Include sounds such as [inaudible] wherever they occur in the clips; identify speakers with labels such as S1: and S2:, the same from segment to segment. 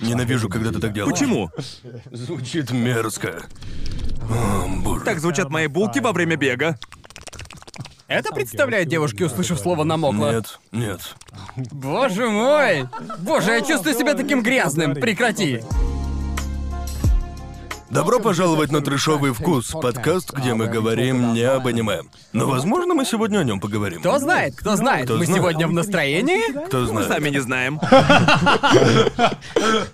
S1: Ненавижу, когда ты так делаешь.
S2: Почему?
S1: Звучит мерзко. О, боже.
S2: Так звучат мои булки во время бега.
S3: Это представляет девушке, услышав слово намокло.
S1: Нет, нет.
S3: Боже мой! Боже, я чувствую себя таким грязным. Прекрати.
S1: Добро пожаловать на «Трешовый вкус», подкаст, где мы говорим не об аниме. Но, возможно, мы сегодня о нем поговорим.
S3: Кто знает, кто знает.
S1: Кто
S3: Мы
S1: знает?
S3: сегодня в настроении?
S1: Кто знает.
S2: Сами не знаем.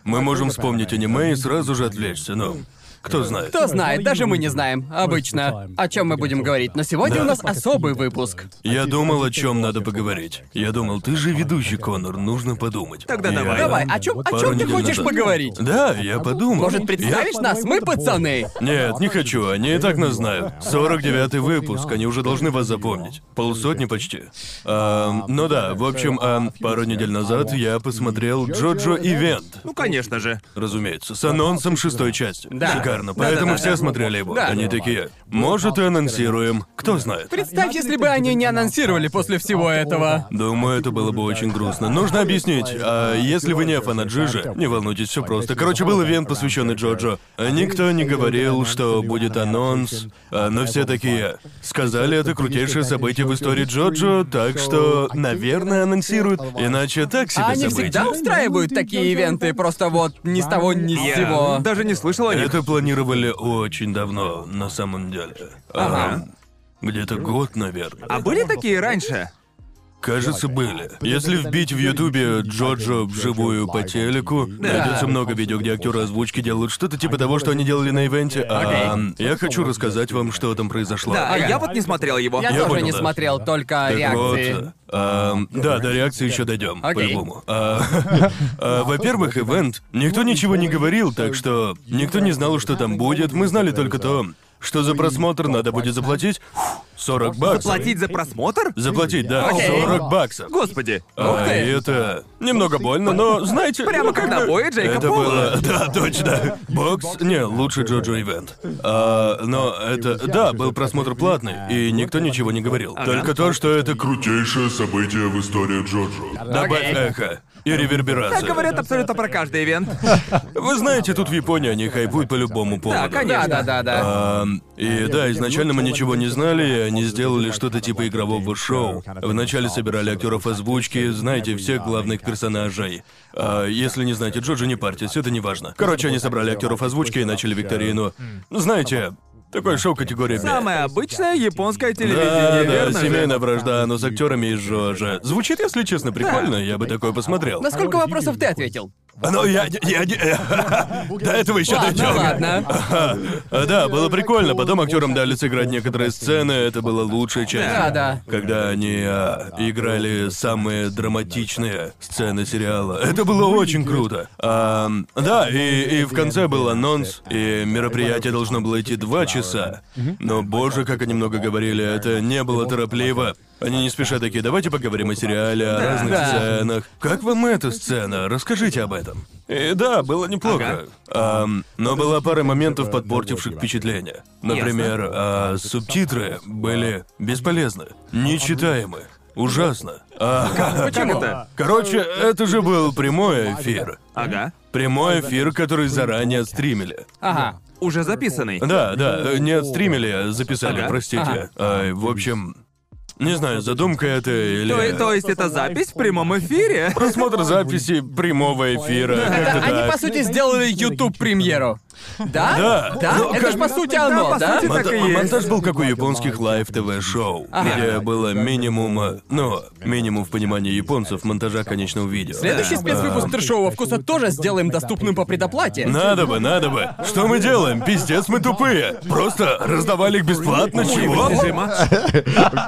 S1: Мы можем вспомнить аниме и сразу же отвлечься, но... Кто знает.
S3: Кто знает, даже мы не знаем. Обычно. О чем мы будем говорить. Но сегодня у нас особый выпуск.
S1: Я думал, о чем надо поговорить. Я думал, ты же ведущий, Конор, нужно подумать.
S2: Тогда
S1: Я-
S2: давай.
S3: Давай, о чем, о
S1: Пару
S3: чем ты
S1: недель
S3: хочешь
S1: назад.
S3: поговорить?
S1: Да, я подумал.
S3: Может,
S1: Я-
S3: представишь нас? Мы пацаны.
S1: Нет, не хочу, они и так нас знают. 49-й выпуск, они уже должны вас запомнить. Полсотни почти. Ам, ну да, в общем, ам, пару недель назад я посмотрел Джоджо Ивент.
S2: Ну, конечно же.
S1: Разумеется, с анонсом шестой части.
S3: Да.
S1: Шикарно,
S3: Да,
S1: поэтому
S3: да, да,
S1: все
S3: да.
S1: смотрели его.
S3: Да.
S1: Они такие, может, и анонсируем, кто знает.
S3: Представь, если бы они не анонсировали после всего этого.
S1: Думаю, это было бы очень грустно. Нужно объяснить. А если вы не фанат Джижи, не волнуйтесь, все просто. Короче, был ивент, посвященный Джоджо. А Никто не говорил, что будет анонс, а, но все такие сказали, это крутейшее событие в истории Джоджо, так что, наверное, анонсируют. Иначе так себе
S3: А они
S1: событие.
S3: всегда устраивают такие ивенты, просто вот ни с того, ни с
S2: Я
S3: сего.
S2: даже не слышал о них.
S1: Это планировали очень давно, на самом деле.
S3: Ага.
S1: А, Где-то год, наверное.
S2: А были такие раньше?
S1: Кажется, были. Если вбить в Ютубе Джоджо вживую по телеку, найдется много видео, где актеры озвучки делают что-то типа того, что они делали на ивенте. А я хочу рассказать вам, что там произошло.
S2: Да,
S3: Ага.
S2: я вот не смотрел его.
S3: Я, тоже
S1: понял,
S3: не
S1: да.
S3: смотрел, только
S1: Так
S3: реакции.
S1: вот, ам, да, до реакции еще дойдем,
S3: Окей.
S1: по-любому. [laughs] А, а, во-первых, ивент. Ну, Никто ничего не говорил, так что никто не Ну, знал, что там будет. Мы знали только то, что за просмотр надо будет заплатить 40 баксов.
S2: Платить за просмотр?
S1: Заплатить, да,
S3: Окей.
S1: 40 баксов.
S2: Господи.
S1: А,
S3: Ух ты.
S1: и это немного больно, но знаете...
S2: Прямо
S1: ну,
S2: как
S1: бы-
S2: на бое Джейка
S1: Это
S2: Пола.
S1: было... Да, точно. Бокс? Не, лучше Джоджо Ивент. А, но это... Да, был просмотр платный, и никто ничего не говорил. Только то, что это крутейшее событие в истории Джоджо. Добавь
S3: Окей.
S1: эхо и реверберация.
S2: Так говорят абсолютно про каждый ивент.
S1: Вы знаете, тут в Японии они хайпуют по любому поводу.
S2: Да, конечно.
S3: Да, да, да, да.
S1: Ам, Эм, и да, изначально мы ничего не знали, и они сделали что-то типа игрового шоу. Вначале собирали актеров озвучки, знаете, всех главных персонажей. А, если не знаете Джоджо, не парьтесь, это не важно. Короче, они собрали актеров озвучки и начали викторину. Ну, Знаете, такое шоу категории «Б».
S2: Самое обычное японское
S1: Да,
S2: телевидение,
S1: да,
S2: верно же?
S1: семейная вражда, но с актерами и Джоджо. Звучит, если честно, прикольно, я бы такое посмотрел.
S3: На сколько вопросов ты ответил?
S1: Ну, я... я, я- До этого еще
S3: Ладно,
S1: дойдем.
S3: ладно.
S1: Ха. А, да, было прикольно. Потом актерам дали сыграть некоторые сцены, это была лучшая часть.
S3: Да, да.
S1: Когда они а, играли самые драматичные сцены сериала. Это было очень круто. Ам, да, и, и в конце был анонс, и мероприятие должно было идти два часа. Но, боже, как они много говорили, это не было торопливо. Они не спеша такие, давайте поговорим о сериале, о разных
S3: да.
S1: сценах. Как вам эта сцена? Расскажите об этом. И да, было неплохо. Ам, но была пара моментов, подпортивших впечатление. Например, а, субтитры были бесполезны, нечитаемы, ужасно. А,
S2: Почему то
S1: короче, это же был прямой эфир.
S2: Ага.
S1: Прямой эфир, который заранее стримили.
S3: Ага.
S2: Уже записанный.
S1: Да, да, э, не отстримили, а записали,
S2: Ага.
S1: простите.
S3: Ага.
S1: А, в общем, не знаю, задумка это или...
S2: То, е- то есть это запись в прямом эфире?
S1: Просмотр записи прямого эфира, как-то
S3: Это они,
S1: так.
S3: по сути, сделали YouTube-премьеру. Да?
S1: Да. Ну,
S3: Да? Это
S1: как-
S3: ж, по сути,
S2: Да,
S3: оно,
S2: по
S3: да?
S2: сути,
S1: Монта-
S2: так и есть.
S1: Монтаж был как у японских лайв-ТВ-шоу, где было минимум, э, ну, минимум в понимании японцев монтажа конечного видео.
S3: Следующий спецвыпуск трешового вкуса тоже сделаем доступным по предоплате.
S1: Надо бы, надо бы. Что мы делаем? Пиздец, мы тупые. Просто раздавали их бесплатно, чего?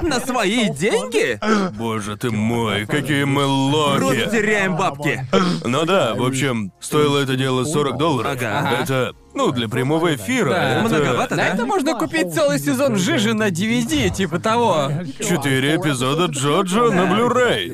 S2: На свои деньги?
S1: Боже ты мой, какие мы лохи.
S2: Просто теряем бабки.
S1: Ну да, в общем, стоило это дело 40 долларов.
S2: Ага.
S1: Это, ну, для прямого эфира.
S3: Да.
S1: это
S2: Многовато,
S3: На
S2: да?
S3: это можно купить целый сезон жижи на DVD, типа того.
S1: Четыре эпизода Джоджо на Блю-рей.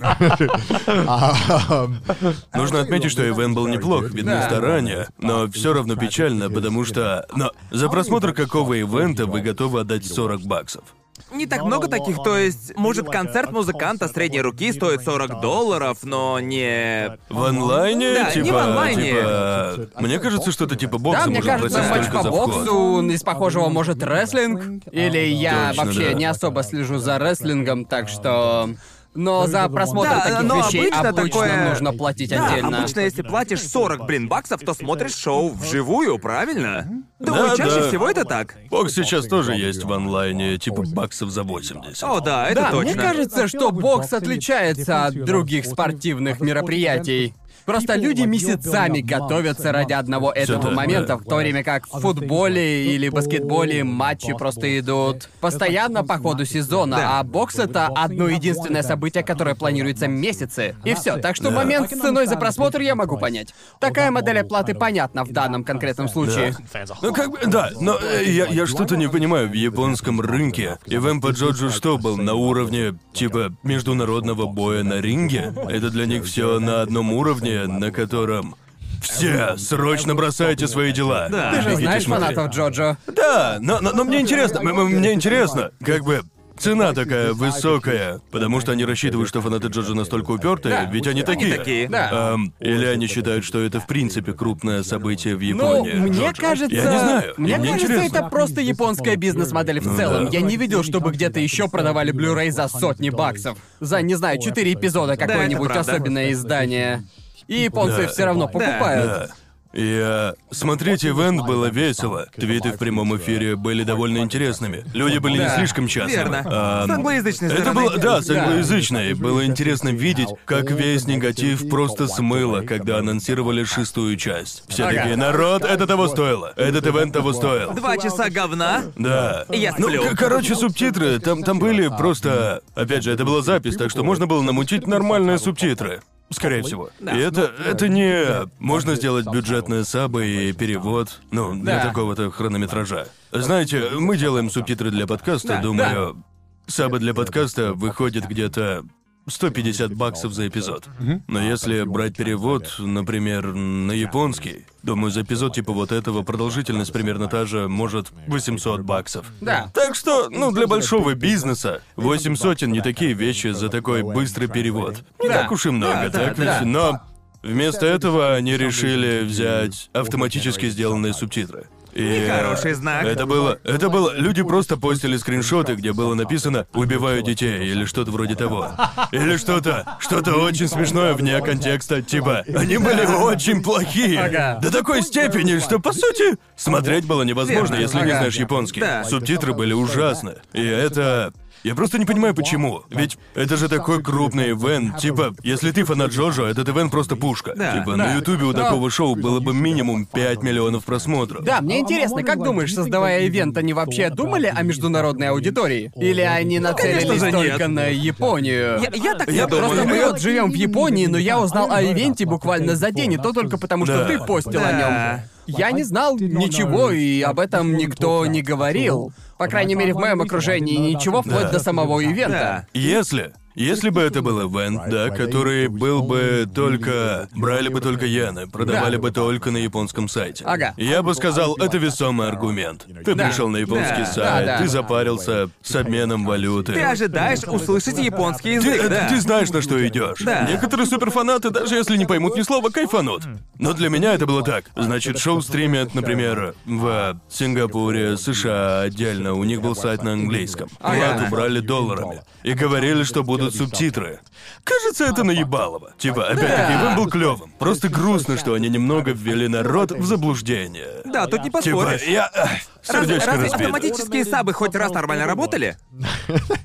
S1: Нужно отметить, что Ивен был неплох, видны
S3: Да.
S1: старания, но все равно печально, потому что... Но за просмотр какого ивента вы готовы отдать 40 баксов?
S2: Не так много таких, то есть, может, концерт музыканта средней руки стоит 40 долларов, но не...
S1: В онлайне?
S2: Да,
S1: типа,
S2: не в онлайне.
S1: типа, Мне кажется, что-то типа бокса
S3: Да, мне
S1: можно
S3: кажется,
S1: платить
S3: матч
S1: только
S3: по
S1: за вход.
S3: боксу из похожего может рестлинг. Или я
S1: Точно,
S3: вообще
S1: да.
S3: не особо слежу за рестлингом, так что... Но за просмотр
S2: Да,
S3: таких
S2: но
S3: вещей
S2: обычно
S3: обычно,
S2: такое-
S3: нужно платить
S2: Да,
S3: отдельно.
S2: обычно, если платишь 40, блин, баксов, то смотришь шоу вживую, правильно? Думаю,
S1: Да,
S2: чаще
S1: да.
S2: всего это так.
S1: Бокс сейчас тоже есть в онлайне, типа баксов за
S3: А
S1: 80.
S2: О, да, это
S3: Да,
S2: точно.
S3: мне кажется, что бокс отличается от других спортивных мероприятий. Просто люди месяцами готовятся ради одного этого
S1: так,
S3: момента,
S1: да. А
S3: в то время как в футболе или баскетболе матчи просто идут постоянно по ходу сезона,
S4: Да.
S3: а бокс это одно единственное событие, которое планируется месяцы. И все. Так
S1: Да.
S3: что момент с ценой за просмотр я могу понять. Такая модель оплаты понятна в данном конкретном случае.
S1: Ну как бы, да, но э, я, я что-то не понимаю в японском рынке. Ивен Джоджу что был на уровне, типа, международного боя на ринге? Это для них все на одном уровне, на котором... Все, срочно бросайте свои дела.
S2: Да.
S3: Ты же
S1: Бегите
S3: знаешь
S1: смотреть.
S3: фанатов Джоджо.
S1: Да, но, но, но мне интересно, м- м- мне интересно, как бы цена такая высокая, потому что они рассчитывают, что фанаты Джоджо настолько упертые,
S3: Да.
S1: ведь они такие.
S2: такие.
S3: Да.
S1: Эм, или они считают, что это в принципе крупное событие в
S3: Ну,
S1: Японии.
S3: мне
S1: Джоджо.
S3: кажется...
S1: Я не знаю.
S3: Мне, кажется,
S1: интересно.
S3: это просто японская бизнес-модель в
S4: Ну
S3: целом.
S1: да.
S3: Я не видел, чтобы где-то еще продавали Blu-ray за сотни баксов. За, не знаю, четыре эпизода
S4: Да, это
S3: какое-нибудь
S2: правда.
S3: особенное издание. И японцы
S1: Да.
S3: все равно
S4: Да.
S3: покупают.
S1: Да. а, Я... Смотреть ивент было весело. Твиты в прямом эфире были довольно интересными. Люди были не
S3: Да.
S1: слишком часто.
S2: Верно. С англоязычной
S1: Эм, Это
S2: стороны.
S1: было, да, с
S3: Да.
S1: англоязычной. Было интересно видеть, как весь негатив просто смыло, когда анонсировали шестую часть. Все
S3: Ага.
S1: такие, народ, это того стоило. Этот ивент того стоил.
S2: Два часа говна?
S1: Да.
S2: Я
S1: ну,
S2: сплю.
S1: к- короче, субтитры. Там, там были просто... Опять же, это была запись, так что можно было намутить нормальные субтитры. Скорее всего. И это, это не... Можно сделать бюджетные сабы и перевод, ну, для
S3: Да.
S1: такого-то хронометража. Знаете, мы делаем субтитры для подкаста,
S2: Да,
S1: думаю, сабы для подкаста выходит где-то 150 баксов за эпизод. Но если брать перевод, например, на японский, думаю, за эпизод типа вот этого продолжительность примерно та же, может, 800 баксов.
S3: Да.
S1: Так что, ну, для большого бизнеса 8 сотен не такие вещи за такой быстрый перевод. Не
S3: Да.
S1: так уж и много,
S3: Да,
S1: так
S3: да,
S1: ведь?
S3: да.
S1: Но вместо этого они решили взять автоматически сделанные субтитры. И
S2: Хороший знак.
S1: Э, это было, это было, люди просто постили скриншоты, где было написано «Убиваю детей» или что-то вроде того. Или что-то, что-то очень смешное вне контекста, типа «Они были очень плохие».
S3: Ага.
S1: До такой степени, что, по сути, смотреть было невозможно,
S2: Верно.
S1: если не
S3: Ага.
S1: знаешь японский.
S2: Да.
S1: Субтитры были ужасны. И это... Я просто не понимаю, почему. Ведь это же такой крупный ивент. Типа, если ты фанат Джоджо, этот ивент просто пушка.
S2: Да.
S1: Типа, на Ютубе у
S3: Да.
S1: такого шоу было бы минимум 5 миллионов просмотров.
S3: Да, мне интересно, как думаешь, создавая ивент, они вообще думали о международной аудитории? Или они нацелились
S2: Конечно же, нет.
S3: только на Японию?
S2: Я, я так
S1: Я
S2: не думаю.
S3: Просто мы
S1: Я-
S3: вот живем в Японии, но я узнал о ивенте буквально за день, и то только потому, что
S1: Да.
S3: ты постил
S2: Да.
S3: о нем. Я не знал ничего, и об этом никто не говорил. По крайней мере, в моем окружении ничего, вплоть до самого ивента.
S2: Да.
S1: Если. Если бы это был ивент, да, который был бы только... Брали бы только иены, продавали
S3: Да.
S1: бы только на японском сайте.
S3: Ага.
S1: Я бы сказал, это весомый аргумент. Ты
S3: Да.
S1: пришел на японский
S2: Да.
S1: сайт,
S3: Да, да.
S1: ты запарился с обменом валюты.
S2: Ты ожидаешь услышать японский
S1: Ты,
S2: язык,
S1: э,
S2: да.
S1: ты знаешь, на что идешь.
S2: Да.
S1: Некоторые суперфанаты, даже если не поймут ни слова, кайфанут. Но для меня это было так. Значит, шоу стримят, например, в Сингапуре, США отдельно. У них был сайт на английском.
S2: А
S3: Ага.
S1: Плату брали долларами. И говорили, что будут субтитры. Кажется, это наебалово. Типа, опять-таки,
S3: Да.
S1: Иван был клевым. Просто грустно, что они немного ввели народ в заблуждение.
S2: Да, тут не
S1: Типа,
S2: поспоришь.
S1: я... эх,
S2: Раз-
S1: Сердечко
S2: разве
S1: разбито.
S2: автоматические сабы хоть раз нормально работали?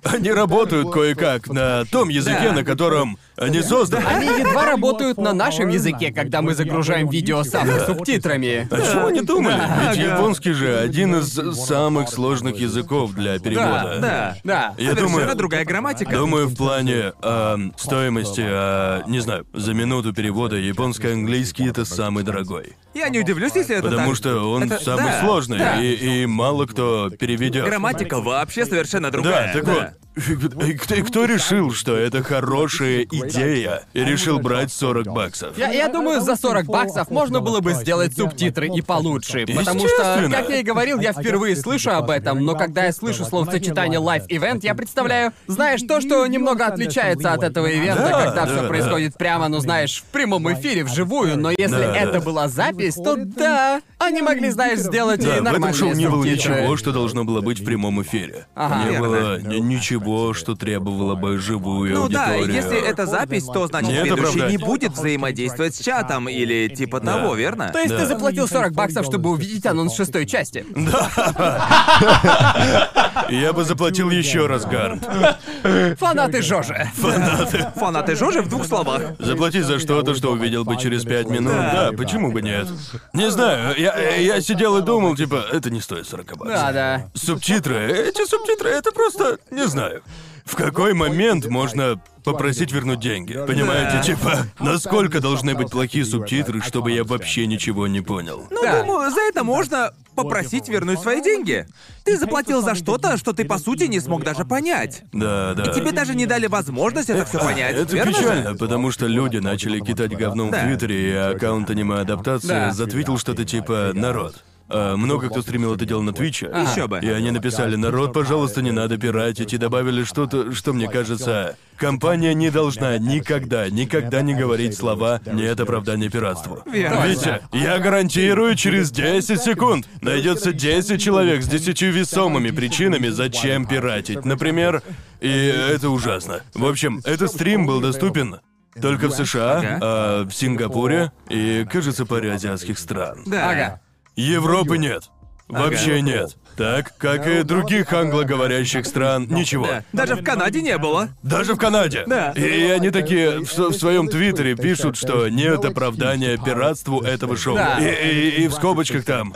S1: Они работают кое-как на том языке,
S2: Да.
S1: на котором они созданы.
S3: Они едва работают на нашем языке, когда мы загружаем видео сам с субтитрами.
S1: А чего они думали?
S3: Да.
S1: Ведь
S2: Ага.
S1: японский же один из самых сложных языков для перевода.
S2: Да.
S3: Да.
S1: э, Я
S2: Совершенно
S1: думаю-
S2: другая грамматика.
S1: Думаю, в плане эм, стоимости, э, не знаю, за минуту перевода японско-английский это самый дорогой.
S2: Я не удивлюсь, если это
S1: Потому
S2: так.
S1: что он
S2: Это-
S1: самый
S2: да,
S1: сложный,
S2: да.
S1: и, и мало кто переведет.
S2: Грамматика вообще совершенно
S1: Да,
S2: другая.
S1: так
S2: Да.
S1: вот. И кто, и кто решил, что это хорошая идея, и решил брать 40 баксов?
S3: Я, я думаю, за 40 баксов можно было бы сделать субтитры и получше. Потому что,
S1: Естественно.
S3: как я и говорил, я впервые слышу об этом, но когда я слышу словосочетание live event, я представляю, знаешь, то, что немного отличается от этого ивента,
S1: Да,
S3: когда
S1: да,
S3: все
S1: да.
S3: происходит прямо, ну знаешь, в прямом эфире, вживую, но если
S1: Да.
S3: это была запись, то да, они могли, знаешь, сделать
S1: Да,
S3: и
S1: в этом
S3: нормальные
S1: шоу не было
S3: субтитры.
S1: ничего, что должно было быть в прямом эфире.
S3: Ага.
S1: не
S2: Верно.
S1: было ни- ничего, что требовало бы живую
S2: Ну да,
S1: аудиторию.
S2: если это запись, то значит
S1: Э, Нет
S2: ведущий не
S1: оправданий.
S2: будет взаимодействовать с чатом или типа того, верно?
S3: То есть
S1: Да.
S3: ты заплатил 40 баксов, чтобы увидеть анонс шестой части.
S1: Я бы заплатил еще раз, Гарнт.
S3: Фанаты Жожи.
S2: [laughs] Фанаты Жожи в двух словах.
S1: Заплати за что-то, что увидел бы через пять минут. Да,
S4: Да.
S1: почему бы нет? Не знаю, я, я сидел и думал, типа, это не стоит 40 баксов.
S3: Да, да.
S1: Субтитры, эти субтитры, это просто, не знаю. В какой момент можно попросить вернуть деньги? Понимаете,
S2: Да.
S1: типа, насколько должны быть плохие субтитры, чтобы я вообще ничего не понял?
S2: Ну,
S3: Да.
S2: думаю, за это можно попросить вернуть свои деньги. Ты заплатил за что-то, что ты по сути не смог даже понять.
S1: Да, да.
S2: Тебе даже не дали возможность это все понять,
S1: Это
S2: верно? же?
S1: печально, потому что люди начали кидать говном в
S2: Да.
S1: Твиттере, и аккаунт аниме адаптации
S3: Да.
S1: затвитил что-то типа народ. А, много кто стримил это дело на Твиче.
S2: Ещё бы.
S1: И они написали, народ, пожалуйста, не надо пиратить, и добавили что-то, что мне кажется, компания не должна никогда, никогда не говорить слова «нет оправдания пиратству».
S2: Верно.
S1: Витя, я гарантирую, через 10 секунд найдется 10 человек с 10 весомыми причинами, зачем пиратить. Например, и это ужасно. В общем, этот стрим был доступен только в США,
S2: Ага.
S1: а в Сингапуре и, кажется, паре азиатских стран.
S2: Да.
S3: Ага.
S1: Европы нет. Вообще нет. Так, как и других англоговорящих стран, ничего.
S2: Да. Даже в Канаде не было.
S1: Даже в Канаде.
S2: Да.
S1: И они такие в, со- в своем твиттере пишут, что нет оправдания пиратству этого шоу.
S3: Да.
S1: И, и- и в скобочках там.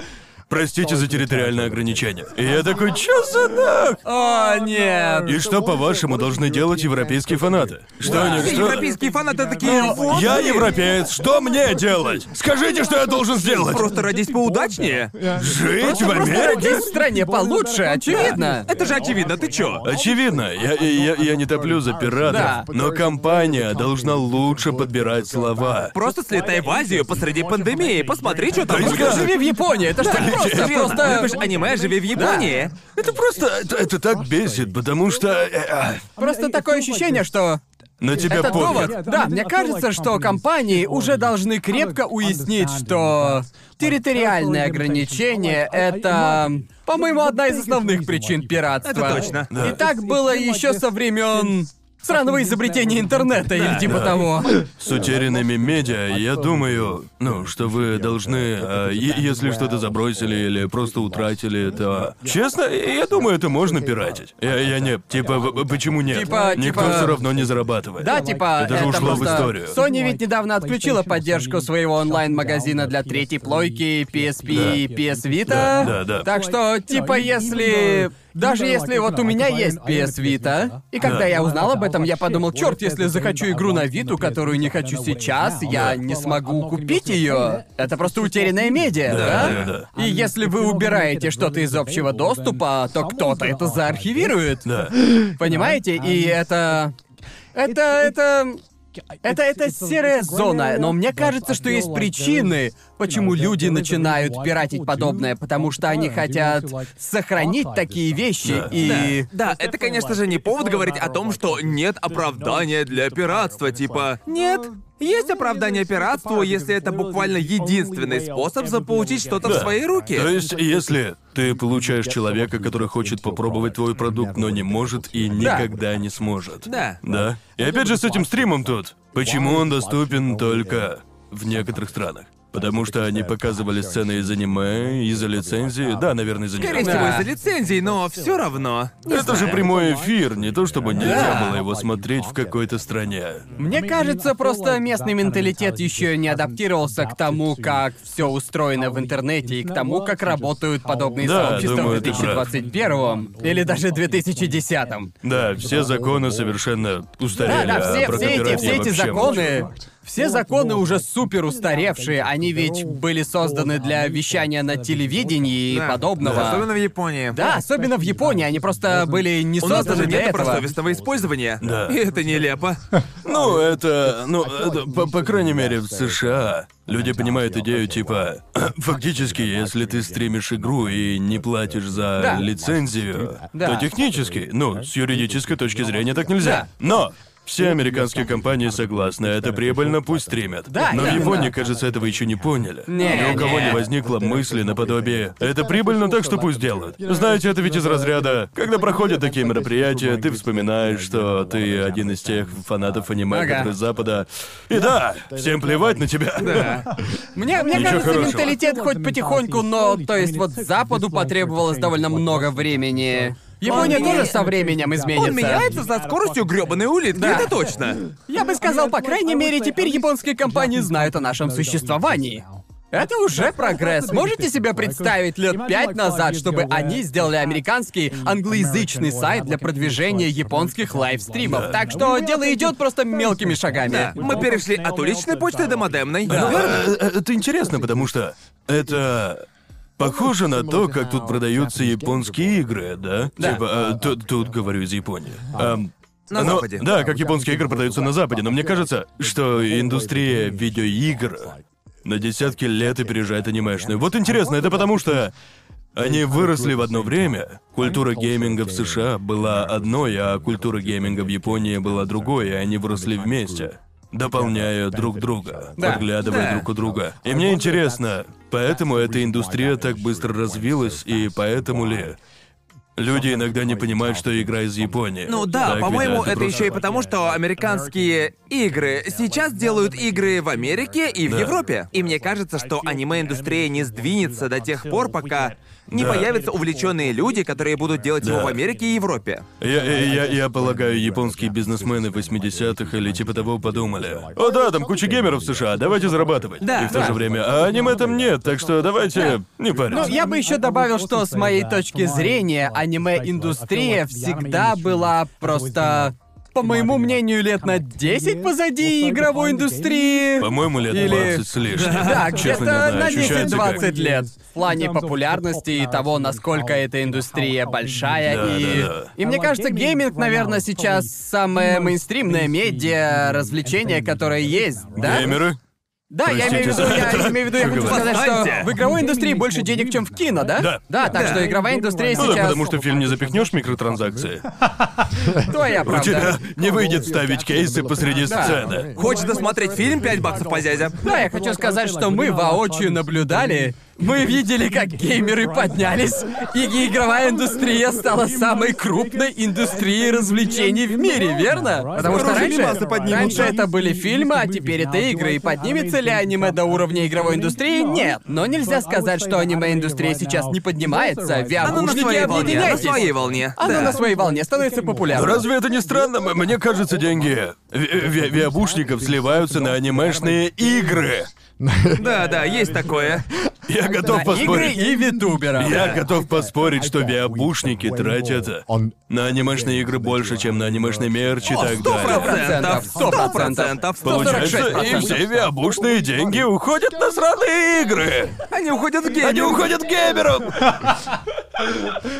S1: Простите за территориальное ограничение. И я такой, чё за нах?
S3: О, нет.
S1: И что, по-вашему, должны делать европейские фанаты? Что они,
S2: Все
S1: что-
S2: европейские фанаты такие. «Вот
S1: Ну, Я
S2: ты!»
S1: европеец, что мне делать? Скажите, что я должен сделать?
S2: Просто родись поудачнее.
S1: Жить в
S3: Просто
S1: Америке?
S3: родись в стране получше, очевидно.
S2: Это же очевидно, ты чё?
S1: Очевидно, я, я, я не топлю за пиратов,
S3: Да.
S1: но компания должна лучше подбирать слова.
S2: Просто слетай в Азию посреди пандемии, посмотри, что там
S1: Да и
S2: будет.
S1: скажи,
S3: Живи в Японии, это что просто,
S2: Серьёзно, любишь
S3: просто...
S2: аниме, живи в Японии.
S1: Это просто... Это, это так бесит, потому что... э, э,
S3: Просто такое ощущение, что
S1: на тебя
S3: это
S1: пофиг.
S3: довод. Да, мне кажется, что компании уже должны крепко уяснить, что территориальные ограничения — это, по-моему, одна из основных причин пиратства.
S2: Это точно.
S1: Да.
S3: И так было еще со времен сраного изобретения интернета или типа того.
S1: С утерянными медиа, я думаю, ну, что вы должны, э, е- если что-то забросили или просто утратили, то... Честно, я думаю, это можно пиратить. Я, я не... Типа, в- почему нет?
S3: Типа-
S1: Никто
S3: типа-
S1: все равно не зарабатывает.
S3: Да, типа,
S1: Это
S3: это,
S1: же ушло в
S3: просто...
S1: историю.
S3: Sony ведь недавно отключила поддержку своего онлайн-магазина для третьей плойки, PSP и
S4: Да.
S3: PS Vita.
S1: Да, да, да.
S3: Так что, типа, если... Даже если вот у меня есть PS Vita, и когда
S1: Да.
S3: я узнал об этом, я подумал, черт, если захочу игру на Виту, которую не хочу сейчас, я не смогу купить ее. Это просто утерянная
S1: Да,
S3: медиа, да?
S1: да,
S3: И если вы убираете что-то из общего доступа, то кто-то это заархивирует.
S1: Да.
S3: Понимаете? И это... Это, это... Это, это серая зона, но мне кажется, что есть причины, почему люди начинают пиратить подобное, потому что они хотят сохранить такие вещи
S1: Да.
S3: и...
S2: Да, это, конечно же, не повод говорить о том, что нет оправдания для пиратства, типа «нет». Есть оправдание пиратству, если это буквально единственный способ заполучить что-то в
S1: Да.
S2: свои руки.
S1: То есть, если ты получаешь человека, который хочет попробовать твой продукт, но не может и никогда не сможет.
S2: Да.
S1: Да. И опять же с этим стримом тут. Почему он доступен только в некоторых странах? Потому что они показывали сцены из аниме, из-за лицензии. Да, наверное, из-за нее.
S2: Скорее всего,
S3: Да.
S2: из-за лицензий, но все равно. Не
S1: Это же
S2: знаю.
S1: прямой эфир, не то чтобы нельзя
S3: Да.
S1: было его смотреть в какой-то стране.
S3: Мне кажется, просто местный менталитет еще не адаптировался к тому, как все устроено в интернете и к тому, как работают подобные
S1: Да,
S3: сообщества
S1: думаю,
S3: в
S1: ты прав.
S3: 2021 или даже 2010.
S1: Да, все законы совершенно устарели,
S3: Да, да,
S1: а
S3: все,
S1: э, про
S3: все эти,
S1: копирайт я
S3: все эти
S1: вообще
S3: законы,
S1: молчу.
S3: Все законы уже супер устаревшие, они ведь были созданы для вещания на телевидении и
S2: Да.
S3: подобного.
S2: Особенно в Японии.
S3: Да, особенно в Японии, они просто были не
S2: У нас
S3: созданы
S2: даже
S3: для
S2: нет
S3: этого.
S2: простовестного использования.
S1: Да.
S2: И это нелепо.
S1: Ну, это, ну, это, по, по крайней мере, в США люди понимают идею типа, фактически, если ты стримишь игру и не платишь за
S3: Да.
S1: лицензию,
S3: Да.
S1: то технически, ну, с юридической точки зрения так нельзя. Но все американские компании согласны, это прибыльно, пусть стримят.
S3: Да,
S1: Но в
S3: да,
S1: Японии,
S3: да.
S1: кажется, этого еще не поняли.
S3: Не,
S1: Ни у кого не
S3: не.
S1: возникло мысли наподобие «это прибыльно, так что пусть делают». Знаете, это ведь из разряда «когда проходят такие мероприятия, ты вспоминаешь, что ты один из тех фанатов аниме,
S3: Ага.
S1: которые с Запада». И да, всем плевать на тебя.
S3: Мне, мне
S1: Ничего
S3: кажется,
S1: хорошего.
S3: менталитет хоть потихоньку, но... То есть вот Западу потребовалось довольно много времени. Япония
S2: Он
S3: тоже
S2: меня-
S3: со временем изменится.
S2: Он меняется со скоростью грёбаной улитки,
S3: Да.
S2: это точно.
S3: Я бы сказал, по крайней мере, теперь японские компании знают о нашем существовании. Это уже прогресс. Можете себе представить лет пять назад, чтобы они сделали американский англоязычный сайт для продвижения японских лайвстримов? Так что дело идет просто мелкими шагами.
S2: Мы перешли от уличной почты до модемной.
S1: Ну,
S2: Верно?
S1: э, э, Это интересно, потому что это похоже на то, как тут продаются японские игры, да?
S3: Да.
S1: Типа, э, тут, тут говорю из Японии. Эм,
S2: На
S1: ну,
S2: Западе.
S1: Да, как японские игры продаются на Западе, но мне кажется, что индустрия видеоигр на десятки лет опережает анимешную. Вот интересно, это потому что они выросли в одно время. Культура гейминга в США была одной, а культура гейминга в Японии была другой, и они выросли вместе, дополняя друг друга,
S3: Да.
S1: подглядывая
S2: Да.
S1: друг у друга. И мне интересно, поэтому эта индустрия так быстро развилась, и поэтому ли люди иногда не понимают, что игра из Японии.
S2: Ну да,
S1: Так ведь,
S2: по-моему, это,
S1: просто-
S2: еще и потому, что американские игры сейчас делают игры в Америке и в
S1: Да.
S2: Европе. И мне кажется, что аниме-индустрия не сдвинется до тех пор, пока не
S1: Да.
S2: появятся увлеченные люди, которые будут делать его
S1: Да.
S2: в Америке и Европе.
S1: Я, я, я- я полагаю, японские бизнесмены 80-х или типа того подумали. О да, там куча геймеров в США, давайте зарабатывать.
S2: Да,
S1: И в то
S2: да.
S1: же время, а аниме там нет, так что давайте не париться.
S3: Ну, я бы еще добавил, что с моей точки зрения, аниме-индустрия всегда была просто, по моему мнению, лет на 10 позади игровой индустрии.
S1: По-моему, лет
S3: Или-
S1: 20 с лишним.
S3: Да,
S1: Честно,
S3: где-то
S1: не знаю,
S3: на
S1: ощущается как-
S3: 10-20 лет. В плане популярности и того, насколько эта индустрия большая.
S1: Да,
S3: и...
S1: да, да.
S3: и мне кажется, гейминг, наверное, сейчас самое мейнстримное медиа, развлечение, которое есть, да?
S1: Геймеры?
S3: Да, я имею в виду,
S1: Простите
S3: я
S1: за-
S3: имею в виду, я
S1: Что
S3: хочу сказать,
S2: говорю?
S3: что в игровой индустрии больше денег, чем в кино, да?
S1: Да.
S3: Да, так
S2: Да.
S3: что игровая индустрия
S1: Ну да,
S3: сейчас...
S1: потому что в фильм не запихнешь микротранзакции.
S3: Твоя
S1: У тебя
S3: правда.
S1: не выйдет ставить кейсы посреди
S3: Да.
S1: сцены.
S2: Хочешь досмотреть фильм «Пять баксов по зязя»?
S3: Да, я хочу сказать, что мы воочию наблюдали, мы видели, как геймеры поднялись, и игровая индустрия стала самой крупной индустрией развлечений в мире, верно? Потому что
S2: Скоро
S3: раньше,
S2: фильмасы поднимутся.
S3: раньше это были фильмы, а теперь это игры. И поднимется ли аниме до уровня игровой индустрии? Нет. Но нельзя сказать, что аниме-индустрия сейчас не поднимается.
S2: Оно на
S3: Виабушники
S2: своей волне, на
S3: объединяйтесь.
S2: своей волне.
S3: Оно
S2: Да.
S3: на своей волне становится
S1: Но
S3: популярным.
S1: разве это не странно? М- Мне кажется, деньги ви- ви- виабушников сливаются на анимешные игры.
S2: Да, да, есть такое.
S1: Я готов
S3: На А игры
S1: поспорить.
S3: и витуберов.
S1: Я готов поспорить, что виабушники тратят
S4: Он-
S1: на анимешные игры больше, чем на анимешный мерч и
S2: О,
S1: так
S2: сто
S1: далее.
S2: процентов, сто процентов, сто сорок
S1: Получается,
S2: шесть
S1: и
S2: процентов.
S1: все виабушные деньги уходят на сраные игры.
S2: Они уходят в гейминг.
S1: Они уходят к геймерам.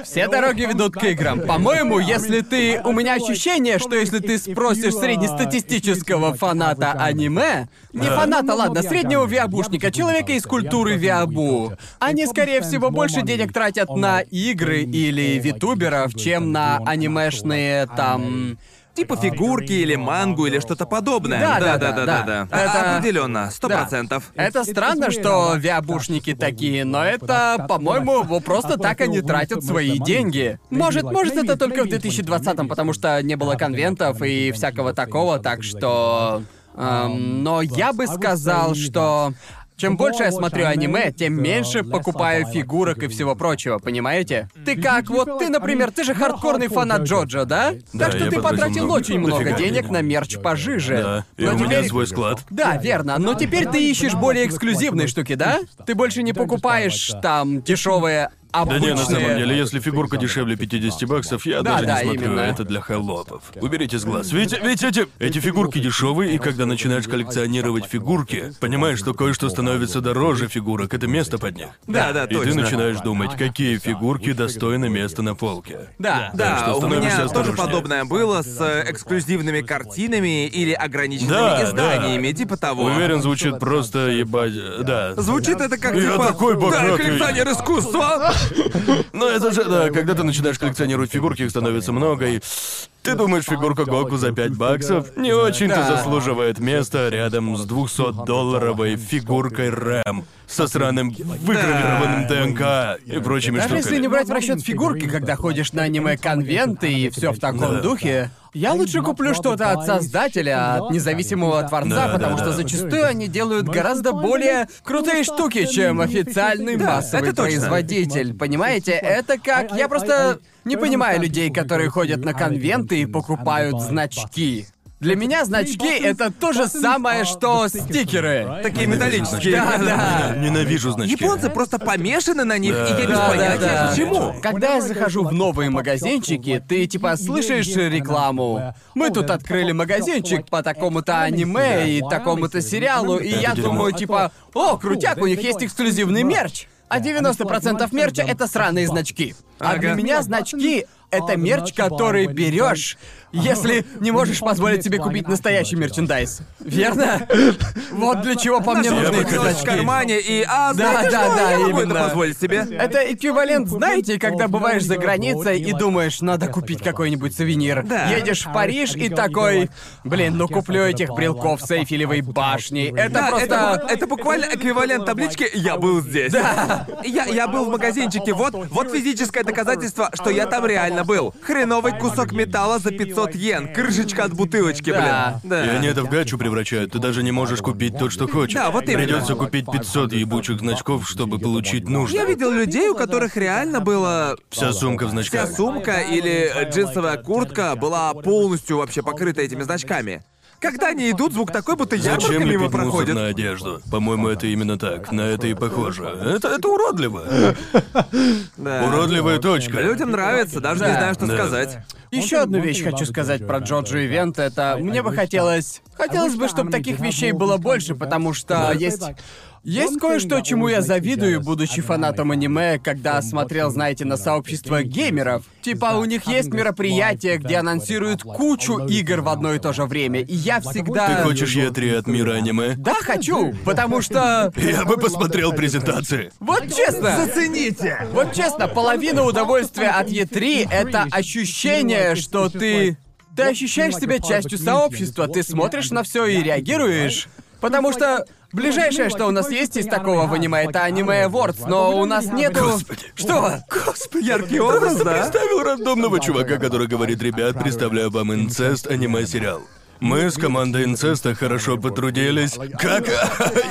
S3: Все дороги ведут к играм. По-моему, если ты... У меня ощущение, что если ты спросишь среднестатистического фаната аниме, не фаната, ладно, среднего виабушника, человека из культуры виабу, они, скорее всего, больше денег тратят на игры или витуберов, чем на анимешные там...
S2: Типа фигурки или мангу или что-то подобное.
S3: А, Да,
S2: да,
S3: да,
S2: да,
S3: да, да.
S2: да. А,
S3: Это-
S2: Определенно, сто
S3: Да.
S2: процентов.
S3: Это странно, что виабушники такие, но это, по-моему, вот просто так они тратят свои деньги. Может, может, это только в 2020-м, потому что не было конвентов и всякого такого, так что... эм, но я
S1: а
S3: бы сказал, что... Чем больше я смотрю аниме, тем меньше покупаю фигурок и всего прочего, понимаете? Ты как, вот ты, например, ты же хардкорный фанат Джоджо, да?
S1: Да,
S3: так что
S1: я
S3: ты
S1: потратил
S3: потратил
S1: много-
S3: очень много
S1: дофига
S3: денег
S1: денег.
S3: на мерч пожиже.
S1: Да, и
S2: ну,
S3: Но
S1: у меня
S3: теперь-
S1: свой склад.
S3: да, верно. Но теперь ты ищешь более эксклюзивные штуки, да? Ты больше не покупаешь там дешевые
S1: Да
S3: обычные...
S1: не, на самом деле, если фигурка дешевле 50 баксов, я
S3: Да,
S1: даже
S3: да,
S1: не смотрю,
S3: именно.
S1: это для холопов. Уберите с глаз. Ведь, ведь эти, эти фигурки дешевые, и когда начинаешь коллекционировать фигурки, понимаешь, что кое-что становится дороже фигурок, это место под них.
S2: Да, да,
S1: И ты
S2: точно.
S1: начинаешь думать, какие фигурки достойны места на полке.
S3: Да,
S1: Так
S2: Да,
S1: что
S2: у
S1: становишься
S2: меня тоже
S1: осторожнее.
S2: подобное было с э, эксклюзивными картинами или ограниченными
S1: Да,
S2: изданиями,
S1: да.
S2: типа того.
S1: Уверен, звучит просто ебать. э, Да.
S2: Звучит это как
S1: Я
S2: типа
S1: такой
S2: «Да,
S1: богатый».
S2: коллекционер искусства!
S1: Но Ну, это же, да, когда ты начинаешь коллекционировать фигурки, их становится много, и ты думаешь, фигурка Гоку за 5 баксов не очень-то
S3: Да.
S1: заслуживает места рядом с 200-долларовой фигуркой Рэм со сраным выгравированным ДНК и прочими
S2: А
S3: Даже если не
S1: штуками.
S3: брать в расчет фигурки, когда ходишь на аниме-конвенты и все в таком
S1: Да.
S3: духе, я лучше куплю что-то от создателя, от независимого творца,
S1: Да,
S3: потому
S1: да,
S3: что
S1: да.
S3: зачастую они делают гораздо более крутые штуки, чем официальный
S4: Да,
S3: массовый
S2: это точно.
S3: производитель. Понимаете, это как... Я просто не понимаю людей, которые ходят на конвенты и покупают значки. Для меня значки — это то же самое, что стикеры.
S2: Такие металлические.
S3: Да, да.
S1: Ненавижу значки.
S2: А, Японцы просто помешаны на них, и я без
S1: Да, да,
S2: понятия,
S3: да.
S2: почему.
S3: Когда я захожу в новые магазинчики, ты типа слышишь рекламу. Мы тут открыли магазинчик по такому-то аниме и такому-то сериалу, и я
S1: дерьмо.
S3: думаю типа, о, крутяк, у них есть эксклюзивный мерч. А 90% мерча это сраные значки. А для
S2: Ага.
S3: меня значки это мерч, который берешь, если не можешь позволить себе купить настоящий мерчендайз. Верно? Вот для чего по мне
S1: Я
S3: нужны
S1: бы
S3: эти
S1: хотел-
S2: Нож в
S3: значки.
S2: кармане и а,
S3: Да,
S2: знаете
S3: да,
S2: что,
S3: да,
S2: я могу это
S3: именно.
S2: позволить себе.
S3: Это эквивалент, знаете, когда бываешь за границей и думаешь, надо купить какой-нибудь сувенир.
S2: Да.
S3: Едешь в Париж и такой, блин, ну куплю этих
S2: а
S3: брелков с Эйфелевой башни. Это
S2: Да,
S3: просто...
S2: это, бу- это буквально эквивалент таблички «Я был здесь». Я, я был в магазинчике, вот, вот физическое доказательство, что я там реально был. Хреновый кусок металла за 500 йен, крышечка от бутылочки,
S3: Да.
S2: блин. Да.
S1: И они это в гачу превращают. Ты даже не можешь купить то, что хочешь.
S2: Да, вот именно.
S1: Придется купить 500 ебучих значков, чтобы получить нужное.
S2: Я видел людей, у которых реально было...
S1: Вся сумка в
S2: Вся
S1: значках.
S2: сумка или э, джинсовая куртка была полностью вообще покрыта этими значками. Когда они идут, звук такой, будто ярмарка
S1: Зачем лепить
S2: мимо
S1: мусор
S2: проходит.
S1: на одежду? По-моему, это именно так. На это и похоже. Это, это уродливо.
S2: Да.
S1: Уродливая точка.
S2: Людям нравится, даже не
S3: Да.
S2: знаю, что
S1: Да.
S2: сказать.
S3: Еще одну вещь хочу сказать про Джорджи Ивент, это мне бы хотелось...
S2: а
S3: Хотелось бы, чтобы таких вещей было больше, потому что есть... Есть кое-что, чему я завидую, будучи фанатом аниме, когда смотрел, знаете, на сообщество геймеров. Типа, у них есть мероприятия, где анонсируют кучу игр в одно и то же время, и я всегда...
S1: Ты хочешь Е3 от мира аниме?
S3: Да, хочу, потому что...
S1: Я бы посмотрел презентации.
S3: Вот честно!
S2: Зацените!
S3: Вот честно, половина удовольствия от Е3 — это ощущение, что ты... Ты ощущаешь себя частью сообщества, ты смотришь на все и реагируешь. Потому что ближайшее, что у нас есть из такого в аниме, это аниме Awards, но у нас нету...
S1: Господи.
S3: Что?
S1: Господи,
S2: Яркий образ, да?
S1: Представил рандомного чувака, который говорит, ребят, представляю вам инцест аниме-сериал. Мы с командой инцеста хорошо потрудились. Как?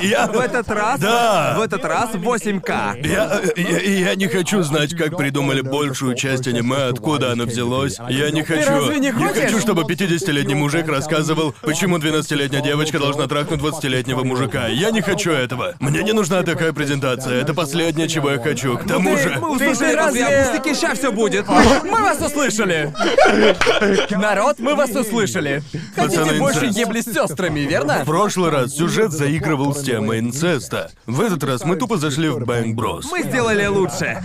S1: [laughs] Я...
S2: В этот раз...
S1: Да.
S2: В этот раз 8К.
S1: Я, э, я, я не хочу знать, как придумали большую часть аниме, откуда оно взялось. Я не хочу.
S3: разве не хочешь?
S1: хочу, чтобы 50-летний мужик рассказывал, почему 12-летняя девочка должна трахнуть 20-летнего мужика. Я не хочу этого. Мне не нужна такая презентация. Это последнее, чего я хочу. К тому
S3: ты-
S1: же.
S2: Мы
S3: Ты
S2: услышали,
S3: же разве-
S2: друзья, пустяки, ща все будет.
S3: Мы вас услышали! Народ, мы вас услышали. Хотите
S1: Пацаны,
S3: больше
S1: инцест.
S3: ебли с сестрами, верно?
S1: В прошлый раз сюжет заигрывал с темой инцеста. В этот раз мы тупо зашли в Бэнк Брос.
S2: Мы сделали лучше.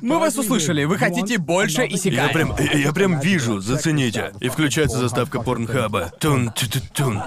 S3: Мы вас услышали. Вы хотите больше и
S1: Я прям, я- я прям вижу, зацените. И включается заставка порнхаба. Тун ту ту тун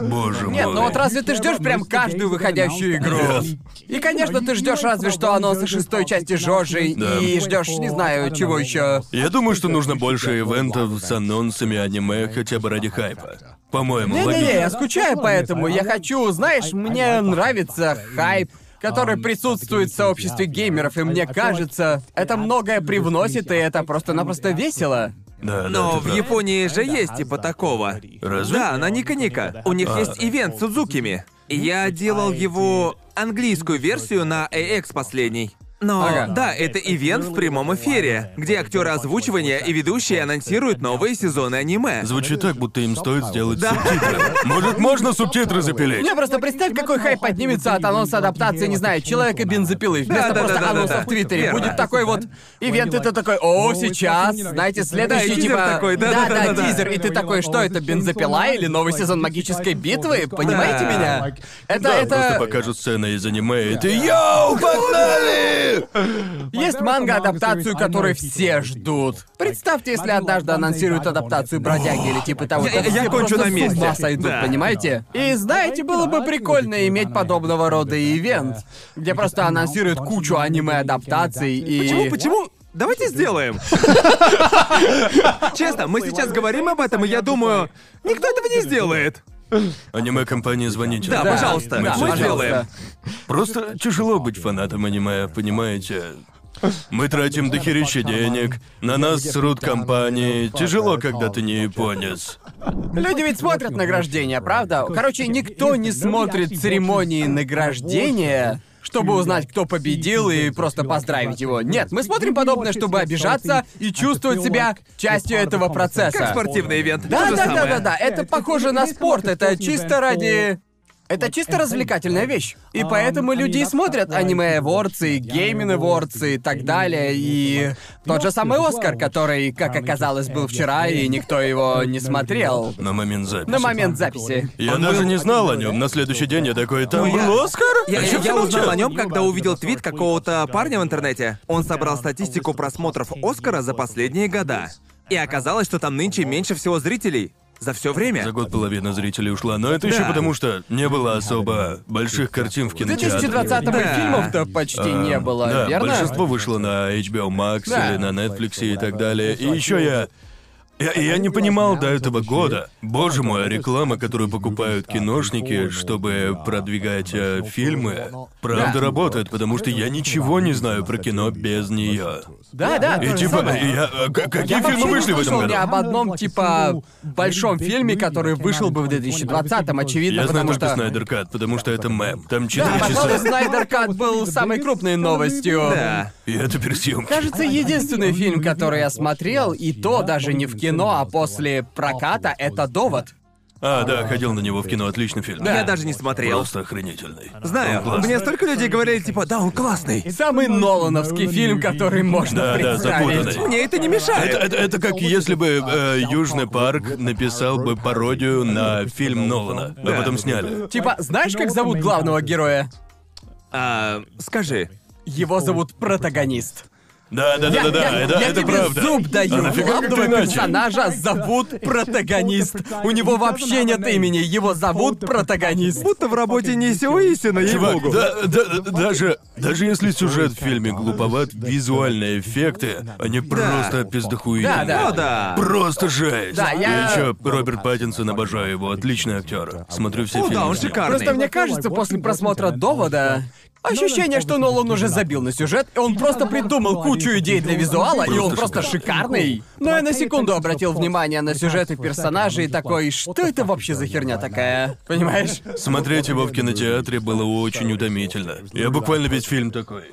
S1: Боже мой.
S3: Нет, ну вот разве ты ждешь прям каждую выходящую игру?
S1: Нет.
S3: И, конечно, ты ждешь разве что анонсы шестой части Жожи
S4: Да.
S3: и ждешь, не знаю, чего еще.
S1: Я думаю, что нужно больше ивентов с анонсами аниме хотя бы ради хайпа. По-моему,
S3: Не-не-не,
S1: логично.
S3: я скучаю по этому. Я хочу, знаешь, мне нравится хайп, который присутствует в сообществе геймеров, и мне кажется, это многое привносит, и это просто-напросто весело.
S1: Да, да,
S2: Но
S1: ты
S2: в
S1: прав.
S2: Японии же есть типа такого.
S1: Разве?
S2: Да, на Ника Ника. У них есть ивент с Сузукими. Я делал его английскую версию на AX последний. Но
S3: Ага.
S2: да, это ивент в прямом эфире, где актеры озвучивания и ведущие анонсируют новые сезоны аниме.
S1: Звучит так, будто им стоит сделать субтитры. Может, можно субтитры запилить?
S3: Не, просто представь, какой хайп поднимется от анонса адаптации, не знаю, человека бензопилы. Вместо
S2: да,
S3: просто
S2: да, да,
S3: анонса
S2: да.
S3: в Твиттере.
S2: Верно.
S3: Будет такой вот ивент, и ты такой, о, сейчас, знаете, следующий
S2: Да, и тизер
S3: типа.
S2: такой, да, да, да,
S3: да,
S2: да, да.
S3: тизер. И ты такой, что это, бензопила или новый сезон магической битвы? Понимаете
S2: Да.
S3: меня? Это,
S1: Да, просто
S3: это.
S1: покажут сцены из аниме, и ты «Йоу, погнали!»
S3: Есть манга-адаптацию, которую все ждут. Представьте, если однажды анонсируют адаптацию бродяги или типа того.
S2: Я-
S3: так
S2: я
S3: все
S2: кончу
S3: просто
S2: на месте.
S3: С ума сойдут,
S2: Да.
S3: понимаете? И знаете, было бы прикольно иметь подобного рода ивент, где просто анонсируют кучу аниме-адаптаций и.
S2: Почему, почему? Давайте сделаем. [laughs] Честно, мы сейчас говорим об этом, и я думаю, никто этого не сделает.
S1: Аниме-компании звоните.
S2: Да,
S3: Да.
S2: пожалуйста,
S3: Да,
S2: мы
S1: всё
S2: сделаем.
S3: пожалуйста.
S1: Просто тяжело быть фанатом аниме, понимаете? Мы тратим дохерища денег, на нас срут компании, тяжело, когда ты не японец.
S3: Люди ведь смотрят награждение, правда? Короче, никто не смотрит церемонии награждения, чтобы узнать, кто победил, и просто поздравить его. Нет, мы смотрим подобное, чтобы обижаться и чувствовать себя частью этого процесса.
S2: Как спортивный ивент. то
S3: Да,
S2: же
S3: да, да,
S2: самое.
S3: да, да. Это похоже на спорт. Это чисто ради. Это чисто развлекательная вещь. И поэтому люди и смотрят аниме Ворцы, геймин Ворцы и так далее. И тот же самый Оскар, который, как оказалось, был вчера, и никто его не смотрел.
S1: На момент записи.
S3: На момент записи.
S1: Я даже не знал о нем. На следующий день я такой, там
S2: я-
S1: был Оскар?
S2: Я,
S1: А
S2: я-
S1: чё все
S2: я узнал
S1: молчат?»
S2: о нем, когда увидел твит какого-то парня в интернете. Он собрал статистику просмотров Оскара за последние года. И оказалось, что там нынче меньше всего зрителей. За все время.
S1: За год половина зрителей ушла, но это еще
S2: Да.
S1: потому, что не было особо больших картин в
S3: В
S1: кинотеатре.
S3: 2020 и
S2: Да.
S3: фильмов-то почти не было,
S1: да,
S3: верно?
S1: большинство вышло на HBO Max
S3: Да.
S1: или на Netflix и так далее. И еще я... Я, я не понимал до этого года. Боже мой, а реклама, которую покупают киношники, чтобы продвигать э, фильмы, правда
S3: Да.
S1: работает, потому что я ничего не знаю про кино без нее.
S3: Да, да.
S1: И
S3: то же
S1: типа,
S3: самое.
S1: я, э, к- какие фильмы
S3: Я вообще не
S1: вышли в этом
S3: слышал
S1: году?
S3: ни об одном, типа, большом фильме, который вышел бы в 2020-м, очевидно,
S1: Я знаю
S3: потому
S1: только
S3: что...
S1: Снайдер Кат, потому что это мем. Там
S3: Да,
S1: 4
S3: пожалуй,
S1: часа.
S3: Снайдер Кат был самой крупной новостью.
S2: Да.
S1: И это пересъемки.
S3: Кажется, единственный фильм, который я смотрел, и то даже не в кино, а после проката, это «Довод».
S1: А, да, ходил на него в кино, отличный фильм.
S2: Я даже не смотрел.
S1: Просто охренительный.
S2: Знаю,
S1: Он классный.
S2: мне столько людей говорили, типа, да, он классный.
S3: Самый Нолановский фильм, который можно
S1: Да, да,
S3: представить.
S1: запутанный.
S2: Мне это не мешает.
S1: Это, это- это как если бы э, Южный парк написал бы пародию на фильм Нолана, а
S2: Да.
S1: потом сняли.
S3: Типа, знаешь, как зовут главного героя?
S2: А, скажи,
S3: Его зовут протагонист.
S1: Да, да, да, да, да,
S3: я,
S1: это,
S3: я
S1: это
S3: тебе
S1: правда.
S3: зуб даю.
S1: А нафига как-то
S3: Главного
S1: иначе?
S3: персонажа зовут протагонист. У него вообще нет имени, его зовут протагонист.
S2: будто в работе не Сиоисина,
S1: Чувак,
S2: ей-богу.
S1: да, да, даже, даже если сюжет в фильме глуповат, визуальные эффекты, они просто пиздохуительные.
S3: Да,
S2: О, да.
S1: Просто жесть.
S3: Да, я-
S1: еще Роберт Паттинсон, обожаю его, отличный актер. Смотрю все
S2: О,
S1: фильмы.
S2: да, он
S1: с ним.
S2: шикарный.
S3: Просто мне кажется, после просмотра довода. Ощущение, что Нолан уже забил на сюжет, и он просто придумал кучу идей для визуала, и он
S1: Просто
S3: просто шикарный. Но я на секунду обратил внимание на сюжет и персонажей, и такой, что это вообще за херня такая? Понимаешь?
S1: Смотреть его в кинотеатре было очень утомительно. Я буквально весь фильм такой.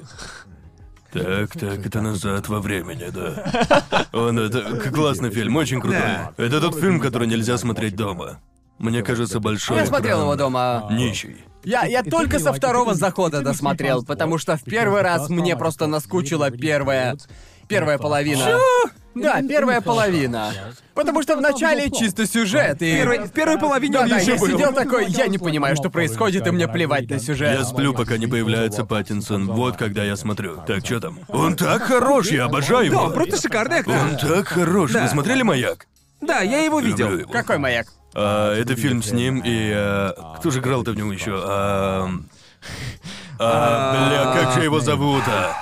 S1: Так, так, это назад во времени, да. Он это к- классный фильм, очень крутой.
S2: Да.
S1: Это тот фильм, который нельзя смотреть дома. Мне кажется, большой.
S3: Я смотрел
S1: экран
S3: его дома.
S1: Нищий.
S3: Я, я только со второго захода досмотрел, потому что в первый раз мне просто наскучила первая... Первая половина. Да, первая половина. Потому что вначале чисто сюжет, и...
S2: Первый- в первой половине он
S3: Да,
S2: еще
S3: я
S2: был.
S3: сидел такой, я не понимаю, что происходит, и мне плевать на сюжет.
S1: Я сплю, пока не появляется Паттинсон. Вот когда я смотрю. Так, что там? Он так хорош, я обожаю
S2: Да,
S1: его.
S2: он просто шикарный
S1: Он
S2: актер.
S1: так хорош.
S2: Да.
S1: Вы смотрели «Маяк»?
S2: Да, я его
S1: Люблю
S2: видел.
S1: его.
S3: Какой маяк?
S1: А, это фильм с ним и... а, кто же играл-то в нем еще? А, а, бля, как же его зовут-то?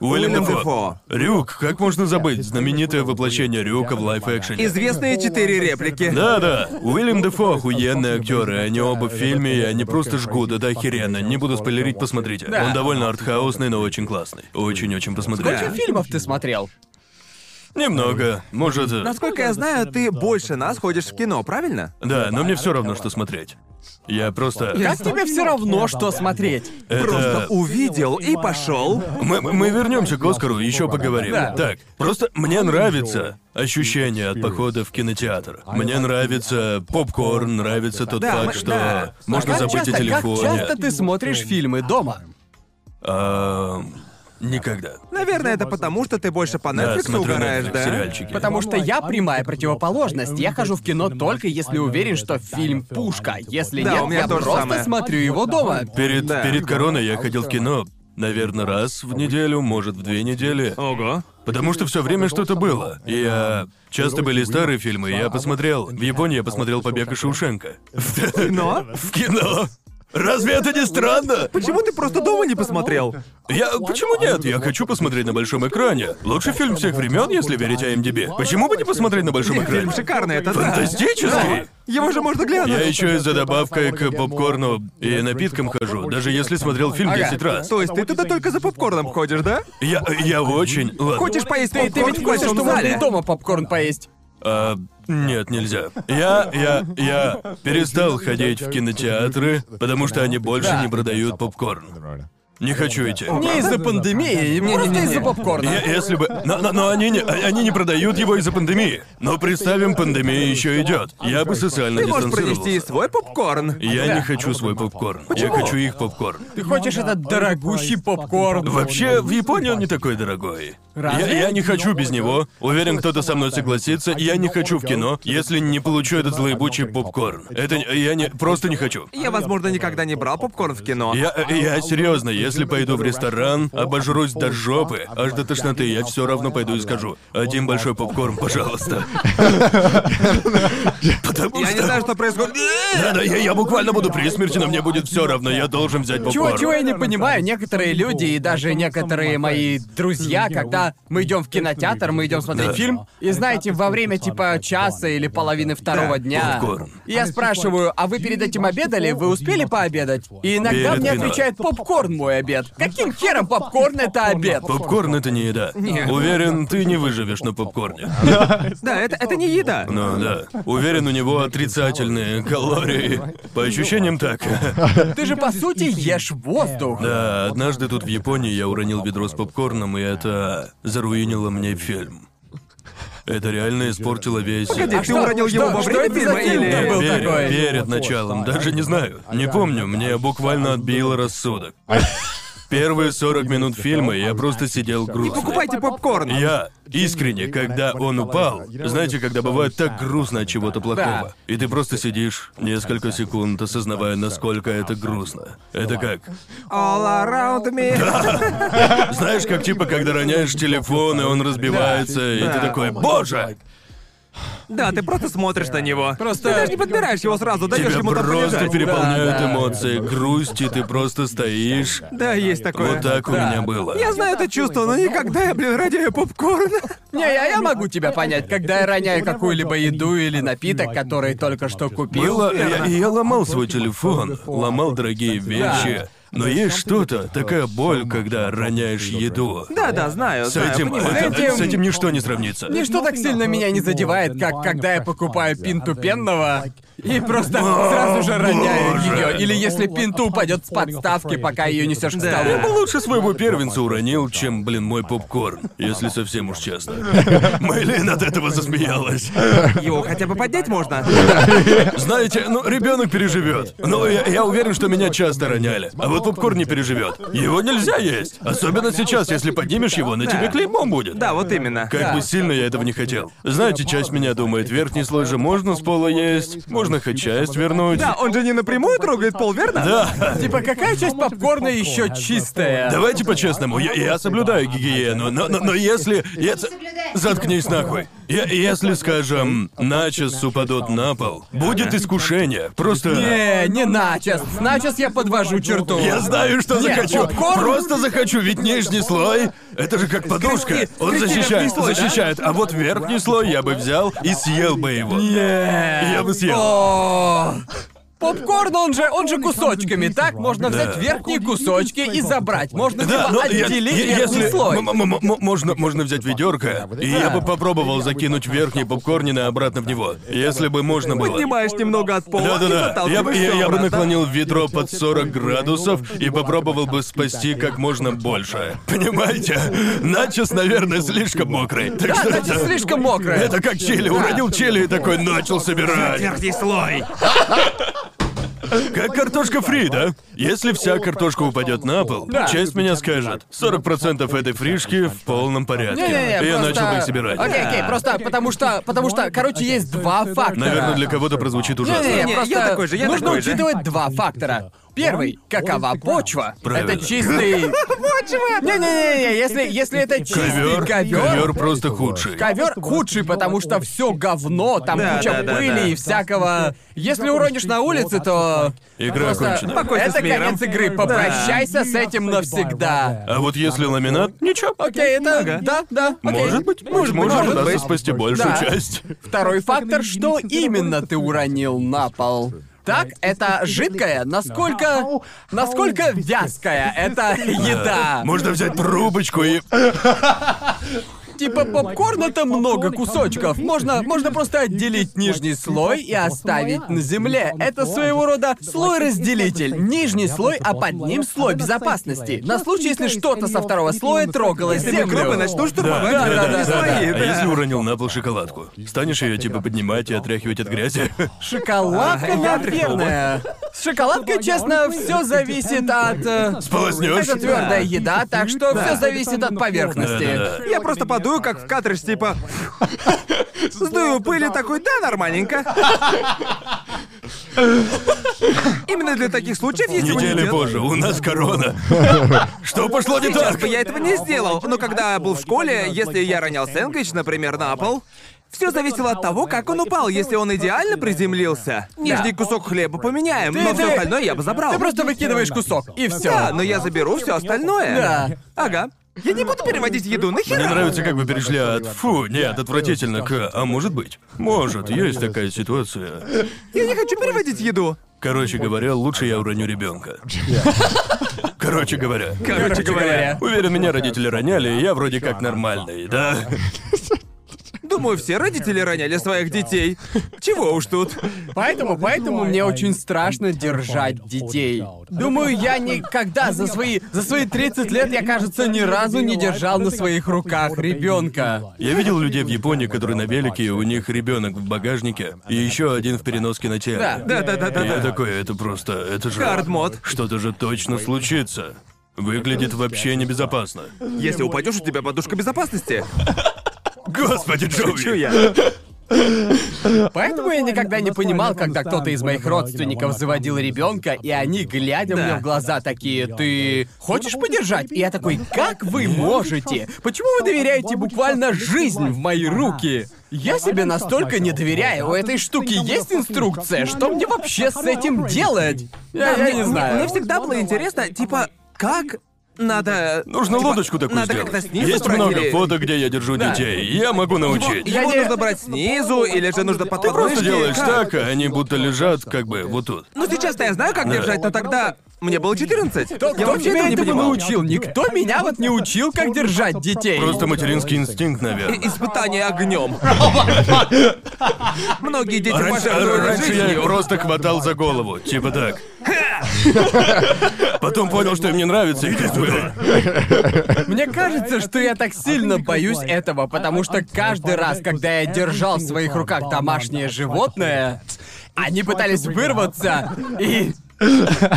S1: Уильям
S2: Уильям
S1: Дефо.
S2: Дефо.
S1: Рюк, как можно забыть? Знаменитое воплощение Рюка в лайф-экшене.
S2: Известные четыре реплики.
S1: Да-да, Уильям Дефо охуенные актеры, они оба в фильме, и они просто жгут, это охеренно. Не буду спойлерить, посмотрите.
S3: Да.
S1: Он довольно артхаусный, но очень классный. Очень-очень посмотрите.
S3: Сколько фильмов ты смотрел?
S1: Немного. Может. э,
S2: Насколько я знаю, ты больше нас ходишь в кино, правильно?
S1: Да, но мне все равно, что смотреть. Я просто.
S3: Как тебе все равно, что смотреть?
S1: Это-
S2: Просто увидел и пошел.
S1: Мы, мы вернемся к Оскару, еще поговорим.
S3: Да.
S1: Так, просто мне нравится ощущение от похода в кинотеатр. Мне нравится попкорн, нравится тот
S2: Да,
S1: факт,
S2: мы-
S1: что
S2: да.
S1: можно
S3: как
S1: забыть
S3: часто,
S1: о телефоне.
S3: Как часто ты смотришь фильмы дома?
S1: А, никогда.
S2: Наверное, это потому, что ты больше по
S1: Да,
S2: Netflix
S1: смотрю
S2: угораешь,
S1: Netflix
S2: да?
S1: сериальчики.
S3: Потому что я прямая противоположность. Я хожу в кино только если уверен, что фильм пушка. Если
S2: Да,
S3: нет,
S2: у меня
S3: я
S2: то же
S3: просто
S2: самое.
S3: смотрю его дома.
S1: Перед,
S2: Да.
S1: перед короной я ходил в кино, наверное, раз в неделю, может, в две недели.
S2: Ого.
S1: Потому что все время что-то было. Я... Часто были старые фильмы, я посмотрел... В Японии я посмотрел «Побег из Шоушенка».
S2: Но?
S1: В кино! Разве это не странно?
S2: Почему ты просто дома не посмотрел?
S1: Я... Почему нет? Я хочу посмотреть на большом экране. Лучший фильм всех времен, если верить IMDb. Почему бы не посмотреть на большом
S2: Нет,
S1: экране?
S2: фильм шикарный, это да.
S1: Фантастический!
S2: Его же можно глянуть.
S1: Я еще и за добавкой к попкорну и напиткам хожу, даже если смотрел фильм
S2: Ага.
S1: 10 раз.
S2: То есть ты туда только за попкорном ходишь, да?
S1: Я, я очень... Ладно.
S2: Хочешь поесть
S3: Ты, ты
S2: попкорн
S3: ведь
S2: в
S3: хочешь,
S2: большом
S3: что можно
S2: зале?
S3: и дома попкорн поесть?
S1: А, нет, нельзя. Я, я, я перестал ходить в кинотеатры, потому что они больше
S3: Да.
S1: не продают попкорн. Не хочу идти.
S3: Не из-за пандемии, не,
S2: Просто
S3: из-за
S2: из-за
S3: попкорна.
S1: Я- если бы. Но, но- но они не, они не продают его из-за пандемии. Но представим, пандемия еще идет. Я бы социально
S2: Ты можешь
S1: дистанцировался.
S2: принести и свой попкорн.
S1: Я не хочу свой попкорн.
S2: Почему?
S1: Я хочу их попкорн.
S3: Ты хочешь этот дорогущий попкорн?
S1: Вообще, в Японии он не такой дорогой. Я,
S3: Разве?
S1: я не хочу без него. Уверен, кто-то со мной согласится. Я не хочу в кино, если не получу этот злоебучий попкорн. Это не- я не просто не хочу.
S2: Я, возможно, никогда не брал попкорн в кино.
S1: Я, э, я серьезно, если пойду в ресторан, обожрусь до жопы, аж до тошноты, я все равно пойду и скажу: один большой попкорн, пожалуйста. Потому
S2: Я не
S1: что.
S2: знаю, что происходит.
S1: Да, да, я, я буквально буду при смерти, но мне будет все равно, я должен взять
S3: Чего,
S1: попкорн.
S3: чего я не понимаю, некоторые люди и даже некоторые мои друзья, когда мы идем в кинотеатр, мы идем смотреть
S1: Да.
S3: фильм, и знаете, во время типа часа или половины
S2: Да.
S3: второго дня,
S1: Попкорн.
S3: я спрашиваю, а вы перед этим обедали, вы успели пообедать? И иногда
S1: Перед
S3: мне
S1: кино.
S3: отвечают, попкорн мой обед. Каким хером попкорн это обед?
S1: Попкорн это не еда.
S2: Нет.
S1: Уверен, ты не выживешь на попкорне.
S2: Да, это, это не еда.
S1: Ну да. Уверен, у него отрицательные калории. По ощущениям так. [laughs]
S3: Ты же по сути ешь воздух.
S1: Да, однажды тут в Японии я уронил ведро с попкорном, и это заруинило мне фильм. Это реально испортило весь...
S2: Погоди,
S3: А
S2: ты
S3: что-
S2: уронил его
S3: что-
S2: во
S3: что
S2: время
S3: это за
S2: фильма
S3: фильм
S2: или...
S3: там был?
S1: перед,
S3: такой.
S1: перед началом, даже не знаю. Не помню, мне буквально отбило рассудок. Первые 40 минут фильма я просто сидел грустно.
S2: Покупайте попкорн.
S1: Я искренне, когда он упал, знаете, когда бывает так грустно от чего-то плохого, и ты просто сидишь несколько секунд, осознавая, насколько это грустно. Это как?
S2: All around me.
S1: Знаешь, как типа, когда роняешь телефон, и он разбивается, и ты
S2: Да.
S1: такой, боже!
S2: Да, ты просто смотришь на него.
S3: Просто-
S2: Ты даже не подбираешь его сразу, даешь
S1: Тебя
S2: ему там
S1: просто
S2: полежать.
S1: переполняют
S3: Да, да.
S1: эмоции, грусть, и ты просто стоишь.
S2: Да, есть такое.
S1: Вот так у
S3: Да.
S1: меня было.
S2: Я знаю это чувство, но никогда я, блин, ради попкорна.
S3: Не, я, я могу тебя понять, когда я роняю какую-либо еду или напиток, который только что купил.
S1: Было, я, я ломал свой телефон, ломал дорогие
S3: Да.
S1: вещи. Но есть что-то, такая боль, когда роняешь еду.
S2: Да, да, знаю,
S1: С
S2: знаю,
S1: этим,
S2: понимаю.
S1: это-
S3: С этим-
S1: с этим ничто не сравнится.
S3: Ничто так сильно меня не задевает, как когда я покупаю пинту пенного и просто сразу же роняю
S1: боже.
S3: ее. Или если пинту упадет с подставки, пока ее несешь к
S1: Я бы
S3: столу.
S1: лучше своего первенца уронил, чем, блин, мой попкорн, если совсем уж [laughs] честно. Мэйлин от этого засмеялась.
S2: Его хотя бы поднять можно.
S1: Знаете, ну, ребенок переживет. Но я, я уверен, что меня часто роняли. А вот попкорн не переживет. Его нельзя есть. Особенно сейчас, если поднимешь его, на тебе клеймом будет.
S2: Да, вот именно.
S1: Как бы сильно я этого не хотел. Знаете, часть меня думает, верхний слой же можно с пола есть, можно хоть часть вернуть.
S2: Да, он же не напрямую трогает пол, верно?
S1: Да.
S3: Типа, какая часть попкорна
S1: а,
S3: еще чистая?
S1: Давайте по-честному, я, я соблюдаю гигиену, но, но, но если... я- Заткнись нахуй. Я, если, скажем, начес упадут на пол, будет искушение. Просто...
S3: Не, не начес. Начес я подвожу черту.
S1: Я знаю, что
S3: Нет,
S1: захочу.
S3: попкорн-
S1: Просто захочу, ведь нижний слой — это же как подушка.
S3: Скрести-
S1: Он
S3: скрести
S1: защищает,
S3: верхний слой, да?
S1: защищает. А вот верхний слой я бы взял и съел бы его.
S3: Э,
S1: Я бы съел.
S3: о. Попкорн, он же, он же кусочками, так? Можно
S1: Да.
S3: взять верхние кусочки и забрать. Можно
S1: Да,
S3: типа,
S1: но я-
S3: отделить
S1: е-
S3: верхний
S1: если
S3: слой.
S1: м- м- м- можно, можно взять ведерко, и я бы попробовал закинуть верхний попкорнина обратно в него, если бы можно было.
S2: Поднимаешь немного от пола и
S1: Да-да-да, я, бы-
S2: заталкиваешь
S1: я- я бы
S2: обратно.
S1: наклонил ведро под 40 градусов и попробовал бы спасти как можно больше. Понимаете? Начес, наверное, слишком мокрый. Так
S3: Да,
S1: что
S3: значит,
S1: это-
S3: слишком мокрое.
S1: Это как чили. Уронил чили и такой начал собирать.
S2: Верхний слой.
S1: Как картошка фри, да? Если вся картошка упадет на пол,
S3: Да.
S1: честь меня скажет. 40% этой фришки в полном порядке.
S3: Не-не-не,
S1: и я
S3: просто-
S1: начал бы их собирать.
S3: Окей, окей, просто потому что, потому что, короче, есть два фактора.
S1: Наверное, для кого-то прозвучит ужасно.
S3: Не-не-не,
S2: Не, я
S3: просто
S2: такой же, я
S3: нужно
S2: такой же.
S3: учитывать два фактора. Первый, какова почва?
S1: Правильно.
S3: Это чистый. [laughs] Почва! Не-не-не, если, если это чистый
S1: Ковер, ковер
S3: ковер.
S1: просто худший.
S3: Ковер худший, потому что все говно, там
S2: Да,
S3: куча
S2: да, да,
S3: пыли
S2: да.
S3: и всякого. Если уронишь на улице, то.
S1: Игра
S3: просто-
S1: окончена.
S2: Покойся
S3: Это
S2: с миром.
S3: конец игры. Попрощайся
S4: Прощайся
S3: с этим навсегда.
S1: А вот если ламинат, ничего.
S3: Окей, это. Да, да. окей.
S1: Может быть, может, может
S3: быть, может
S1: удастся
S3: быть.
S1: спасти большую
S3: Да.
S1: часть.
S3: Второй фактор, что именно ты уронил на пол. Так, это жидкое, насколько... Насколько вязкая эта еда.
S1: Можно взять трубочку и...
S3: Типа попкорна-то много кусочков. Можно, можно просто отделить нижний слой и оставить на земле. Это своего рода слой-разделитель. Нижний слой, а под ним слой безопасности. На случай, если что-то со второго слоя трогало ну,
S4: Если
S3: землю.
S2: Микробы начнут штурмовать
S3: Да, да,
S2: верхние
S3: да, да,
S1: А
S2: слои. да.
S1: если уронил на пол шоколадку? Станешь ее типа поднимать и отряхивать от грязи?
S3: Шоколадка,
S2: Я
S3: наверное. С шоколадкой, честно, все зависит от... э,
S1: Сполоснешь?
S3: Это твердая еда, так что все зависит от
S1: Да,
S3: поверхности.
S2: Я просто подую, как в кадрш, типа... [laughs] Сдую пыль и такой, да, [laughs] нормальненько. Именно для таких случаев есть
S1: Недели
S2: иммунитет.
S1: позже, у нас корона. Что пошло не
S2: Сейчас
S1: так?
S2: бы я этого не сделал, но когда я был в школе, если я ронял сэндвич, например, на пол, все зависело от того, как он упал. Если он идеально приземлился, нижний кусок хлеба поменяем, но
S3: Ты-
S2: все
S3: ты-
S2: остальное я бы забрал.
S3: Ты просто выкидываешь кусок, и все.
S2: Да, но я заберу все остальное.
S3: Да.
S2: Ага. Я не буду переводить еду,
S1: Мне
S2: нахера?
S1: нравится, как вы перешли от «фу, нет, отвратительно» к «а может быть». Может, есть такая ситуация.
S2: Я не хочу переводить еду.
S1: Короче говоря, лучше я уроню ребенка. Короче говоря.
S2: Короче говоря.
S1: Уверен, меня родители роняли, и я вроде как нормальный, да?
S2: Думаю, все родители роняли своих детей. Чего уж тут.
S3: Поэтому, поэтому мне очень страшно держать детей. Думаю, я никогда за свои, за свои 30 лет я, кажется, ни разу не держал на своих руках ребенка.
S1: Я видел людей в Японии, которые на велике, и у них ребенок в багажнике, и еще один в переноске на теле.
S3: Да,
S2: Да, да, да, да.
S1: И я такой, это просто, это же...
S2: Хардмод.
S1: Что-то же точно случится. Выглядит вообще небезопасно.
S2: Если упадешь, у тебя подушка безопасности.
S1: Господи,
S2: Шучу
S1: Джоуи!
S2: я.
S3: Поэтому я никогда не понимал, когда кто-то из моих родственников заводил ребенка, и они, глядя мне в глаза, такие, ты хочешь подержать? И я такой, как вы можете? Почему вы доверяете буквально жизнь в мои руки? Я себе настолько не доверяю, у этой штуки есть инструкция, что мне вообще с этим делать? Я, я
S2: мне,
S3: не знаю.
S2: Мне всегда было интересно, типа, как надо...
S1: Нужно
S2: типа,
S1: лодочку такую
S2: Надо
S1: сделать.
S2: как-то снизу
S1: Есть
S2: брать
S1: много
S2: или-
S1: фото, где я держу детей. Я могу научить.
S2: Его
S3: Я не-
S2: нужно брать снизу, или же нужно по
S1: Ты просто
S2: подмышке,
S1: делаешь
S2: как?
S1: так, а они будто лежат как бы вот тут.
S2: Ну сейчас-то я знаю, как
S1: Да.
S2: держать, но тогда... Мне было 14.
S3: Кто,
S2: я вообще
S3: кто
S2: этого
S3: тебя
S2: не
S3: этому
S2: понимал.
S3: научил? Никто меня вот не учил, как держать детей.
S1: Просто материнский инстинкт,
S2: И-
S1: наверное.
S2: Испытание огнем. Многие дети
S1: А Раньше,
S2: пожертвовали
S1: раньше я их
S2: жизнью.
S1: просто хватал за голову, типа так. Потом понял, что им не нравится, и иди сюда.
S3: Мне кажется, что я так сильно боюсь
S1: А,
S3: этого, потому что каждый раз, когда я держал в своих руках домашнее животное, они пытались вырваться,
S1: [laughs]
S3: и...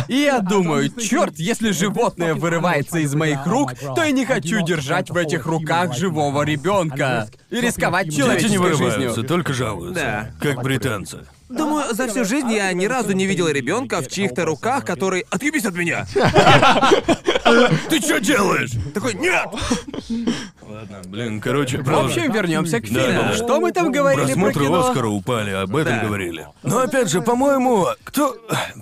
S3: И я думаю, черт, если животное вырывается из
S1: oh
S3: моих рук, то я не хочу держать в этих руках живого ребенка и рисковать
S1: Дети не
S3: человеческой
S1: вырываются,
S3: жизнью.
S1: только жалуются. Как британцы.
S2: Думаю, за всю жизнь я ни разу не видел ребенка в чьих-то руках, который «Отъебись от меня!» [laughs]
S1: Ты что делаешь?
S2: Такой «Нет!»
S1: Ладно, блин, короче,
S3: В
S1: правда.
S3: общем, вернемся к
S1: Да, да.
S3: фильму. Что мы там говорили про
S1: Просмотры
S3: кино?
S1: Оскара упали, об этом
S2: Да.
S1: говорили. Но опять же, по-моему, кто...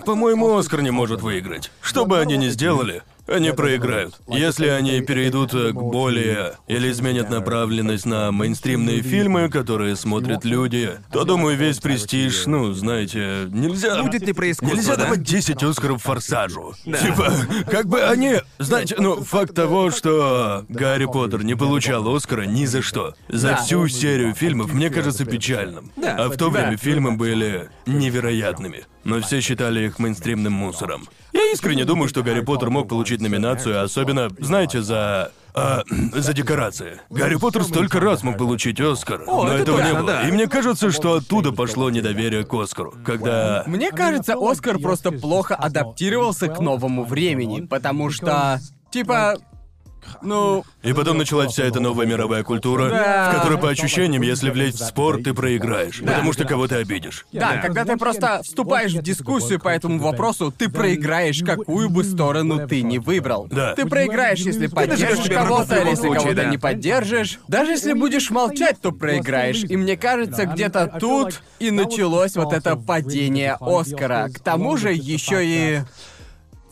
S1: По-моему, Оскар не может выиграть. Что бы они ни сделали, Они проиграют. Если они перейдут э, к более или изменят направленность на мейнстримные фильмы, которые смотрят люди, то, думаю, весь престиж, ну, знаете, нельзя...
S2: Будет не происходит.
S1: Нельзя давать 10 Оскаров форсажу. Типа, как бы они. Знаете, ну, факт того, что Гарри Поттер не получал Оскара ни за что. За
S3: Да.
S1: всю серию фильмов, мне кажется, печальным.
S2: Да.
S1: А в то
S3: Да.
S1: время фильмы были невероятными. Но все считали их мейнстримным мусором. Я искренне думаю, что Гарри Поттер мог получить номинацию, особенно, знаете, за. а, за декорации. Гарри Поттер столько раз мог получить Оскар, но
S2: это
S1: этого не
S2: точно,
S1: было.
S2: да.
S1: И мне кажется, что оттуда пошло недоверие к Оскару. Когда.
S3: Мне кажется, Оскар просто плохо адаптировался к новому времени, потому что, типа, ну,
S1: И потом началась вся эта новая мировая культура,
S3: Да.
S1: в которой, по ощущениям, если влезть в спор, ты проиграешь, потому что кого ты обидишь.
S3: да, когда ты просто вступаешь в дискуссию по этому вопросу, ты проиграешь, какую бы сторону ты не выбрал.
S1: Да.
S3: Ты проиграешь, если
S2: же
S3: поддержишь
S2: выбор в
S3: кого-то, или
S2: любом
S3: если
S2: случае,
S3: кого-то
S2: да.
S3: не поддержишь. Даже если будешь молчать, то проиграешь. И мне кажется, где-то тут и началось вот это падение Оскара. К тому же еще и...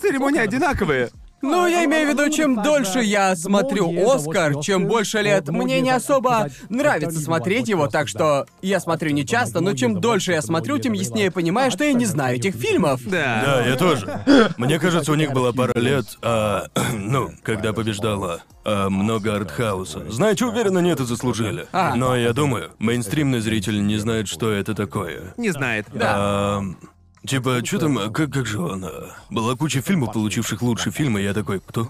S2: Церемонии одинаковые.
S3: Ну, я имею в виду, чем дольше я смотрю Оскар, чем больше лет, мне не особо нравится смотреть его, так что я смотрю не часто, но чем дольше я смотрю, тем яснее понимаю, что я не знаю этих фильмов.
S2: Да.
S1: Да, я тоже. Мне кажется, у них была пара лет, а, [clears throat] ну, когда побеждала а, много артхауса. Знаете, уверенно, они это заслужили.
S3: А.
S1: Но я думаю, мейнстримный зритель не знает, что это такое.
S2: Не знает.
S3: Да.
S1: Ам, Типа, что там, а, как, как же он? а? Была куча фильмов, получивших лучший фильм, и я такой, кто?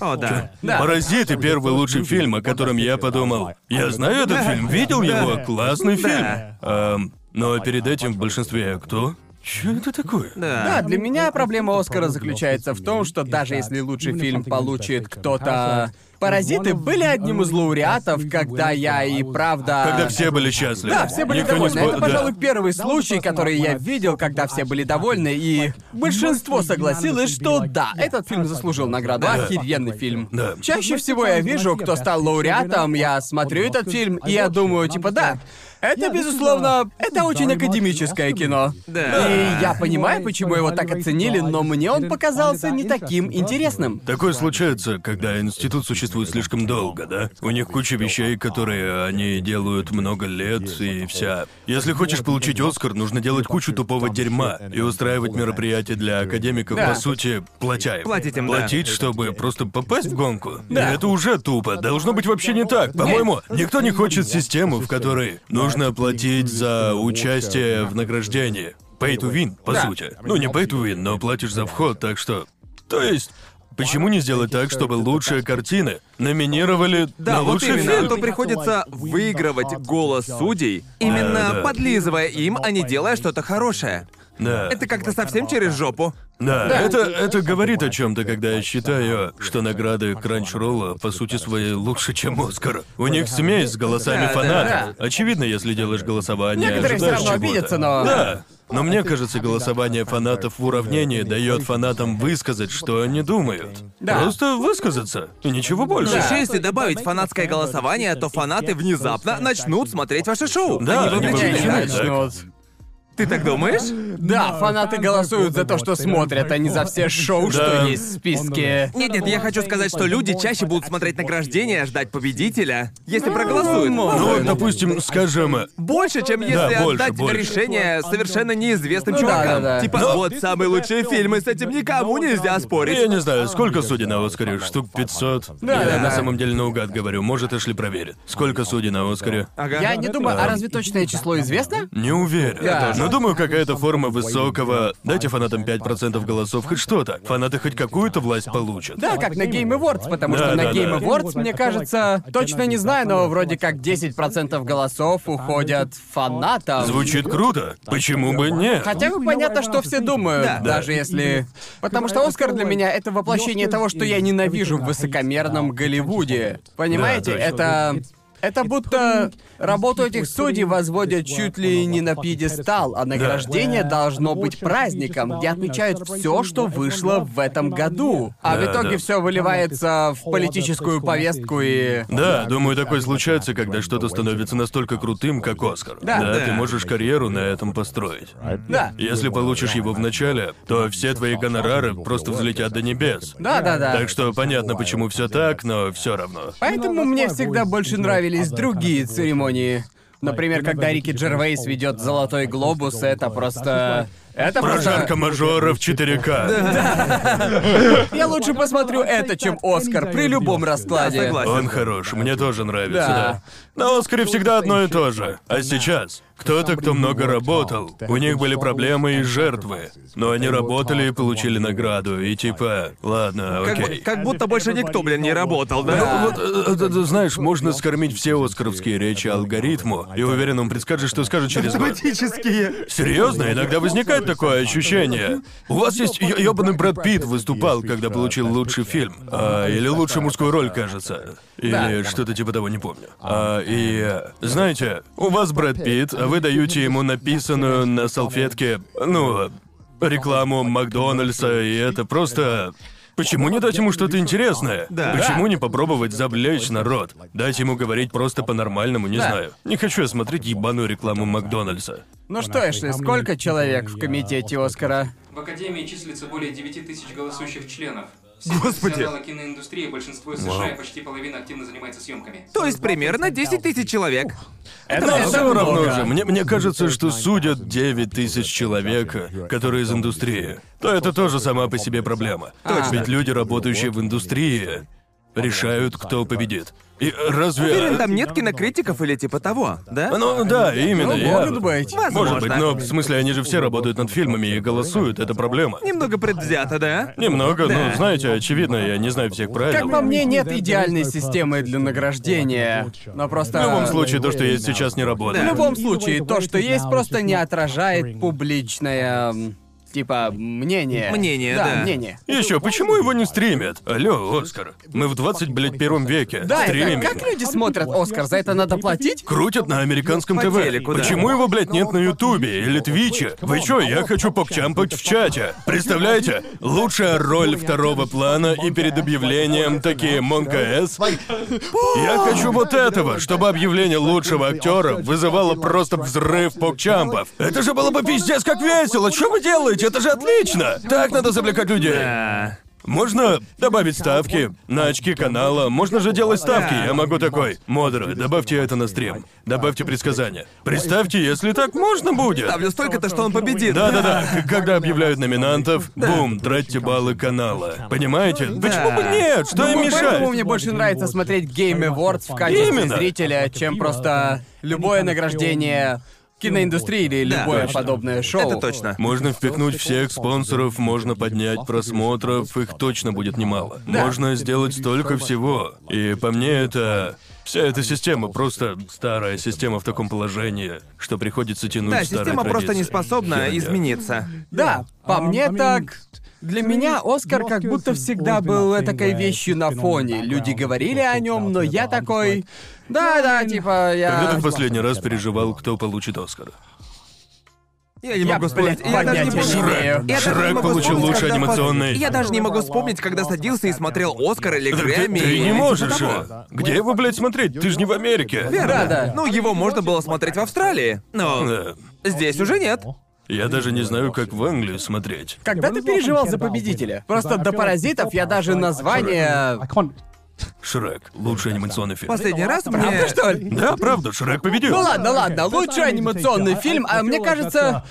S2: О, да.
S3: Да.
S1: «Паразиты» — первый лучший фильм, о котором я подумал. Я знаю этот фильм, видел его, классный фильм.
S2: Да.
S1: Эм, но перед этим в большинстве кто? Чё это такое?
S3: Да,
S2: Да.
S3: для меня проблема Оскара заключается в том, что даже если лучший фильм получит кто-то... Паразиты были одним из лауреатов, когда я и правда...
S1: Когда все были счастливы.
S3: Да, все были
S1: Никто не
S3: довольны.
S1: спо-
S3: Это,
S1: да.
S3: пожалуй, первый случай, который я видел, когда все были довольны, и большинство согласилось, что да, этот фильм заслужил награду. Охеренный фильм.
S1: Да.
S3: Чаще всего я вижу, кто стал лауреатом, я смотрю этот фильм, и я думаю, типа, да, это, безусловно, это очень академическое кино.
S2: Да.
S3: И я понимаю, почему его так оценили, но мне он показался не таким интересным.
S1: Такое случается, когда институт существует слишком долго, да? У них куча вещей, которые они делают много лет и вся. Если хочешь получить Оскар, нужно делать кучу тупого дерьма и устраивать мероприятия для академиков,
S3: Да.
S1: по сути, платя им.
S2: Платить им, да.
S1: Платить, чтобы просто попасть в гонку. И это уже тупо. Должно быть вообще не так. По-моему, никто не хочет систему, в которой нужно платить за участие в награждении. Pay to win, по
S3: Да.
S1: сути. Ну, не pay to win, но платишь за вход, так что... То есть, почему не сделать так, чтобы лучшие картины номинировали
S2: Да,
S1: на
S2: вот
S1: лучший
S2: именно. А
S1: фильм?
S2: то приходится выигрывать голос судей, именно
S1: да.
S2: подлизывая им, а не делая что-то хорошее.
S1: Да.
S2: Это как-то совсем через жопу.
S1: Да, это, это говорит о чем-то, когда я считаю, что награды Кранчролла по сути своей лучше, чем Оскар. У них смесь с голосами
S2: Да, да,
S1: фанатов. Очевидно, если делаешь голосование,
S3: Некоторые всё
S1: ожидаешь
S3: равно
S1: чего-то.
S3: обидятся, но-
S1: Да. Но мне кажется, голосование фанатов в уравнении дает фанатам высказать, что они думают.
S3: Да.
S1: Просто высказаться. И ничего больше.
S2: Но еще если добавить фанатское голосование, то фанаты внезапно начнут смотреть ваше шоу.
S1: Да,
S2: они
S1: они
S2: вовлечены.
S1: вовлечены.
S2: Ты так думаешь?
S3: Да, фанаты голосуют за то, что смотрят, а не за все шоу,
S1: Да.
S3: что есть в списке.
S2: Нет, нет, я хочу сказать, что люди чаще будут смотреть награждение, ждать победителя, если проголосуют.
S3: может.
S1: Ну, вот, допустим, скажем, э,
S2: Больше, чем если
S1: Да, больше,
S2: отдать
S1: больше.
S2: решение совершенно неизвестным
S3: Ну да,
S2: чувакам.
S3: да, да.
S2: Типа,
S1: Но-
S2: вот самые лучшие фильмы, с этим никому нельзя
S1: я
S2: спорить.
S1: не знаю, сколько судей на Оскаре? Штук 500?
S3: Да,
S1: я
S3: да,
S1: на
S3: да.
S1: самом деле наугад говорю, может, Эшли проверит. Сколько судей на Оскаре?
S2: Ага.
S3: Я не думаю, а разве точное число известно?
S1: Не уверен.
S3: Я тоже.
S1: Но думаю, какая-то форма высокого. Дайте фанатам 5% голосов хоть что-то. Фанаты хоть какую-то власть получат.
S3: Да, как на Game Awards, потому
S1: Да,
S3: что на
S1: да, да.
S3: Game Awards, мне кажется, точно не знаю, но вроде как 10% голосов уходят фанатам.
S1: Звучит круто. Почему бы нет?
S3: Хотя
S2: Ну,
S3: бы понятно, что все думают,
S2: Да.
S3: даже если... Потому что Оскар для меня — это воплощение того, что я ненавижу в высокомерном Голливуде. Понимаете,
S1: Да,
S3: это... Это будто работу этих судей возводят чуть ли не на пьедестал, а награждение должно быть праздником, где отмечают все, что вышло в этом году. А в
S1: Да,
S3: итоге
S1: да.
S3: все выливается в политическую повестку и...
S1: Да, думаю, такое случается, когда что-то становится настолько крутым, как Оскар.
S3: Да, да.
S1: ты можешь карьеру на этом построить.
S3: Да.
S1: Если получишь его в начале, то все твои гонорары просто взлетят до небес.
S3: Да, да, да.
S1: Так что понятно, почему все так, но все равно.
S3: Поэтому мне всегда больше нравились другие церемонии. Например, когда Рики Джервейс ведет Золотой глобус, это просто. Это просто.
S1: Прожарка мажоров 4К.
S3: Я лучше посмотрю это, чем Оскар при любом раскладе.
S2: Да, согласен.
S1: Он хорош, мне тоже нравится,
S3: Да.
S1: да. На Оскаре всегда одно и то же. А сейчас кто-то, кто много работал, у них были проблемы и жертвы, но они работали и получили награду, и типа, ладно,
S2: Ну, Как, бу-
S1: окей.
S2: как будто больше никто, блин, не работал, да?
S1: Ну, вот, э, э, э, знаешь, можно скормить все оскаровские речи алгоритму, и уверен, он предскажет, что скажет через год.
S2: Драматические.
S1: Серьезно, иногда возникает такое ощущение. У вас есть ё- ёбаный Брэд Питт выступал, когда получил лучший фильм. а, или лучшую мужскую роль, кажется. Или что-то типа того, не помню. А, и э, знаете, у вас Брэд Питт, а вы даете ему написанную на салфетке, ну, рекламу Макдональдса, и это просто... Почему не дать ему что-то интересное?
S2: Да.
S1: Почему не попробовать завлечь народ? Дать ему говорить просто по-нормальному, не
S3: Да.
S1: знаю. Не хочу я смотреть ебаную рекламу Макдональдса.
S3: Ну что, Эшли, сколько человек в комитете Оскара?
S4: В Академии числится более 9 тысяч голосующих членов. Все
S2: Господи.
S4: профессионалы киноиндустрии, большинство из США и почти половина активно занимается съемками.
S2: То есть примерно 10 тысяч человек.
S3: Это,
S1: Но
S3: это
S1: все равно
S3: много.
S1: же, мне, мне кажется, что судят 9 тысяч человек, которые из индустрии. То это тоже сама по себе проблема.
S3: А.
S2: Точно.
S1: Ведь люди, работающие в индустрии, решают, кто победит. И разве...
S2: Уверен, там нет кинокритиков или типа того, да?
S1: Ну да, именно.
S3: Ну,
S1: я-
S3: может быть.
S1: Может быть,
S2: Возможно.
S1: но в смысле они же все работают над фильмами и голосуют, это проблема.
S2: Немного предвзято, да?
S1: Немного, но знаете, очевидно, я не знаю всех правил.
S3: Как по мне, нет идеальной системы для награждения. Но просто...
S1: В
S5: В
S1: любом случае, то, что есть сейчас, не
S3: В
S1: работает.
S3: любом случае, то, что есть, просто не отражает публичное... м, Типа, мнение.
S2: Мнение, да.
S3: мнение.
S1: Еще, почему его не стримят? Алло, Оскар. Мы в 20, блядь, первом веке.
S3: Да, это-
S1: Стримим.
S3: как люди смотрят Оскар? За это надо платить?
S1: Крутят на американском
S2: По
S1: ТВ.
S2: телеку, да.
S1: Почему его, блядь, нет на Ютубе или Твиче? Вы чё, я хочу покчампать в чате. Представляете? Лучшая роль второго плана и перед объявлением такие Монка С. Я хочу вот этого, чтобы объявление лучшего актера вызывало просто взрыв покчампов. Это же было бы пиздец как весело. Что вы делаете? Это же отлично. Так надо завлекать людей.
S2: Да.
S1: Можно добавить ставки на очки канала, можно же делать ставки. Я могу такой. Модеры, добавьте это на стрим. Добавьте предсказания. Представьте, если так можно будет.
S2: Ставлю столько-то, что он победит.
S1: Да-да-да, к- когда объявляют номинантов, бум, тратьте баллы канала. Понимаете? Почему бы нет? Что им
S3: Ну, Поэтому
S1: мешает?
S3: мне больше нравится смотреть Game Awards в качестве
S1: Именно.
S3: зрителя, чем просто любое награждение киноиндустрии или
S5: Да,
S3: любое
S2: точно.
S3: подобное шоу.
S2: Это точно.
S1: Можно впихнуть всех спонсоров, можно поднять просмотров, их точно будет немало. Можно сделать столько всего. И по мне это... Вся эта система просто старая система в таком положении, что приходится тянуть
S2: Да,
S1: старые
S2: система просто не
S1: традиции.
S2: способна
S1: Херня.
S2: измениться.
S3: Да,
S1: А
S3: по мне так. Для меня Оскар как будто всегда был такой
S5: этакой
S3: вещью на фоне. Люди говорили о нем, но я такой... Да-да, типа
S1: Когда ты
S3: я...
S1: в последний раз переживал, кто получит Оскар?
S2: Я не
S3: Я,
S2: могу сказать.
S3: блядь,
S2: Я даже не
S3: понятия
S2: помню.
S3: не имею.
S2: Я даже не
S1: Шрек
S2: могу
S1: получил
S2: вспомнить,
S1: лучший
S2: когда пос-
S1: анимационный.
S2: Я даже не могу вспомнить, когда садился и смотрел Оскар или
S1: Так ты,
S2: Грэмми.
S1: ты
S2: или
S1: не
S2: типа
S1: можешь
S2: того.
S1: его. Где его, блядь, смотреть? Ты же не в Америке.
S2: Верно.
S3: Да-да.
S2: Ну, его можно было смотреть в Австралии. Но
S1: Да.
S2: здесь уже нет.
S1: Я даже не знаю, как в Англию смотреть.
S3: Когда ты переживал за победителя? Просто до паразитов я даже название...
S1: Шрек. Лучший анимационный фильм.
S2: Последний раз мне...
S3: Правда, [laughs] что ли?
S1: Да, правда, Шрек победил.
S3: Ну ладно, ладно, лучший анимационный фильм, а мне кажется,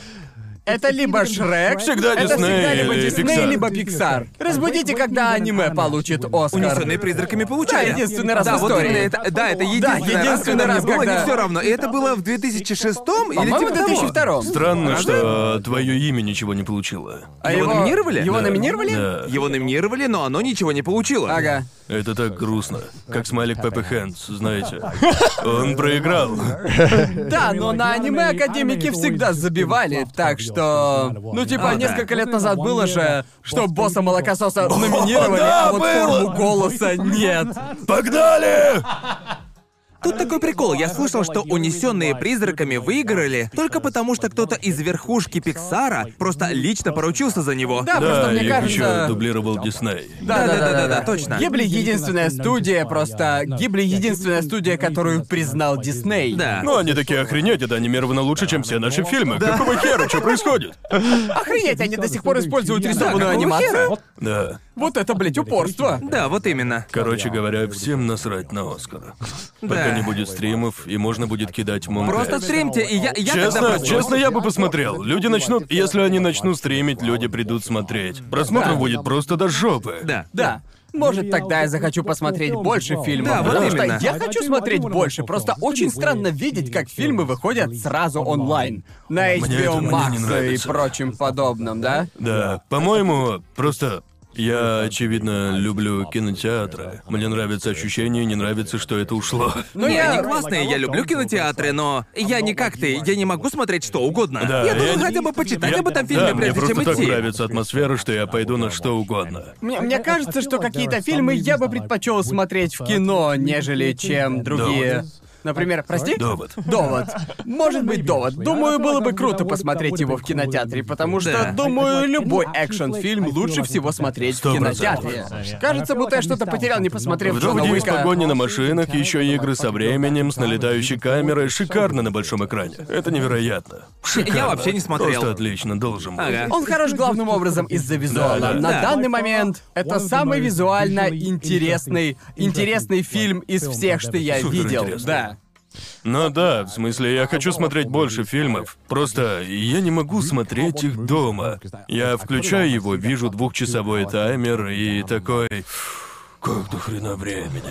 S3: это либо Шрек,
S1: Всегда
S3: это
S1: Дисней
S3: всегда либо
S1: или
S3: Дисней,
S1: Пиксар.
S3: либо Пиксар. Разбудите, когда аниме получит Оскар.
S2: Унесенные призраками получали.
S3: Да, единственный раз
S2: да,
S3: в
S2: вот
S3: истории.
S2: именно это, да, это единственный, раз,
S3: единственный
S2: когда
S3: раз,
S2: мне было
S3: когда-
S2: не все равно. И это было в 2006 или
S3: По-моему,
S2: типа
S3: в
S2: того.
S3: 2002
S1: Странно, что твое имя ничего не получило.
S3: А
S2: Его номинировали?
S3: Его
S2: Да.
S3: номинировали?
S1: Да.
S2: Его номинировали, но оно ничего не получило.
S3: Ага.
S1: Это так грустно. Как смайлик Пеппи Хэндс, знаете. Он проиграл.
S3: Да, но на аниме академики всегда забивали, так что... Ну, типа,
S5: А, да.
S3: несколько лет назад было же, что босса [laughs] молокососа номинировали,
S1: да,
S3: [laughs] а вот
S1: было!
S3: форму голоса нет.
S1: Погнали!
S2: Тут такой прикол. Я слышал, что унесенные призраками выиграли только потому, что кто-то из верхушки Пиксара просто лично поручился за него.
S3: Да, просто
S1: Да,
S3: мне
S1: их
S3: кажется-
S1: еще дублировал Дисней.
S2: Да-да-да-да-да, точно.
S3: Гибли единственная студия, просто Гибли единственная студия, которую признал Дисней.
S2: Да.
S1: Ну, они такие охренеть, это анимировано лучше, чем все наши фильмы. Какого хера, что происходит?
S3: Охренеть, они до сих пор используют рисованную
S1: ну,
S2: какого
S3: анимацию.
S2: ну, хера?
S1: Да.
S3: Вот это, блядь, упорство.
S2: Да, вот именно.
S1: Короче говоря, всем насрать на Оскар. Пока
S2: Да.
S1: не будет стримов, и можно будет кидать мумбы.
S2: Просто стримте, и я, я тогда
S1: Честно,
S2: просто-
S1: честно, я бы посмотрел. Люди начнут, если они начнут стримить, люди придут смотреть. Просмотров будет просто до жопы.
S2: Да.
S3: Да. Может, тогда я захочу посмотреть больше фильмов.
S2: Да, вот
S3: потому
S2: именно.
S3: что я хочу смотреть больше. Просто очень странно видеть, как фильмы выходят сразу онлайн. На
S1: Мне это-
S3: HBO
S1: мне не
S3: Max и
S1: нравится.
S3: прочим подобном, да?
S1: Да, по-моему, просто я, очевидно, люблю кинотеатры. Мне нравится ощущение, не нравится, что это ушло.
S3: Ну,
S2: Не,
S3: я-
S2: они классные, я люблю кинотеатры, но я не как ты, я не могу смотреть что угодно.
S1: Да,
S2: я
S1: я
S2: должен
S1: не-
S2: хотя бы почитать
S1: Я-
S2: об этом
S1: да,
S2: фильме,
S1: мне
S2: прежде чем
S1: просто так
S2: а идти.
S1: нравится атмосфера, что я пойду на что угодно.
S3: Мне, мне кажется, что какие-то фильмы я бы предпочел смотреть в кино, нежели чем другие.
S1: Довод.
S3: Например, прости?
S1: Довод.
S3: Довод. Может быть, довод. Думаю, было бы круто посмотреть его в кинотеатре, потому что,
S2: Да.
S3: думаю, любой экшн-фильм лучше всего смотреть в
S1: Сто
S3: кинотеатре.
S5: процентов.
S3: Кажется, будто я что-то потерял, не посмотрев
S5: В
S3: Джона
S1: Вдруг есть
S3: Уика.
S1: погони на машинах, еще игры со временем, с налетающей камерой, шикарно на большом экране. Это невероятно. Шикарно.
S2: Я вообще не смотрел.
S1: Просто отлично, должен был.
S2: Ага.
S3: Он хорош главным образом из-за визуала.
S1: Да, да.
S3: На
S2: Да.
S3: данный момент это самый визуально интересный, интересный фильм из всех, что я видел.
S1: Суперинтересный.
S3: Да.
S1: Ну да, в смысле, я хочу смотреть больше фильмов. Просто я не могу смотреть их дома. Я включаю его, вижу двухчасовой таймер и такой... «Фу, Как до хрена времени.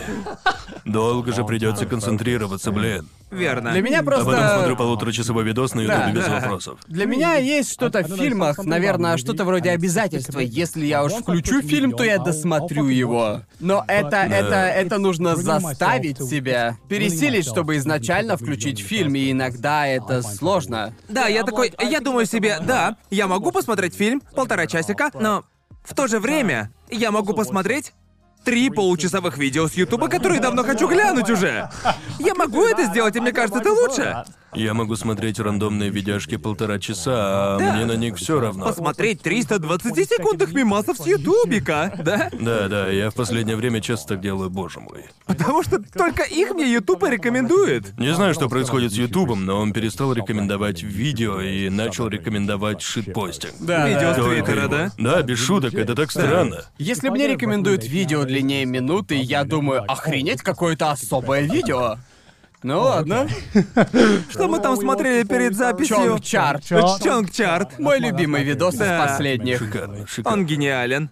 S1: Долго же придется концентрироваться, блин.
S2: Верно.
S3: Для меня
S1: А потом смотрю
S3: просто...
S1: полуторачасовой видос на Ютубе без
S2: да.
S1: вопросов.
S3: Для меня есть что-то в фильмах, наверное, что-то вроде обязательства. Если я уж включу фильм, то я досмотрю его. Но это, это, это нужно заставить себя, пересилить, чтобы изначально включить фильм, и иногда это сложно.
S2: Да, я такой,
S3: а
S2: я думаю себе, да, я могу посмотреть фильм полтора часика, но в то же время я могу посмотреть три получасовых видео с Ютуба, которые давно хочу глянуть уже. Я могу это сделать, и мне кажется, это лучше.
S1: Я могу смотреть рандомные видяшки полтора часа, а
S2: Да.
S1: мне на них все равно.
S2: Посмотреть 320 секундных мимасов с Ютубика, да?
S1: Да, да, я в последнее время часто так делаю, боже мой.
S2: Потому что только их мне Ютуб и рекомендует.
S1: Не знаю, что происходит с Ютубом, но он перестал рекомендовать видео и начал рекомендовать шитпостинг.
S3: Да,
S2: Видео с
S1: Только
S2: Твиттера,
S1: его.
S2: да?
S1: Да, без шуток, это так странно.
S3: Если мне рекомендуют видео длиннее минуты, я думаю, охренеть, какое-то особое видео. Ну ладно.
S2: Что мы там смотрели перед записью?
S3: Чонг Чарт.
S2: Чонг Чарт.
S3: Мой любимый видос из
S2: Да.
S3: последних.
S1: Шикарно,
S2: Он
S1: шикарно.
S2: гениален.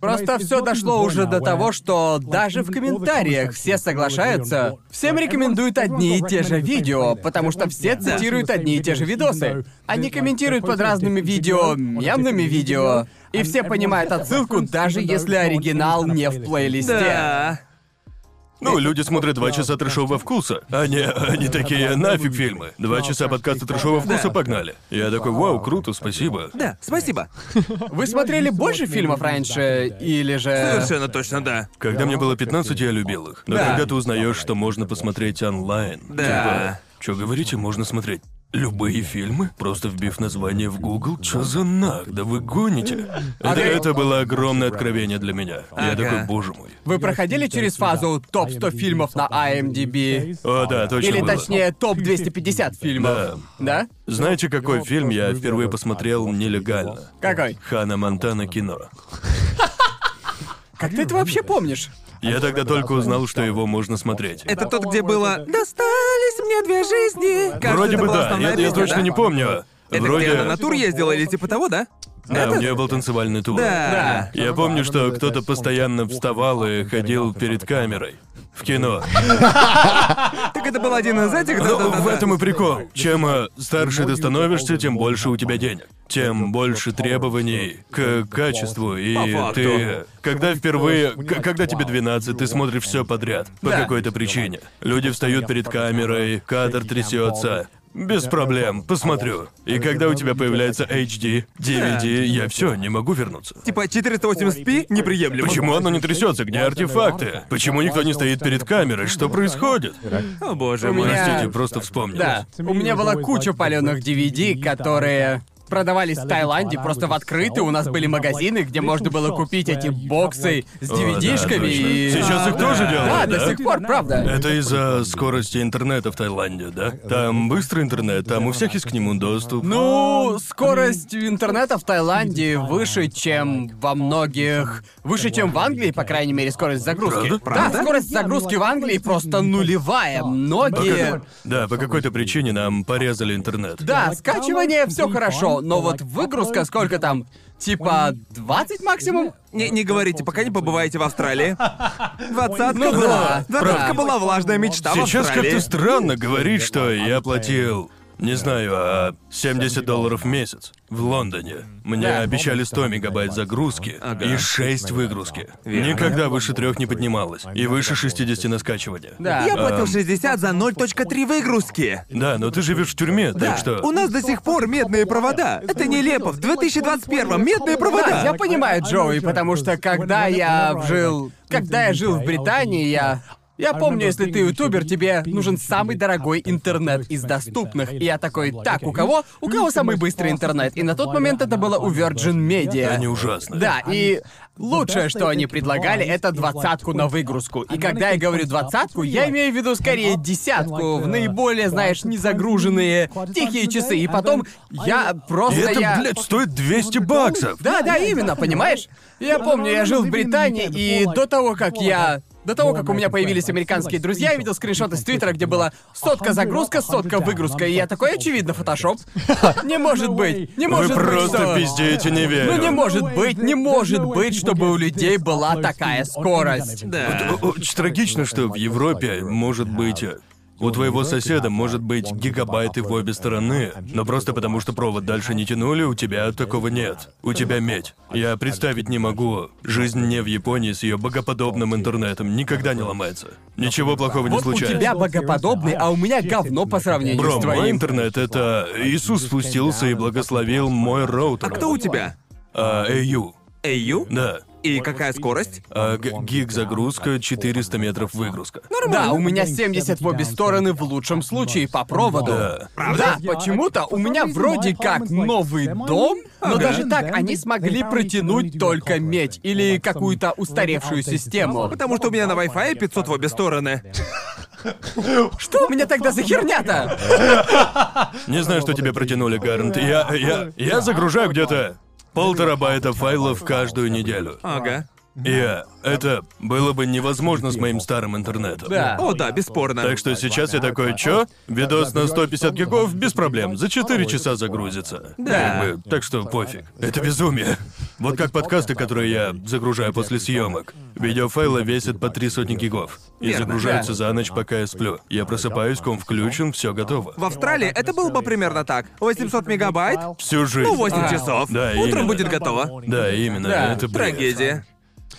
S3: Просто все дошло уже до того, что даже в комментариях все соглашаются. Всем рекомендуют одни и те же видео, потому что все цитируют одни и те же видосы. Они комментируют под разными видео, мемными видео. И все понимают отсылку, даже если оригинал не в плейлисте.
S2: Да.
S1: Ну, люди смотрят два часа трешового вкуса. Они, они такие, нафиг фильмы. Два часа подкаста трешового вкуса,
S2: Да.
S1: погнали. Я такой, вау, круто, спасибо.
S2: Да, спасибо.
S3: Вы смотрели больше фильмов раньше, или же...
S2: Совершенно точно, да.
S1: Когда мне было 15, я любил их. Но
S3: Да.
S1: когда ты узнаешь, что можно посмотреть онлайн,
S2: Да.
S1: что говорите, можно смотреть любые фильмы, просто вбив название в Google, чё за нах, да вы гоните. Это,
S3: Ага.
S1: это было огромное откровение для меня. Я
S2: Ага.
S1: такой, боже мой.
S3: Вы проходили через фазу топ-100 фильмов на А IMDb?
S1: О, да, точно
S3: Или
S1: было.
S3: точнее, топ-250
S1: Да.
S3: фильмов? Да?
S1: Знаете, какой фильм я впервые посмотрел нелегально?
S3: Какой?
S1: Хана Монтана кино.
S3: Как ты это вообще помнишь?
S1: Я тогда только узнал, что его можно смотреть.
S2: Это тот, где было «Достались мне две жизни». Кажется,
S1: Вроде
S2: это
S1: бы
S2: была
S1: да,
S2: основная
S1: я, я
S2: песня,
S1: точно
S2: да?
S1: не помню.
S2: Это где она
S1: Вроде...
S2: на тур ездила или типа того, да?
S1: Да, у нее был танцевальный тур.
S2: Да.
S1: Я помню, что кто-то постоянно вставал и ходил перед камерой. В кино.
S2: Так это был один из этих, да,
S1: Ну, в этом и прикол. Чем э, старше ты становишься, тем больше у тебя денег. Тем больше требований к качеству, и
S2: По факту.
S1: ты... Когда впервые... к- Когда тебе 12, ты смотришь все подряд. По
S3: Да.
S1: какой-то причине. Люди встают перед камерой, кадр трясется. Без проблем, посмотрю. И когда у тебя появляется HD, DVD, я все, не могу вернуться.
S2: Типа 480p неприемлемо.
S1: Почему оно не трясется? Где артефакты? Почему никто не стоит перед камерой? Что происходит?
S2: О боже
S3: У
S2: мой.
S3: меня-
S1: Простите, просто вспомнилось.
S3: Да. У меня была куча паленых DVD, которые продавались в Таиланде просто в открытую. У нас были магазины,
S1: ну
S3: где можно было купить эти боксы с
S1: О, да,
S3: DVD-шками и...
S1: точно. Сейчас их тоже
S3: Да,
S1: делают,
S3: Да,
S1: да? Э,
S3: до сих пор, правда.
S1: Это из-за скорости интернета в Таиланде, да? Там быстрый интернет, там у всех есть к нему доступ.
S3: Ну, скорость интернета в Таиланде выше, чем во многих... Выше, чем в Англии, по крайней мере, скорость загрузки.
S1: Правда?
S3: Да, скорость загрузки в Англии просто нулевая.
S1: По
S3: Многие...
S1: какой- Да, по какой-то причине нам порезали интернет.
S3: Да, скачивание все хорошо, но вот выгрузка сколько там? Типа 20 максимум?
S2: Не, не говорите, пока не побываете в Австралии. Двадцатка
S3: Ну
S2: была.
S3: да,
S2: Двадцатка
S3: правда.
S2: была влажная
S3: А
S2: мечта в
S1: Сейчас
S2: Австралии.
S1: как-то странно говорить, что я платил, не знаю, а 70 долларов в месяц в Лондоне. Мне
S3: Да.
S1: обещали 100 мегабайт загрузки и 6 выгрузки.
S2: Верно.
S1: Никогда выше трех не поднималось. И выше 60 на скачивание.
S3: Да.
S2: Я
S3: Эм.
S2: платил 60 за 0.3 выгрузки.
S1: Да, но ты живешь в тюрьме, так что...
S2: У нас до сих пор медные провода. Это нелепо. В 2021 медные
S3: Да, я
S2: провода.
S3: понимаю, Джоуи, потому что когда я жил... Когда я жил в Британии, я... Я помню, если ты ютубер, тебе нужен самый дорогой интернет из доступных. И я такой, так, у кого? У кого самый быстрый интернет? И на тот момент это было у Virgin Media.
S1: Они ужасны.
S3: Да, и лучшее, что они предлагали, это двадцатку на выгрузку. И когда я говорю двадцатку, я имею в виду скорее десятку, в наиболее, знаешь, незагруженные тихие часы. И потом я
S1: И
S3: просто...
S1: это,
S3: я...
S1: блядь, стоит 200 баксов!
S3: Да, да, именно, понимаешь? Я помню, я жил в Британии, и до того, как я... До того, как у меня появились американские друзья, я видел скриншоты с Твиттера, где была сотка загрузка, сотка выгрузка, и я такой, очевидно, фотошоп. Не может быть, не
S1: Вы
S3: может быть,
S1: просто
S3: что-
S1: пиздеете, не верю.
S3: Ну не может быть, не может быть, чтобы у людей была такая скорость.
S2: Да.
S1: Вот, о- Очень трагично, что в Европе, может быть, э, у твоего соседа может быть гигабайты в обе стороны, но просто потому, что провод дальше не тянули, у тебя такого нет. У тебя медь. Я представить не могу. Жизнь не в Японии с ее богоподобным интернетом никогда не ломается. Ничего плохого не
S3: Вот у
S1: случается.
S3: тебя богоподобный, а у меня говно по сравнению
S1: Бро,
S3: с
S1: мой
S3: твоим.
S1: интернет это Иисус спустился и благословил мой роутер.
S2: А кто у тебя?
S1: А, AU.
S2: AU?
S1: Да.
S2: И какая скорость?
S1: А, г- гиг загрузка, 400 метров выгрузка.
S2: Ну,
S3: Да, у меня 70 в обе стороны в лучшем случае по проводу.
S1: Да.
S3: Да, почему-то у меня вроде как новый дом, но даже так они смогли протянуть только медь или какую-то устаревшую систему.
S2: Потому что у меня на Wi-Fi 500 в обе стороны.
S3: Что у меня тогда за херня-то?
S1: Не знаю, что тебе протянули, Гарнт. Я, я, я загружаю где-то пол терабайта файлов каждую неделю.
S2: Ага.
S1: Я... Это было бы невозможно с моим старым интернетом.
S3: Да.
S2: О, да, бесспорно.
S1: Так что сейчас я такой, чё? Видос на 150 гигов без проблем. За 4 часа загрузится.
S2: Да.
S1: Как бы, так что пофиг. Это безумие. Вот как подкасты, которые я загружаю после съемок. Видеофайлы весят по три сотни гигов. И
S2: Верно,
S1: загружаются за ночь, пока я сплю. Я просыпаюсь, ком включен, все готово.
S2: В Австралии это было бы примерно так. 800 мегабайт,
S1: Всю жизнь.
S2: ну 8 часов.
S1: Да,
S2: Утром
S1: именно.
S2: будет готово.
S1: Да, именно,
S3: Да.
S1: это бред.
S2: Трагедия.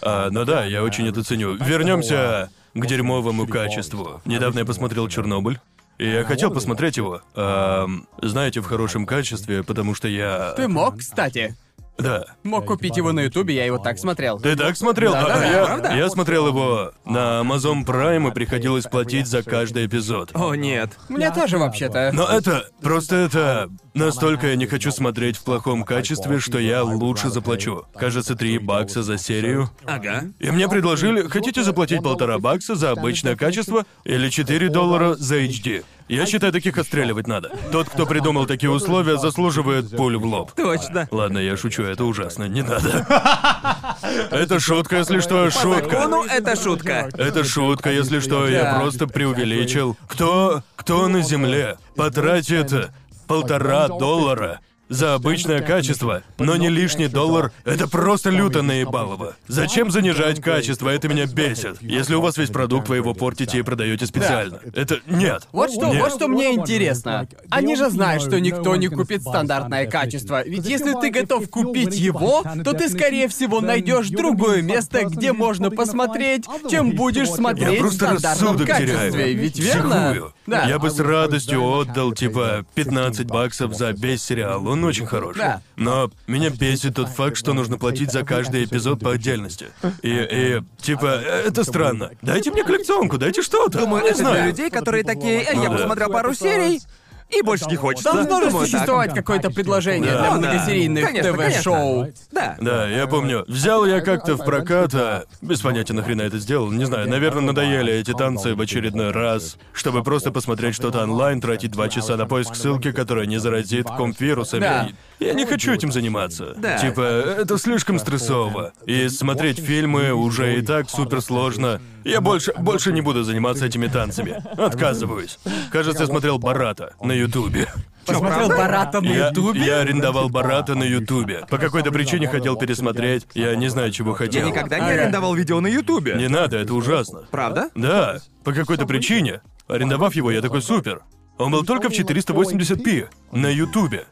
S1: А, ну да, я очень это ценю. Вернемся к дерьмовому качеству. Недавно я посмотрел Чернобыль. И я хотел посмотреть его, ам, знаете, в хорошем качестве, потому что я...
S3: Ты мог, кстати.
S1: Да.
S3: Мог купить его на Ютубе, я его так смотрел.
S1: Ты так смотрел?
S3: Да, да,
S1: А
S3: да,
S1: я,
S2: правда?
S1: я смотрел его на Amazon Prime и приходилось платить за каждый эпизод.
S2: О, нет.
S3: Мне тоже вообще-то.
S1: Но это... Просто это... Настолько я не хочу смотреть в плохом качестве, что я лучше заплачу. Кажется, 3 бакса за серию.
S2: Ага.
S1: И мне предложили, хотите заплатить полтора бакса за обычное качество или 4 доллара за HD. Я считаю, таких отстреливать надо. Тот, кто придумал такие условия, заслуживает пулю в лоб.
S2: Точно.
S1: Ладно, я шучу, это ужасно, не надо. [laughs] Это шутка, если что, шутка.
S2: Закону это шутка.
S1: Это шутка, если что, я
S3: Да.
S1: просто преувеличил. Кто, кто на земле потратит полтора доллара за обычное качество, но не лишний доллар — это просто люто наебалово. Зачем занижать качество? Это меня бесит. Если у вас весь продукт, вы его портите и продаете специально. Это... Нет.
S3: Вот что,
S1: Нет.
S3: вот что мне интересно. Они же знают, что никто не купит стандартное качество. Ведь если ты готов купить его, то ты, скорее всего, найдешь другое место, где можно посмотреть, чем будешь смотреть
S1: Я
S3: Ну, в
S1: просто
S3: стандартном
S1: рассудок
S3: качестве.
S1: теряю.
S3: Ведь верно?
S1: Вживую.
S3: Да.
S1: Я бы с радостью отдал, типа, 15 баксов за весь сериал. Он очень хороший.
S3: Да.
S1: Но меня бесит тот факт, что нужно платить за каждый эпизод по отдельности. И, и, типа, это странно. Дайте мне коллекционку, дайте что-то.
S2: Думаю,
S1: Не
S2: это для
S1: знаю.
S2: людей, которые такие, «Э, я
S1: Ну да.
S2: посмотрел пару серий, и больше не хочется. Ну,
S3: Должно же
S2: Думаю, так.
S3: существовать какое-то предложение
S1: Да.
S3: для
S1: Ну да.
S3: многосерийных
S2: Конечно, конечно.
S3: ТВ-шоу.
S2: Да.
S1: Да, я помню. Взял я как-то в прокат, а... Без понятия, нахрена это сделал. Не знаю, наверное, надоели эти танцы в очередной раз. Чтобы просто посмотреть что-то онлайн, тратить два часа на поиск ссылки, которая не заразит комп-вирусами.
S3: Да.
S1: Я не хочу этим заниматься.
S2: Да.
S1: Типа, это слишком стрессово. И смотреть фильмы уже и так супер сложно. Я больше, больше не буду заниматься этими танцами. Отказываюсь. Кажется, я смотрел Барата на Ютубе.
S3: Посмотрел Барата на
S1: Я-
S3: Ютубе?
S1: Я арендовал Барата на Ютубе. По какой-то причине хотел пересмотреть. Я не знаю, чего хотел.
S2: Я никогда не
S3: Ага.
S2: арендовал видео на Ютубе.
S1: Не надо, это ужасно.
S2: Правда?
S1: Да, по какой-то причине. Арендовав его, я такой супер. Он был только в 480p на Ютубе.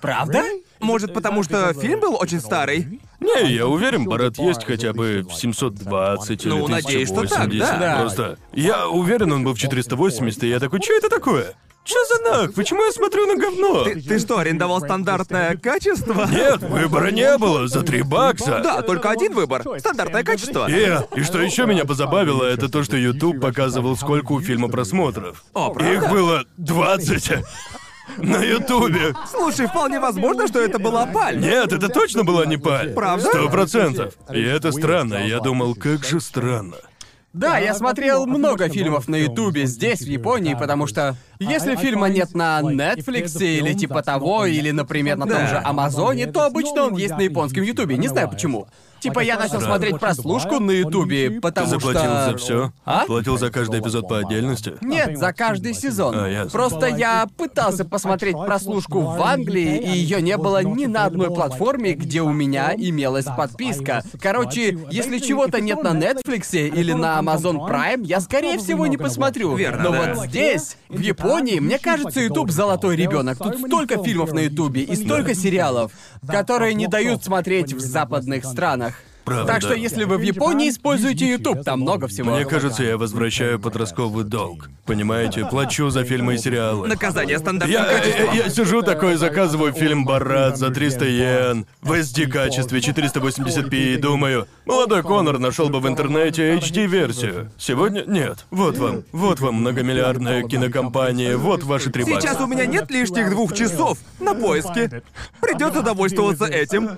S3: Правда?
S2: Может, потому что фильм был очень старый?
S1: Не, я уверен, Барат есть хотя бы в 720 или
S2: Ну, надеюсь, что так,
S1: 1080.
S2: да.
S1: Просто я уверен, он был в 480, и я такой, что это такое? Что за нах? Почему я смотрю на говно?
S2: Ты, ты что, арендовал стандартное качество?
S1: [laughs] Нет, выбора не было за 3 бакса.
S2: Да, только один выбор. Стандартное качество.
S1: И, и что еще меня позабавило, это то, что YouTube показывал, сколько у фильма просмотров.
S2: О, правда?
S1: Их было 20 на Ютубе.
S2: Слушай, вполне возможно, что это была паль.
S1: Нет, это точно была не паль.
S2: Правда?
S1: Сто процентов. И это странно. Я думал, как же странно.
S3: Да, я смотрел много фильмов на Ютубе здесь, в Японии, потому что если фильма нет на Netflix или типа того, или, например, на том
S2: Да.
S3: же Амазоне, то обычно он есть на японском Ютубе. Не знаю почему. Типа я начал
S1: Да.
S3: смотреть прослушку на Ютубе,
S1: Ты
S3: потому
S1: заплатил
S3: что...
S1: за все?
S3: А?
S1: Платил за каждый эпизод по отдельности?
S3: Нет, за каждый сезон.
S1: А, ясно.
S3: Просто я пытался посмотреть прослушку в Англии, и ее не было ни на одной платформе, где у меня имелась подписка. Короче, если чего-то нет на Netflix или на Amazon Prime, я скорее всего не посмотрю.
S2: Верно,
S3: Но
S2: да.
S3: вот здесь, в Японии, мне кажется, YouTube золотой ребенок. Тут столько фильмов на Ютубе и столько сериалов, которые не дают смотреть в западных странах.
S1: Правда,
S3: так что
S1: да.
S3: если вы в Японии используете YouTube, там много всего.
S1: Мне кажется, я возвращаю подростковый долг. Понимаете, плачу за фильмы и сериалы.
S2: Наказание стандартным
S1: Я, э,
S2: качеством.
S1: я- я сижу такой, заказываю фильм «Барат» за 300 йен в SD-качестве 480p и думаю, молодой Конор нашел бы в интернете HD-версию. Сегодня нет. Вот вам, вот вам многомиллиардная кинокомпания, вот ваши три бакса.
S2: Сейчас у меня нет лишних двух часов на поиске. Придется довольствоваться
S1: Ну,
S2: этим.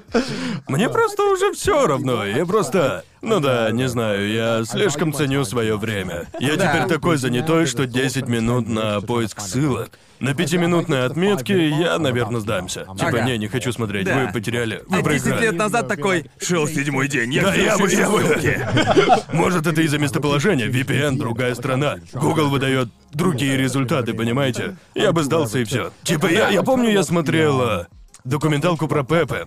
S1: Мне просто уже все равно. Я просто. Ну да, не знаю, я слишком ценю свое время. Я
S3: Да.
S1: теперь такой занятой, что 10 минут на поиск ссылок. На пятиминутной отметке я, наверное, сдамся. Типа,
S3: Ага.
S1: не, не хочу смотреть,
S2: Да.
S1: вы потеряли. Вы
S2: А 10
S1: проиграли.
S2: лет назад такой шел седьмой день. Я
S1: Да,
S2: все
S1: я
S2: ищу
S1: бы, я бы.
S2: ссылки».
S1: Может, это из-за местоположения. VPN — другая страна. Google выдает другие результаты, понимаете? Я бы сдался и все. Типа, я, я помню, я смотрел э, документалку про Пепе.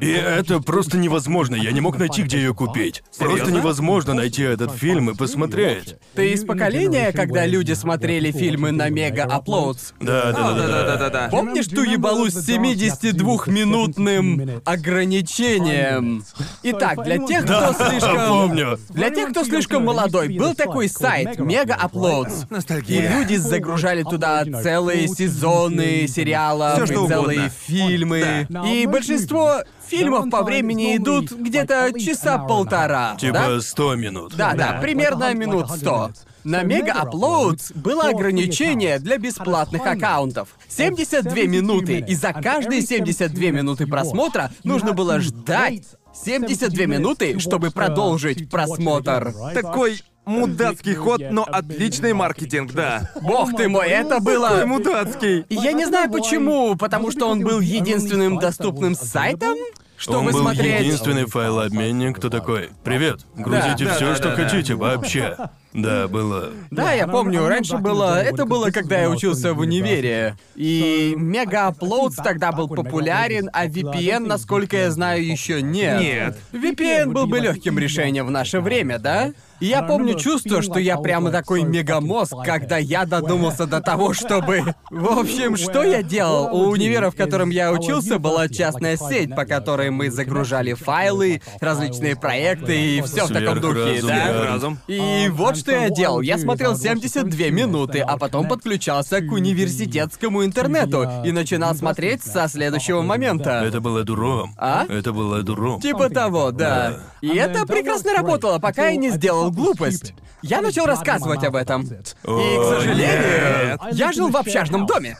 S1: И это просто невозможно. Я не мог найти, где ее купить. Просто
S2: Серьезно?
S1: невозможно найти этот фильм и посмотреть.
S3: Ты из поколения, когда люди смотрели фильмы на Мега Uploads?
S1: Да, да, да, да. да.
S2: Да-да-да-да-да.
S3: Помнишь ту ебалу с 72-минутным ограничением? Итак, для тех, [laughs] кто слишком...
S1: [laughs] Помню.
S3: Для тех, кто слишком молодой, был такой сайт Мега Uploads. И
S2: Ностальгия.
S3: люди загружали туда целые сезоны
S2: Всё,
S3: сериалов
S2: что
S3: и целые
S2: угодно.
S3: фильмы.
S5: Да.
S3: И большинство фильмов по времени идут где-то часа полтора. да?
S1: Типа 100 минут.
S3: Да, да, примерно минут 100. На Мега Uploads было ограничение для бесплатных аккаунтов. 72 минуты, и за каждые 72 минуты просмотра нужно было ждать 72 минуты, чтобы продолжить просмотр.
S2: Такой мудацкий ход, но отличный маркетинг, да.
S3: Бог ты мой, это было...
S2: Такой мудацкий.
S3: И Я не знаю почему, потому что он был единственным доступным сайтом, чтобы
S1: Он был
S3: смотреть...
S1: единственный файлообменник, кто такой. Привет, грузите
S2: Да,
S1: все,
S2: да,
S1: что
S2: да, да.
S1: хотите, вообще. Да, было.
S3: Да, я помню, раньше было... Это было, когда я учился в универе. И мега-аплоудс тогда был популярен, а VPN, насколько я знаю, еще нет.
S2: Нет.
S3: VPN был бы легким решением в наше время, да? ну, И я помню чувство, что я прямо такой мегамозг, когда я додумался до [laughs] того, чтобы... В общем, что я делал? У универа, в котором я учился, была частная сеть, по которой мы загружали файлы, различные проекты и все в таком духе,
S1: Сверхразум,
S3: да?
S1: да.
S2: Разум.
S3: И вот что я делал. Я смотрел 72 минуты, а потом подключался к университетскому интернету и начинал смотреть со следующего момента.
S1: Это было дуром.
S3: А?
S1: Это было дуром.
S3: Типа того, да. А И это прекрасно работало, пока я не сделал глупость. Я начал рассказывать об этом. И, к
S1: О,
S3: сожалению, я жил в общажном доме.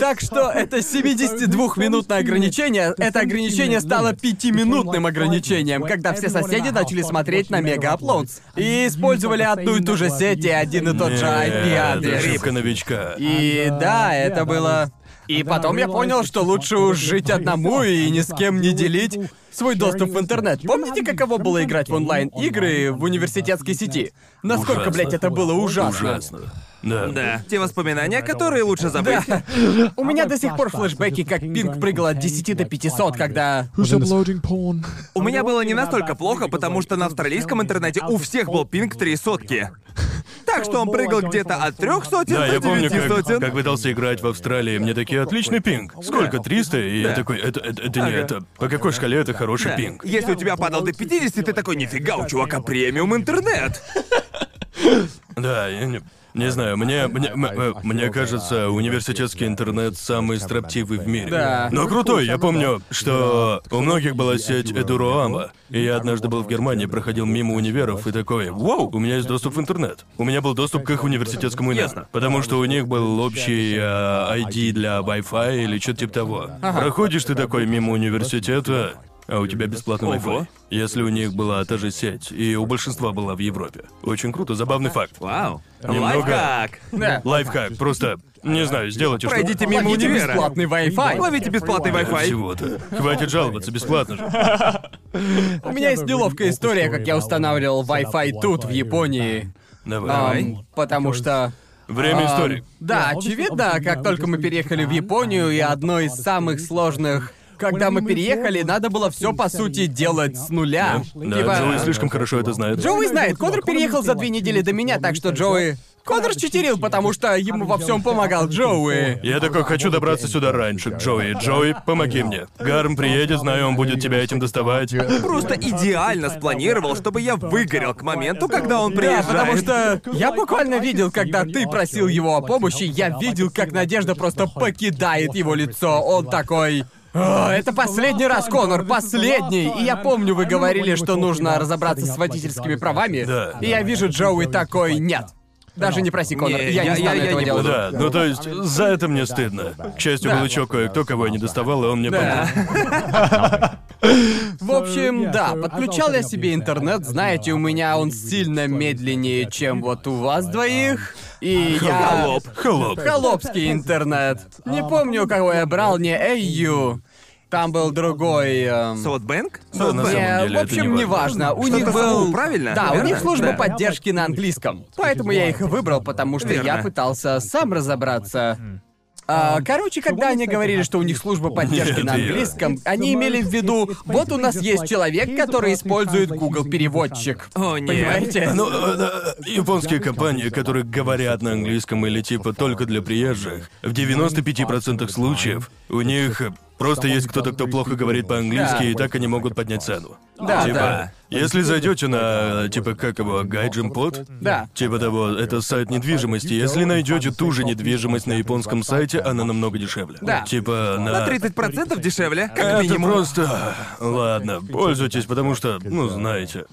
S3: Так что это 72-минутное ограничение, это ограничение стало 5-минутным ограничением, когда все соседи начали смотреть на мега и использовали одну и ту же сеть и один и тот
S1: Нет,
S3: же IP-адрес.
S1: Э, ошибка новичка.
S3: И да, это было... И потом я понял, что лучше уж жить одному и ни с кем не делить свой доступ в интернет. Помните, каково было играть в онлайн-игры в университетской сети? Насколько,
S1: Ужасно.
S3: блядь, это было ужасно.
S1: Ужасно. Да.
S2: Да. Те воспоминания, которые лучше
S3: [laughs]
S2: забыть.
S3: Да. У меня до сих пор флешбеки, как Пинг прыгал от 10 до 500, когда...
S5: Who's uploading porn?
S2: У меня было не настолько плохо, потому что на австралийском интернете у всех был пинг три сотки. Так что он прыгал где-то от трех сотен
S1: Да,
S2: до
S1: я помню,
S2: девяти
S1: как,
S2: сотен.
S1: как пытался играть в Австралии, мне такие отличный пинг. Сколько? 300? И я такой, это, это, это не
S2: Ага.
S1: это. По какой шкале это хороший
S2: Да.
S1: пинг?
S2: Если у тебя падал до 50, ты такой, нифига, у чувака премиум интернет.
S1: Да, я не, не знаю, мне, мне, м- м- мне кажется, университетский интернет самый строптивый в мире.
S3: Да.
S1: Но крутой, я помню, что у многих была сеть Эдуруама. И я однажды был в Германии, проходил мимо универов и такой, вау, у меня есть доступ в интернет. У меня был доступ к их университетскому инету. Потому что у них был общий э, ID для Wi-Fi или что-то типа того. Проходишь ты такой мимо университета, а у тебя бесплатный Wi-Fi. Если у них была та же сеть, и у большинства была в Европе. Очень круто, забавный факт.
S2: Вау.
S1: Немного.
S2: Лайфхак.
S3: Да.
S1: Лайфхак, просто, не знаю, сделайте что-то.
S2: Пройдите мимо
S3: Ловите
S2: универа.
S3: бесплатный Wi-Fi.
S2: Ловите бесплатный Wi-Fi.
S1: Всего-то. Хватит жаловаться, бесплатно же.
S3: У меня есть неловкая история, как я устанавливал Wi-Fi тут, в Японии.
S1: Давай.
S3: Ам, потому что...
S1: Время
S3: А,
S1: истории.
S3: Да, очевидно, как только мы переехали в Японию, и одно из самых сложных... Когда мы переехали, надо было все по сути делать с нуля.
S1: Да,
S3: Типа-
S1: Джоуи слишком хорошо это знает.
S3: Джоуи знает, Конор переехал за две недели до меня, так что Джоуи... Конор читерил, потому что ему во всем помогал Джоуи.
S1: Я такой хочу добраться сюда раньше, Джои. Джои, помоги мне. Гарм приедет, знаю, он будет тебя этим доставать.
S2: Просто идеально спланировал, чтобы я выгорел к моменту, когда он
S3: Да,
S2: приезжает.
S3: потому что я буквально видел, когда ты просил его о помощи, я видел, как Надежда просто покидает его лицо. Он такой... «А, Это последний раз, Конор, последний. И я помню, вы говорили, что нужно разобраться с водительскими правами.
S1: Да.
S3: И я вижу Джоуи такой, нет. Даже не проси, Конор,
S2: Не,
S3: я,
S2: я-
S3: не стану
S2: я- я
S3: этого
S2: не
S3: делать.
S2: буду.
S1: Да, ну то есть, за это мне стыдно. К счастью,
S3: Да.
S1: был еще кое-кто, кого я не доставал, и он мне
S3: Да.
S1: помог.
S3: В общем, да, подключал я себе интернет, знаете, у меня он сильно медленнее, чем вот у вас двоих. И я...
S1: А, [laughs] Холоп. Холоп.
S3: Холопский интернет. Не помню, кого я брал, не Эйю. Там был другой... эм,
S2: Саутбэнк?
S1: Да, на самом
S3: не,
S1: деле,
S3: Э, в
S1: это
S3: общем,
S1: не
S3: неважно. У
S2: Что-то
S3: них
S2: с
S3: был...
S2: «У», правильно?
S3: Да, у
S2: Верно?
S3: них служба
S2: Да.
S3: поддержки на английском. Поэтому я их и выбрал, потому что я
S2: Верно.
S3: пытался сам разобраться. А, короче, когда они говорили, что у них служба поддержки
S1: Нет,
S3: на
S1: я.
S3: английском, они имели в виду, вот у нас есть человек, который использует Google переводчик.
S2: О, нет.
S3: Понимаете?
S1: Ну, э, э, японские компании, которые говорят на английском или типа только для приезжих, в 95% случаев у них э, просто есть кто-то, кто плохо говорит по-английски,
S3: Да.
S1: и так они могут поднять цену.
S3: Да,
S1: типа,
S3: да.
S1: если зайдете на, э, типа, как его, Гайджинпот,
S3: Да.
S1: типа того, это сайт недвижимости, если найдете ту же недвижимость на японском сайте, она намного дешевле.
S3: Да.
S1: Типа на...
S2: На 30% дешевле, как
S1: Это
S2: минимум.
S1: просто... Ладно, пользуйтесь, потому что, ну, знаете.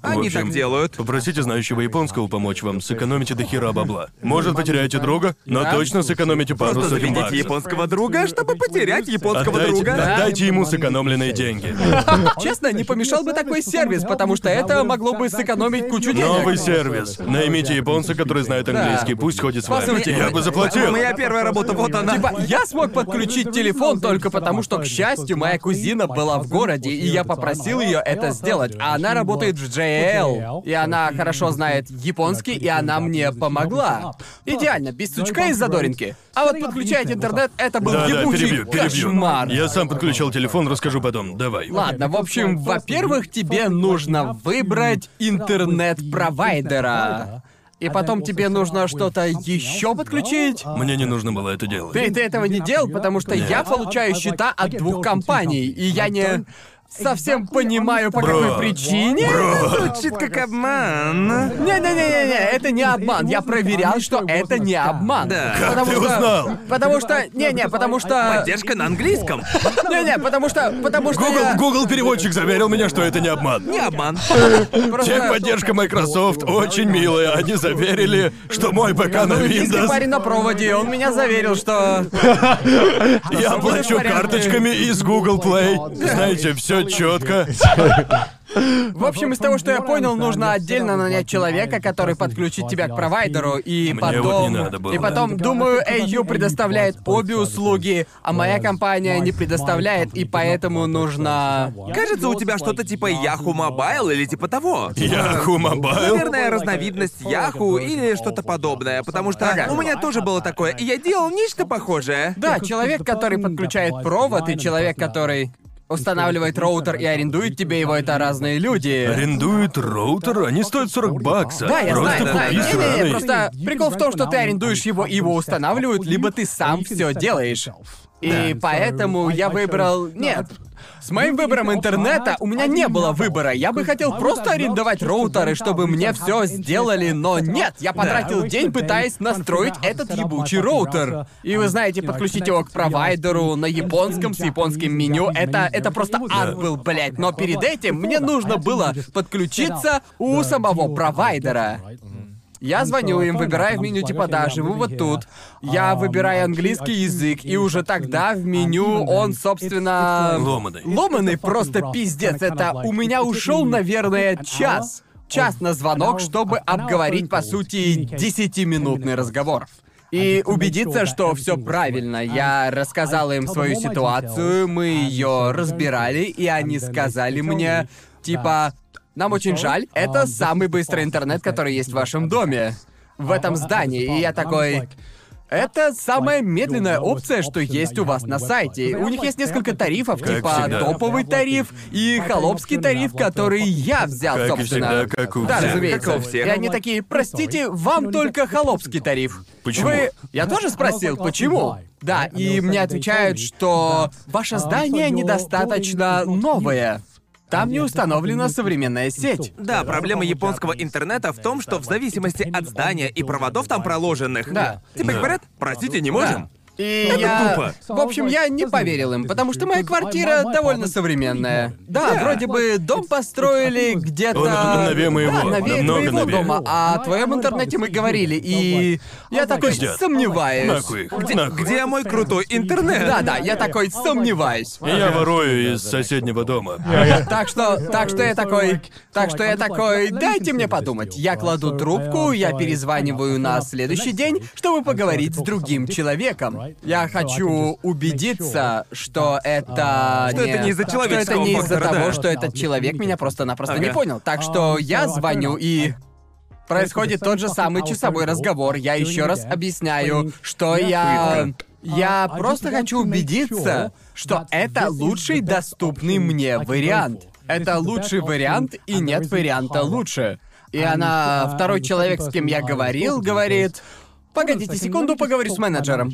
S1: В
S2: Они
S1: общем,
S2: так делают.
S1: Попросите знающего японского помочь вам, сэкономите до хера бабла. Может, потеряете друга, но
S3: Да.
S1: точно сэкономите пару
S2: Просто
S1: сотен
S2: заведите
S1: баксов.
S2: японского друга, чтобы потерять японского
S1: Отдайте,
S2: друга.
S1: отдайте ему сэкономленные деньги.
S3: Ну, Честно, не помешал бы такой сервис, потому что это могло бы сэкономить кучу денег.
S1: Новый сервис. Наймите японца, который знает английский, пусть ходит с
S3: По
S1: вами.
S3: сути.
S1: Я бы заплатил.
S2: А Моя первая работа, вот она.
S3: Типа, я смог подключить телефон только потому, что, к счастью, моя кузина была в городе, и я попросил ее это сделать, а она работает в JL, и она хорошо знает японский, и она мне помогла. Идеально, без сучка и задоринки. А вот подключать интернет, это был
S1: Да-да,
S3: ебучий
S1: перебью, перебью.
S3: кошмар.
S1: Я сам подключал телефон, расскажу потом. Давай.
S3: Ладно, в общем, во-первых, тебе нужно выбрать интернет-провайдера. И потом тебе нужно что-то еще подключить.
S1: Мне не нужно было это делать.
S3: Ты, ты этого не делал, потому что я получаю счета от двух компаний, и я не совсем понимаю, по
S1: Бро.
S3: какой причине.
S2: Звучит как обман.
S3: Не-не-не-не, это не обман. Я проверял, что это не обман.
S2: Да.
S1: Как
S3: Потому
S1: ты
S3: что-
S1: узнал?
S3: Потому что... Не-не, потому что...
S2: Поддержка на английском.
S3: Не-не, потому что... Потому что
S1: Google,
S3: я...
S1: Google переводчик заверил меня, что это не обман.
S2: Не обман.
S3: просто-
S1: Техподдержка Microsoft очень милая. Они заверили, что мой ПК на
S3: Ну, Если парень
S1: Windows.
S3: на проводе, он меня заверил, что...
S1: Я плачу карточками из Google Play. Знаете, все четко.
S3: В общем, из того, что я понял, нужно отдельно нанять человека, который подключит тебя к провайдеру, и
S1: Мне
S3: потом...
S1: вот не надо было.
S3: И потом, думаю, AU предоставляет обе услуги, а моя компания не предоставляет, и поэтому нужно...
S2: Кажется, у тебя что-то типа Yahoo Mobile или типа того.
S1: Yahoo Mobile.
S2: Наверное, разновидность Yahoo или что-то подобное, потому что у меня тоже было такое, и я делал нечто похожее.
S3: Да, человек, который подключает провод, и человек, который устанавливает роутер и арендует тебе его, это разные люди.
S1: Арендуют роутер, они стоят 40 баксов.
S3: Да, я
S1: Просто
S3: знаю, да.
S1: купи
S3: Не-не-не,
S1: сраный.
S3: просто прикол в том, что ты арендуешь его, и его устанавливают, либо ты сам все делаешь. И поэтому я выбрал... Нет. С моим выбором интернета у меня не было выбора. Я бы хотел просто арендовать роутеры, чтобы мне все сделали, но нет. Я потратил день, пытаясь настроить этот ебучий роутер. И вы знаете, подключить его к провайдеру на японском с японским меню, это, это просто ад был, блядь. Но перед этим мне нужно было подключиться у самого провайдера. Я звоню им, выбираю в меню типа «Да, живу вот тут». Я выбираю английский язык, и уже тогда в меню он, собственно...
S1: Ломаный.
S3: Ломаный просто пиздец. Это у меня ушел, наверное, час. Час на звонок, чтобы обговорить, по сути, 10-минутный разговор. И убедиться, что все правильно. Я рассказал им свою ситуацию, мы ее разбирали, и они сказали мне, типа, нам очень жаль, это самый быстрый интернет, который есть в вашем доме. В этом здании. И я такой... Это самая медленная опция, что есть у вас на сайте. У них есть несколько тарифов,
S1: Как
S3: типа
S1: всегда.
S3: топовый тариф и холопский тариф, который я взял,
S1: Как и всегда,
S3: собственно.
S1: как у
S3: Да,
S1: всех.
S3: разумеется.
S2: Как у всех.
S3: И они такие,
S1: Ну,
S3: простите, вам только холопский тариф.
S1: Почему?
S3: Вы... Я тоже спросил, почему? Да, и мне отвечают,
S1: А,
S3: что ваше здание недостаточно новое. Там не установлена современная сеть.
S2: Да, проблема японского интернета в том, что в зависимости от здания и проводов там проложенных.
S3: Да.
S2: Тебе
S1: Да.
S2: говорят, простите, не можем.
S3: Да. И я...
S2: тупо.
S3: В общем, я не поверил им, потому что моя квартира довольно современная. Да, вроде бы дом построоили где-то...
S1: Он- он Э, новее моего,
S3: Да, новее
S1: намного
S3: твоего
S1: новее.
S3: дома. А о твоем интернете мы говорили, и... Я такой
S1: Пиздят.
S3: сомневаюсь.
S1: Нахуй их,
S2: Где,
S1: нахуй.
S2: где мой крутой интернет?
S3: Да-да, я такой сомневаюсь.
S1: И Я ворую из соседнего дома.
S3: Так что, так что я такой, так что я такой, дайте мне подумать. Я кладу трубку, я перезваниваю на следующий день, чтобы поговорить с другим человеком. Я хочу убедиться, что это
S2: uh, Что это не из-за
S3: что это
S2: человеческого
S3: не из-за
S2: фактора,
S3: того,
S2: да.
S3: что этот человек меня просто-напросто
S2: Ага.
S3: не
S2: А, ну,
S3: понял. Так что я звоню и Происходит тот же самый часовой разговор. Я еще раз объясняю, что я... А Я просто хочу убедиться, что это лучший доступный мне вариант. Это лучший вариант, и нет варианта лучше. И она... Второй человек, с кем я говорил, говорит... Погодите секунду, поговорю с менеджером.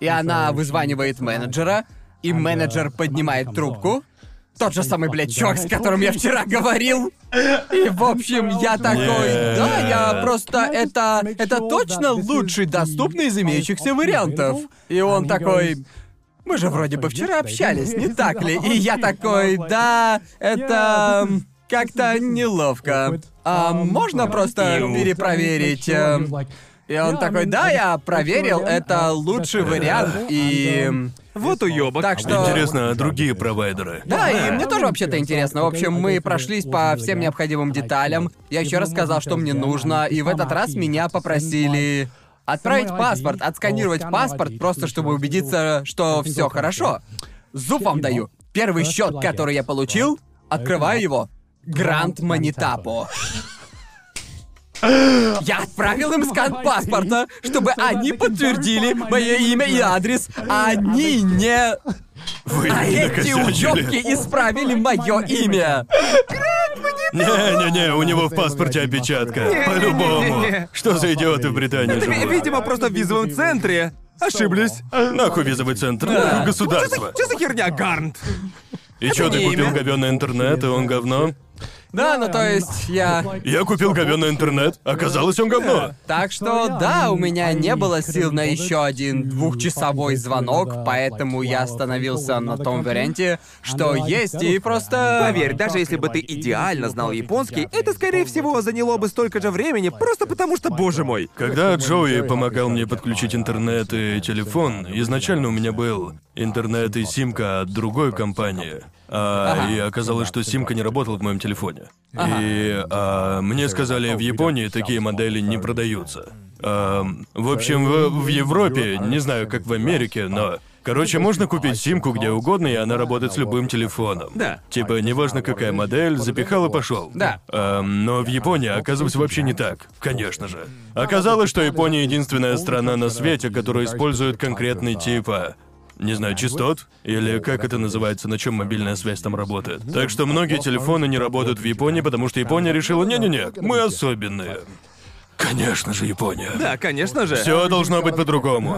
S3: И она вызванивает менеджера, и менеджер поднимает трубку. Тот же самый, блядь, чувак, с которым я вчера говорил. И, в общем, я такой,
S1: Нет.
S3: да, я просто, это, это точно лучший доступный из имеющихся вариантов. И он такой, мы же вроде бы вчера общались, не так ли? И я такой, да, это м, как-то неловко. А можно просто перепроверить? эм, и он такой, да, я проверил, это лучший вариант, и...
S2: Вот уёбок.
S3: Так что...
S1: Интересно, а другие провайдеры?
S3: Да, и мне тоже вообще-то интересно. В общем, мы прошлись по всем необходимым деталям. Я еще раз сказал, что мне нужно, и в этот раз меня попросили отправить паспорт, отсканировать паспорт, просто чтобы убедиться, что все А хорошо. Зуб вам даю. Первый счет, который я получил, открываю его. Грант Манитапо. [laughs] Я отправил им скан паспорта, чтобы они подтвердили мое имя и адрес, а они не...
S1: Вы
S3: А
S1: не
S3: эти
S1: накосячили.
S3: уёбки исправили мое имя.
S1: Не-не-не, у него в паспорте опечатка. По-любому.
S2: Не-не-не-не.
S1: Что за идиоты в Британии
S2: Это, ви-
S1: живут?
S2: видимо, просто в визовом центре. Ошиблись.
S1: Нахуй визовый центр, нахуй государство.
S2: Что за херня, Гарнт?
S1: И чё, ты
S2: не
S1: купил
S2: имя.
S1: говёный интернет, и он говно?
S3: Да, ну то есть я...
S1: Я купил говёный интернет, оказалось, он говно.
S3: Так что да, у меня не было сил на еще один двухчасовой звонок, поэтому я остановился на том варианте, что есть, и просто...
S2: Поверь, даже если бы ты идеально знал японский, это, скорее всего, заняло бы столько же времени, просто потому что, боже мой.
S1: Когда Джоуи помогал мне подключить интернет и телефон, изначально у меня был интернет и симка от другой компании. А,
S3: Ага.
S1: И оказалось, что симка не работала в моем телефоне. И а, мне сказали, в Японии такие модели не продаются. Ам, в общем, в, в Европе, не знаю, как в Америке, но... Короче, можно купить симку где угодно, и она работает с любым телефоном.
S2: Да.
S1: Типа, неважно какая модель, запихал и пошел.
S3: Да.
S1: Эм, но в Японии оказывается вообще не так. Конечно же. Оказалось, что Япония единственная страна на свете, которая использует конкретный типа. Не знаю, частот? Или как это называется, на чем мобильная связь там работает. Так что многие телефоны не работают в Японии, потому что Япония решила, не-не-не, мы особенные. Конечно же, Япония.
S2: Да, конечно же.
S1: Все должно быть по-другому.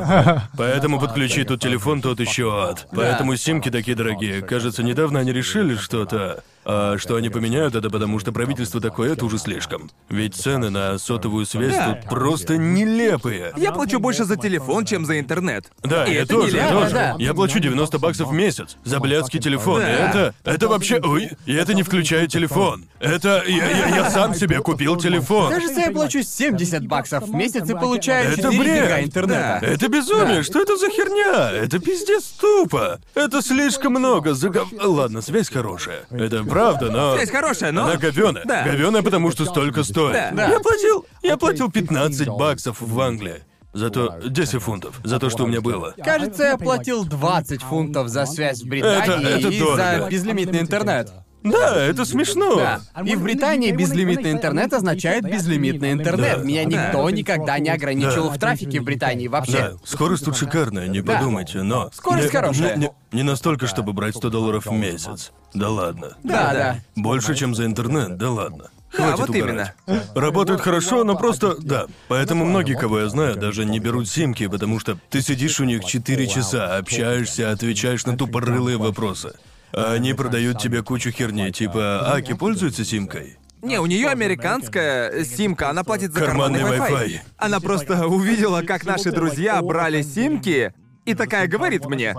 S1: Поэтому подключи тут телефон, тот еще ад. Поэтому симки такие дорогие. Кажется, недавно они решили что-то. А что они поменяют это, потому что правительство такое, это уже слишком. Ведь цены на сотовую связь
S2: Да.
S1: тут просто нелепые.
S2: Я плачу больше за телефон, чем за интернет.
S1: Да,
S2: И
S1: я
S2: это
S1: тоже, я
S2: нелепо.
S1: тоже.
S3: да.
S1: Я плачу 90 баксов в месяц за блядский телефон.
S2: Да.
S1: И это, это вообще, ой, и это не включая телефон. Это, я, я, я сам себе купил телефон.
S3: Даже если я плачу 70 баксов а в месяц и получаю
S1: Это
S3: 4
S1: бред.
S3: гига интернета.
S1: Это безумие, что это за херня? Это пиздец тупо. Это слишком много за гов- Ладно, связь хорошая. Это правда, но...
S2: Связь хорошая, но-
S1: Она говёная.
S2: Да.
S1: Говёная, потому что столько стоит.
S2: Да. Да.
S1: Я платил... Я платил 15 баксов в Англии. Зато 10 фунтов. За то, что у меня было.
S3: Кажется, я платил 20 фунтов за связь в Британии
S1: это
S3: и
S1: дорого.
S3: за безлимитный интернет.
S1: Да, это смешно.
S3: Да. И в Британии безлимитный интернет означает безлимитный интернет.
S1: Да.
S3: Меня
S2: Да.
S3: никто никогда не ограничил
S1: Да.
S3: в трафике в Британии
S1: Да,
S3: вообще.
S1: скорость тут шикарная, не
S3: Да.
S1: подумайте, но...
S3: Скорость
S1: не,
S3: хорошая.
S1: Не, не- не настолько, чтобы брать 100 долларов в месяц. Да ладно.
S3: Да, да.
S1: Больше, чем за интернет, да ладно. Хватит
S2: вот
S1: угорать. Работают хорошо, но просто... Да. Поэтому многие, кого я знаю, даже не берут симки, потому что ты сидишь у них 4 часа, общаешься, отвечаешь на тупорылые вопросы. А Они продают тебе кучу херни, типа «Аки пользуется симкой?»
S2: Не, у нее американская симка, она платит за
S1: Карманный
S2: карманный
S1: Wi-Fi.
S2: Wi-Fi. Она просто увидела, как наши друзья брали симки, и такая говорит мне,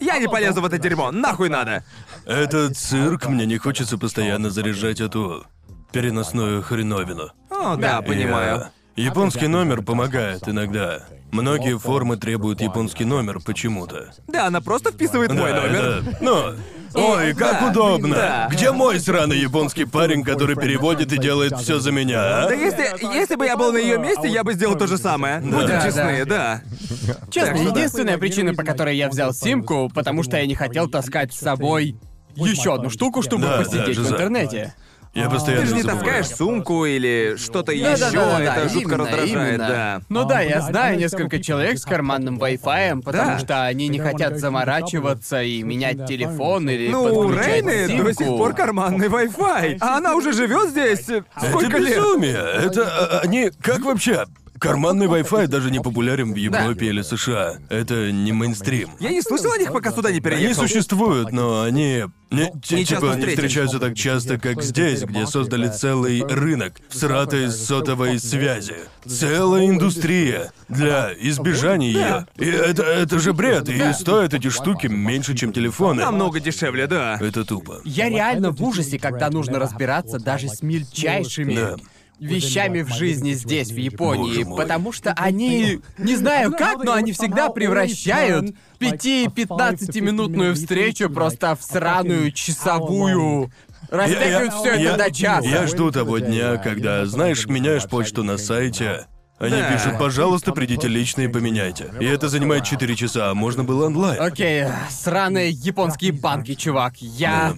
S2: я не полезу в это дерьмо, нахуй надо.
S1: Это цирк, мне не хочется постоянно заряжать эту переносную хреновину.
S2: О, да, понимаю.
S1: Я- Японский номер помогает иногда. Многие формы требуют японский номер почему-то.
S2: Да, она просто вписывает мой
S1: Да,
S2: номер.
S1: это- Ну, ой, как
S2: да,
S1: удобно.
S2: да.
S1: Где мой сраный японский парень, который переводит и делает все за меня, а?
S2: Да если, если бы я был на ее месте, я бы сделал то же самое. Будем
S3: Да,
S2: честны, да.
S3: Честно,
S2: Так что да.
S3: единственная причина, по которой я взял симку, потому что я не хотел таскать с собой еще одну штуку, чтобы
S1: Да, да,
S3: посидеть в
S1: жиза.
S3: интернете.
S1: Я постоянно
S2: Ты же не
S1: забываю.
S2: таскаешь сумку или что-то еще,
S3: Да-да-да-да,
S2: это жутко
S3: именно,
S2: раздражает,
S3: именно.
S2: да.
S3: Ну да, я знаю несколько человек с карманным Wi-Fi, потому
S2: Да.
S3: что они не хотят заморачиваться и менять телефон или
S2: Ну, у
S3: подключать
S2: Рейны до
S3: симку.
S2: сих пор карманный Wi-Fi. А она уже живет здесь э, сколько
S1: Это
S2: лет?
S1: безумие. Это а, они как вообще? Карманный Wi-Fi даже не популярен в Европе или США. Это не мейнстрим.
S2: Я не слышал о них, пока сюда не
S1: Они
S2: переехал.
S1: существуют, но они не, те-
S2: Не часто
S1: типа, не
S2: встретишь.
S1: встречаются так часто, как здесь, где создали целый рынок сратой сотовой связи. Целая индустрия для избежания ее. И это, это же бред, и стоят эти штуки меньше, чем телефоны.
S2: Намного дешевле, да.
S1: Это тупо.
S3: Я реально в ужасе, когда нужно разбираться даже с мельчайшими
S1: Да.
S3: вещами в жизни здесь, в Японии,
S1: Боже мой.
S3: потому что они, не знаю как, но они всегда превращают 5-15-минутную встречу просто в сраную часовую... Растягивают все это
S1: я-
S3: до часа.
S1: Я жду того дня, когда, знаешь, меняешь почту на сайте. Они
S2: Да.
S1: пишут, пожалуйста, придите лично и поменяйте. И это занимает 4 часа, а можно было онлайн.
S3: Окей, сраные японские банки, чувак. Я...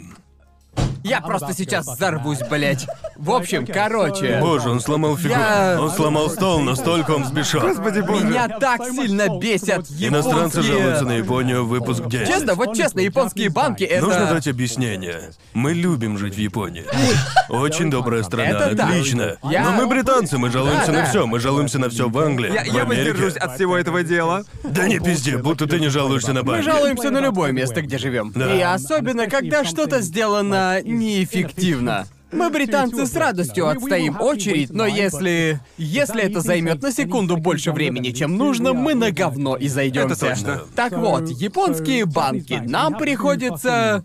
S3: Я просто сейчас взорвусь, блять. В общем, короче.
S1: Боже, он сломал фигуру.
S3: Я-
S1: Он сломал стол, настолько он сбежал.
S3: Меня так сильно бесят
S1: Иностранцы
S3: японские-
S1: жалуются на Японию, выпуск 10.
S3: Честно, вот честно, японские банки это...
S1: Нужно дать объяснение. Мы любим жить в Японии. Очень добрая страна,
S3: Это да.
S1: отлично.
S3: Я-
S1: Но мы британцы, мы жалуемся
S3: Да,
S1: на
S3: да.
S1: все. Мы жалуемся на все в Англии.
S2: Я,
S1: в
S2: я
S1: Америке.
S2: воздержусь от всего этого дела.
S1: Да не пизди, будто ты не жалуешься на
S3: Мы
S1: банки.
S3: жалуемся на любое место, где живем.
S1: Да.
S3: И особенно, когда что-то сделано неэффективно. Мы, британцы, с радостью отстоим очередь, но если... Если это займет на секунду больше времени, чем нужно, мы на говно и зайдемся.
S1: Это точно.
S3: Так вот, японские банки. Нам приходится...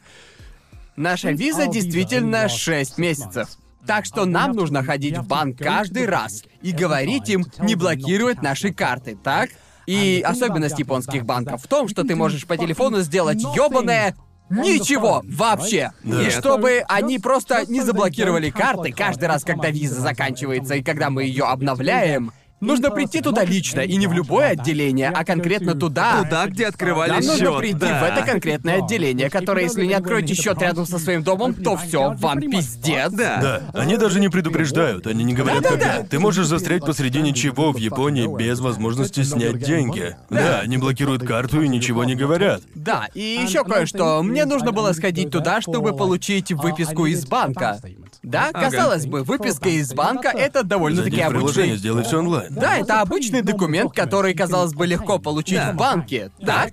S3: Наша виза действительно 6 месяцев. Так что нам нужно ходить в банк каждый раз и говорить им не блокировать наши карты, так? И особенность японских банков в том, что ты можешь по телефону сделать ёбаное Ничего вообще. И чтобы они просто не заблокировали карты каждый раз, когда виза заканчивается и когда мы ее обновляем, нужно прийти туда лично и не в любое отделение, а конкретно туда.
S2: Туда, где открывали
S3: Нам нужно
S2: счет,
S3: прийти
S2: да.
S3: в это конкретное отделение, которое, если не откроете счет рядом со своим домом, то все, вам пиздец.
S2: Да.
S1: Да, они даже не предупреждают, они не говорят, когда.
S5: Да-да-да.
S1: Ты можешь застрять посреди ничего в Японии без возможности снять деньги. Да, они блокируют карту и ничего не говорят.
S3: Да, и еще кое-что. Мне нужно было сходить туда, чтобы получить выписку из банка. Да, казалось бы, выписка из банка это довольно-таки
S1: Зайди в приложение,
S3: обычный.
S1: сделай все онлайн.
S3: Да, это обычный документ, который, казалось бы, легко получить в банке, так?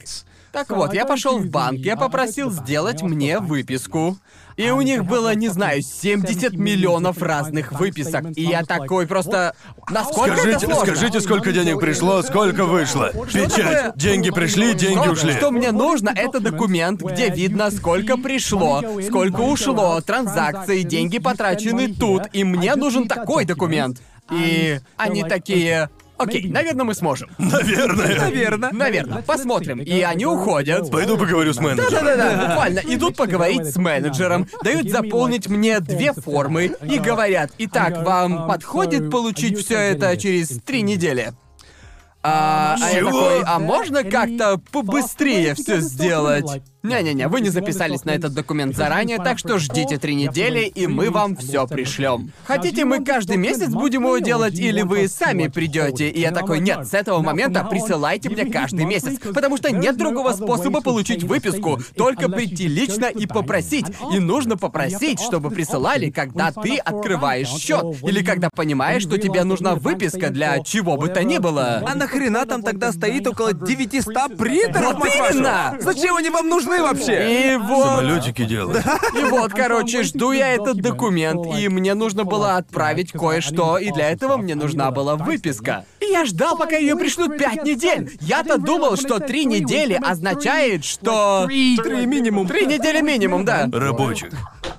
S3: Так вот, я пошел в банк, я попросил сделать мне выписку. И у них было, не знаю, 70 миллионов разных выписок. И я такой просто... Насколько это
S1: Скажите,
S3: сложно?
S1: скажите, сколько денег пришло, сколько вышло.
S3: такое?
S1: Печать. Деньги пришли, деньги
S3: Но
S1: ушли.
S3: Что мне нужно, это документ, где видно, сколько пришло, сколько ушло, транзакции, деньги потрачены тут, и мне нужен такой документ. И они такие... Окей, наверное, мы сможем.
S1: Наверное.
S2: Наверное.
S3: Наверное, посмотрим. И они уходят.
S1: Пойду поговорю с менеджером.
S3: Да-да-да, буквально идут поговорить с менеджером, дают заполнить мне две формы и говорят, итак, вам подходит получить все это через три недели. А, а я
S1: Чего?
S3: такой, а можно как-то побыстрее все сделать? Не-не-не, вы не записались на этот документ заранее, так что ждите три недели, и мы вам все пришлем. Хотите, мы каждый месяц будем его делать, или вы сами придете? И я такой, нет, с этого момента присылайте мне каждый месяц, потому что нет другого способа получить выписку, только прийти лично и попросить. И нужно попросить, чтобы присылали, когда ты открываешь счет, или когда понимаешь, что тебе нужна выписка для чего бы то ни было.
S2: А нахрена там тогда стоит около 900 принтеров,
S3: Вот
S2: мать вашу?
S3: именно!
S2: Зачем они вам нужны вообще?
S3: И вот...
S1: Самолетики делают.
S3: И вот, короче, жду я этот документ, и мне нужно было отправить кое-что, и для этого мне нужна была выписка. И я ждал, пока ее пришлют пять недель. Я-то думал, что три недели означает, что... Три минимум. Три недели минимум, да.
S1: Рабочих.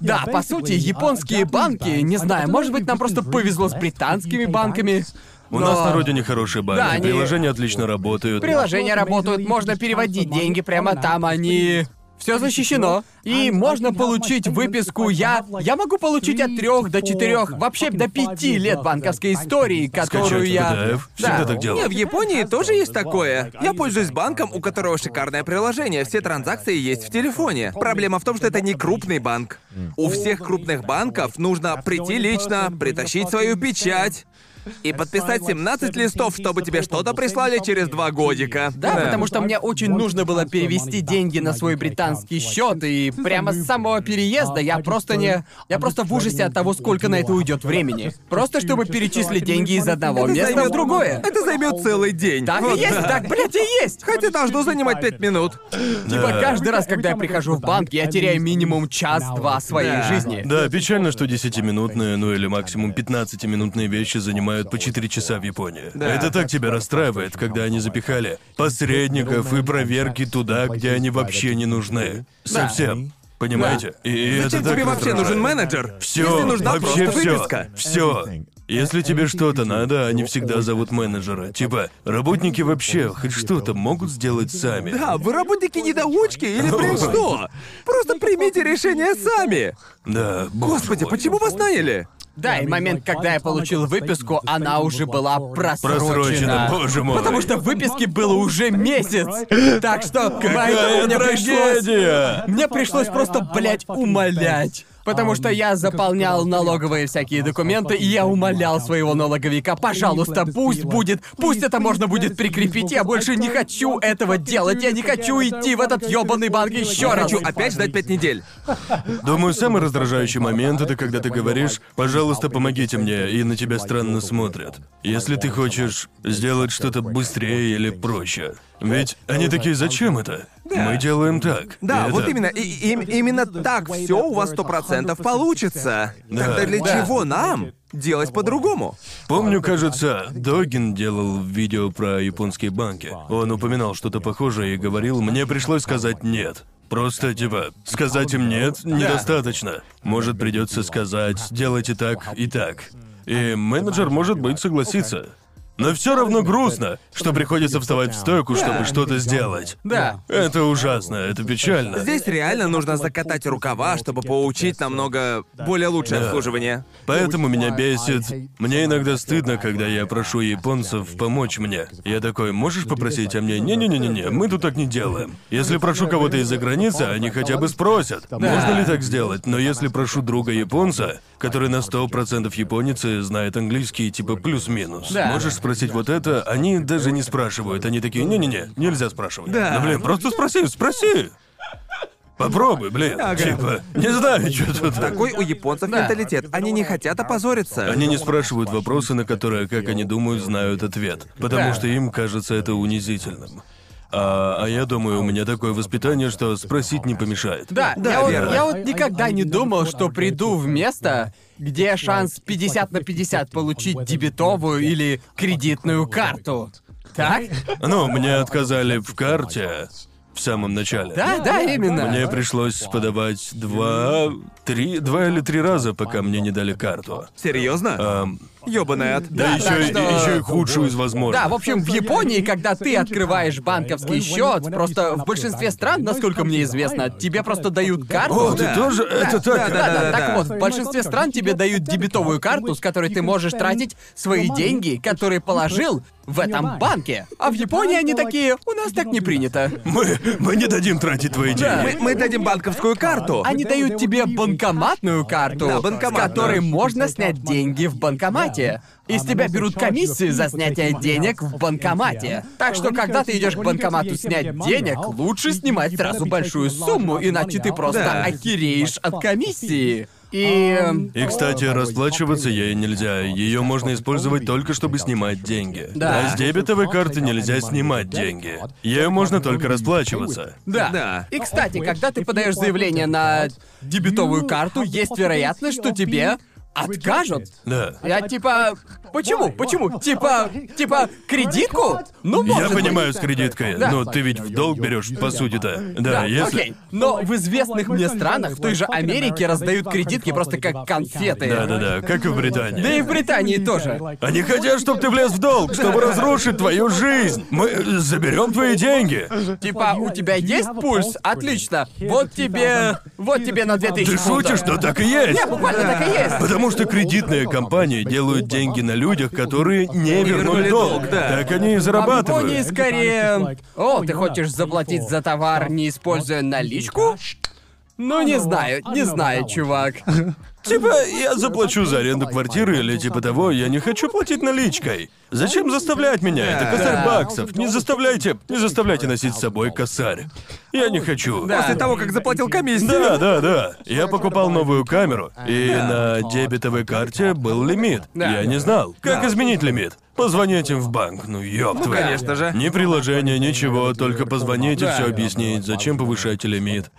S3: Да, по сути, японские банки, не знаю, может быть, нам просто повезло с британскими банками.
S1: У нас
S3: но-
S1: на родине хорошие банки,
S3: Да, они-
S1: приложения отлично работают.
S3: Приложения работают, можно переводить деньги прямо там, они... Все защищено. И можно получить выписку. Я. Я могу получить от трех до четырех, вообще до пяти лет банковской истории, которую
S1: Скачать
S3: я.
S1: PDF. Всегда так
S2: Не,
S1: делают.
S2: в Японии тоже есть такое. Я пользуюсь банком, у которого шикарное приложение, все транзакции есть в телефоне. Проблема в том, что это не крупный банк. У всех крупных банков нужно прийти лично, притащить свою печать и подписать 17 листов, чтобы тебе что-то прислали через два годика.
S3: Да, потому что мне очень нужно было перевести деньги на свой британский счет, и прямо с самого переезда я просто не... Я просто в ужасе от того, сколько на это уйдет времени. Просто чтобы перечислить деньги из одного
S5: Это
S3: места в
S2: займёт-
S3: другое.
S2: Это займет целый день.
S3: Так и
S2: Вот
S3: есть,
S2: да.
S3: так, блядь, и есть.
S2: Хотя должно занимать 5 минут.
S3: Типа каждый раз, когда я прихожу в банк, я теряю минимум час-два своей
S2: Да.
S3: жизни.
S1: Да, печально, что 10-минутные, ну или максимум 15-минутные вещи занимают по 4 часа в Японии. Это так тебя расстраивает, когда они запихали посредников и проверки туда, где они вообще не нужны. Совсем. Понимаете? И это
S2: Зачем
S1: так
S2: тебе вообще
S1: раздражает.
S2: нужен менеджер?
S1: Все,
S2: Если нужна
S1: вообще
S2: просто
S1: все,
S2: выписка.
S1: Все. Если тебе что-то надо, они всегда зовут менеджера. Типа, работники вообще хоть что-то могут сделать сами.
S2: Да, вы работники недоучки или блин что? Просто примите решение сами.
S1: Да, боже
S2: Господи,
S1: мой.
S2: почему вас наняли?
S3: Да, и момент, когда я получил выписку, она уже была
S1: Просрочено,
S3: просрочена.
S1: боже мой.
S3: Потому что выписки было уже месяц. Так что поэтому
S1: Какая
S3: мне пришлось...
S1: трагедия!
S3: Мне пришлось просто, блядь, умолять. Потому что я заполнял налоговые всякие документы, и я умолял своего налоговика, пожалуйста, пусть будет, пусть это можно будет прикрепить, я больше не хочу этого делать, я не хочу идти в этот ёбаный банк еще
S2: Я
S3: раз.
S2: хочу опять ждать пять недель.
S1: Думаю, самый раздражающий момент это когда ты говоришь, пожалуйста, помогите мне, и на тебя странно смотрят. Если ты хочешь сделать что-то быстрее или проще. Ведь они такие, зачем это? Мы делаем так.
S2: Да,
S1: И
S2: вот
S1: это-
S2: именно, и- и- им- именно так все у вас сто процентов получится.
S1: Да.
S2: Тогда для
S1: Да.
S2: чего нам делать по-другому?
S1: Помню, кажется, Догин делал видео про японские банки. Он упоминал что-то похожее и говорил, мне пришлось сказать нет. Просто типа, сказать им нет недостаточно. Может, придется сказать, делайте так и так. И менеджер, может быть, согласится. Но все равно грустно, что приходится вставать в стойку, чтобы что-то сделать.
S3: Да.
S1: Это ужасно, это печально.
S2: Здесь реально нужно закатать рукава, чтобы поучить намного более лучшее
S1: Да.
S2: обслуживание.
S1: Поэтому меня бесит. Мне иногда стыдно, когда я прошу японцев помочь мне. Я такой, можешь попросить, а мне не-не-не-не, мы тут так не делаем. Если прошу кого-то из-за границы, они хотя бы спросят, можно ли так сделать. Но если прошу друга японца, который на 100% японец и знает английский типа плюс-минус,
S3: Да.
S1: можешь спросить вот это, они даже не спрашивают. Они такие, не-не-не, нельзя спрашивать. Да. Ну, блин, просто спроси, спроси. Попробуй, блин. Типа, не знаю, что тут.
S2: Такой у японцев менталитет. Они не хотят опозориться.
S1: Они не спрашивают вопросы, на которые, как они думают, знают ответ, потому
S3: Да.
S1: что им кажется это унизительным. А, а я думаю, у меня такое воспитание, что спросить не помешает.
S3: Да,
S2: Да,
S3: я,
S2: верно.
S3: вот, я вот никогда не думал, что приду в место, где шанс 50 на 50 получить дебетовую или кредитную карту. Так?
S1: Ну, мне отказали в карте в самом начале.
S3: Да, да, именно.
S1: Мне пришлось подавать два, три, два или три раза, пока мне не дали карту.
S2: Серьезно?
S1: Ам,
S2: Ёбаная ад.
S1: Эм. да,
S3: так
S1: еще, и-
S3: что-
S1: еще и худшую из возможных.
S3: Да, в общем, в Японии, когда ты открываешь банковский счет, просто в большинстве стран, насколько мне известно, тебе просто дают карту.
S1: О, ты
S2: Да.
S1: тоже? Это так?
S2: да, да, да,
S3: так
S2: да.
S3: вот, в большинстве стран тебе дают дебетовую карту, с которой ты можешь тратить свои деньги, которые положил в этом банке. А в Японии они такие, у нас так не принято.
S1: Мы, мы не дадим тратить твои деньги.
S2: Мы, мы дадим банковскую карту.
S1: А
S3: Они дают тебе банкоматную карту,
S2: Да, банкомат,
S3: с которой
S2: да.
S3: можно снять деньги в банкомате. И с тебя берут комиссию за снятие денег в банкомате. Так что, когда ты идешь к банкомату снять денег, лучше снимать сразу большую сумму, иначе ты просто
S2: Да.
S3: охереешь от комиссии. И... эм,
S1: И, кстати, расплачиваться ей нельзя. Ее можно использовать только, чтобы снимать деньги.
S3: Да.
S1: А с дебетовой карты нельзя снимать деньги. Ею можно только расплачиваться.
S3: Да.
S2: Да.
S3: И, кстати, когда ты Ну, подаешь заявление на дебетовую карту, есть вероятность, что тебе откажут.
S1: Да.
S3: Я типа... Почему? Почему? Типа... Типа кредитку? Ну,
S1: Я
S3: может быть.
S1: понимаю с кредиткой,
S3: Да.
S1: но ты ведь в долг берешь, по сути-то. Да,
S3: Да,
S1: если.
S3: окей. Но в известных мне странах, в той же Америке, раздают кредитки просто как конфеты.
S1: Да-да-да, как и в Британии.
S3: Да и в Британии тоже.
S1: Они хотят, чтобы ты влез в долг, чтобы разрушить твою жизнь. Мы э, заберем твои деньги.
S3: Типа, у тебя есть пульс? Отлично. Вот тебе... Вот тебе на 2000
S1: Ты
S3: фунтов.
S1: шутишь, но так и есть.
S3: Не, буквально так и есть.
S1: Потому что кредитные компании делают деньги на людях, которые не вернули
S2: вернули
S1: долг.
S2: долг, да.
S1: Так они и
S3: А в Японии
S1: зарабатывают.
S3: скорее... О, ты хочешь заплатить за товар, не используя наличку? Ну, не знаю, не знаю, чувак.
S1: Типа, я заплачу за аренду квартиры или типа того, я не хочу платить наличкой. Зачем заставлять меня? Это косарь
S3: Да.
S1: баксов. Не заставляйте, не заставляйте носить с собой косарь. Я не хочу.
S2: После того, как заплатил комиссию.
S1: Да, да, да. Я покупал новую камеру, и на дебетовой карте был лимит.
S3: Да.
S1: Я не знал, как изменить лимит. Позвонить им в банк, ну ёб твою.
S2: конечно же.
S1: Ни приложения, ничего, только позвонить и
S3: Да.
S1: все объяснить, зачем повышаете лимит.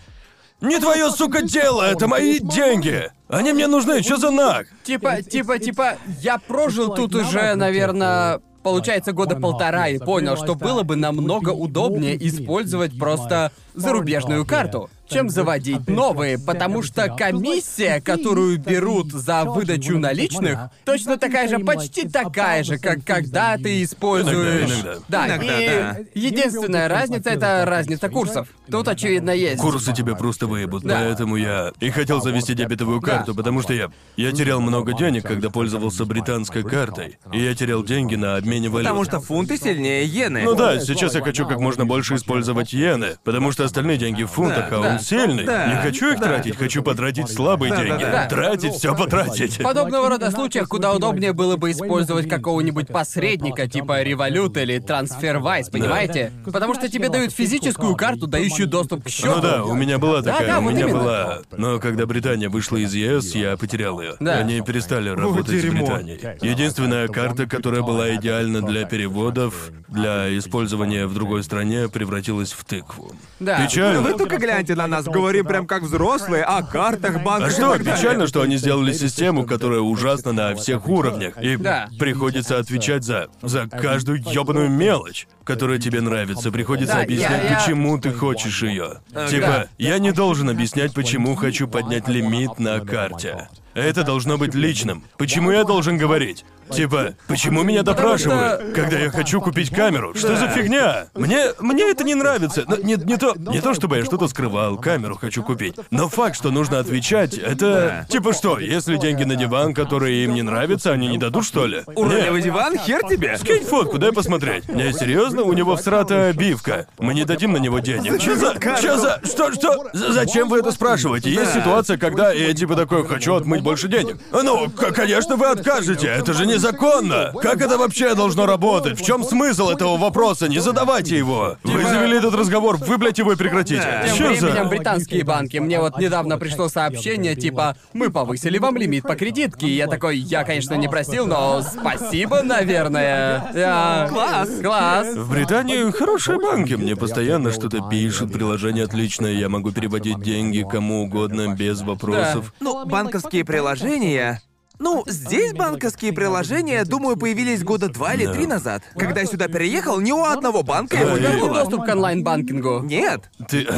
S1: Не твое, сука, дело, это мои деньги! Они мне нужны, что за нах?
S3: Типа, типа, типа, я прожил тут уже, наверное, получается года полтора и понял, что было бы намного удобнее использовать просто зарубежную карту, чем заводить новые, потому что комиссия, которую берут за выдачу наличных, точно такая же, почти такая же, как когда ты используешь.
S1: Иногда, иногда.
S3: Да,
S2: Иногда,
S3: и
S2: да.
S3: единственная разница это разница курсов. Тут очевидно есть.
S1: Курсы тебя просто выебут,
S3: Да.
S1: поэтому я и хотел завести дебетовую карту, потому что я я терял много денег, когда пользовался британской картой, и я терял деньги на обмене валют.
S2: Потому что фунты сильнее иены.
S1: Ну да, сейчас я хочу как можно больше использовать иены, потому что остальные деньги в фунтах, а
S3: да.
S1: он сильный.
S2: Да.
S1: Не хочу их
S2: Да.
S1: тратить, хочу потратить слабые
S2: Да, да,
S1: деньги.
S3: да.
S1: Тратить, все потратить.
S3: В подобного рода случаях куда удобнее было бы использовать какого-нибудь посредника, типа Revolut или TransferWise, понимаете? Потому что тебе дают физическую карту, дающую доступ к счету.
S1: Ну да, у меня была
S3: Да,
S1: такая,
S3: да,
S1: у
S3: вот
S1: меня
S3: именно.
S1: была. Но когда Британия вышла из ЕС, я потерял ее.
S3: Да.
S1: Они перестали работать с
S2: дерьмо.
S1: Британией. Единственная карта, которая была идеальна для переводов, для использования в другой стране, превратилась в тыкву. Ну,
S3: Да.
S1: Печально.
S2: Ну, Вы только гляньте на нас, говорим прям как взрослые о картах, банках
S1: А
S2: и
S1: что,
S2: так далее.
S1: печально, что они сделали систему, которая ужасна на всех уровнях, и
S3: Да.
S1: приходится отвечать за за каждую ёбаную мелочь, которая тебе нравится, приходится
S3: Да, я-
S1: объяснять,
S3: я-
S1: почему ты хочешь ее.
S3: Э,
S1: Типа,
S3: да.
S1: я не должен объяснять, почему хочу поднять лимит на карте. Это должно быть личным. Почему я должен говорить? Типа, почему меня
S3: Потому что-
S1: допрашивают, когда я хочу купить камеру? Что за фигня? Мне, мне это не нравится. Но Не, не то, не то, чтобы я что-то скрывал, камеру хочу купить. Но факт, что нужно отвечать, это... Типа что, если деньги на диван, которые им не нравятся, они не дадут, что ли?
S2: Уродливый
S1: Нет.
S2: диван, хер тебе!
S1: Скинь фотку, дай посмотреть. Не, серьезно, у него всрата обивка. Мы не дадим на него денег. Че за... Че за... Что, что? З- Зачем вы это спрашиваете? Есть ситуация, когда я типа такой, хочу отмыть больше денег. А Ну, к- конечно, вы откажете, это же незаконно. Как это вообще должно работать? В чем смысл этого вопроса? Не задавайте его. Вы завели этот разговор, вы, блядь, его и прекратите.
S3: Тем
S1: Че
S3: временем
S1: А за...
S3: британские банки. Мне вот недавно пришло сообщение типа «Мы повысили вам лимит по кредитке». И я такой «Я, конечно, не просил, но спасибо, наверное». Я-
S2: Класс.
S3: Класс!
S1: В Британии хорошие банки. Мне постоянно что-то пишут, приложение отличное, я могу переводить деньги кому угодно без вопросов.
S2: Ну, банковские приложения... Ну, здесь банковские приложения, думаю, появились года два или три назад. Когда я сюда переехал, ни у одного банка его
S3: У
S2: не
S3: тебя
S1: и-
S3: был
S2: было.
S3: доступ к онлайн-банкингу?
S2: Нет,
S1: Ты...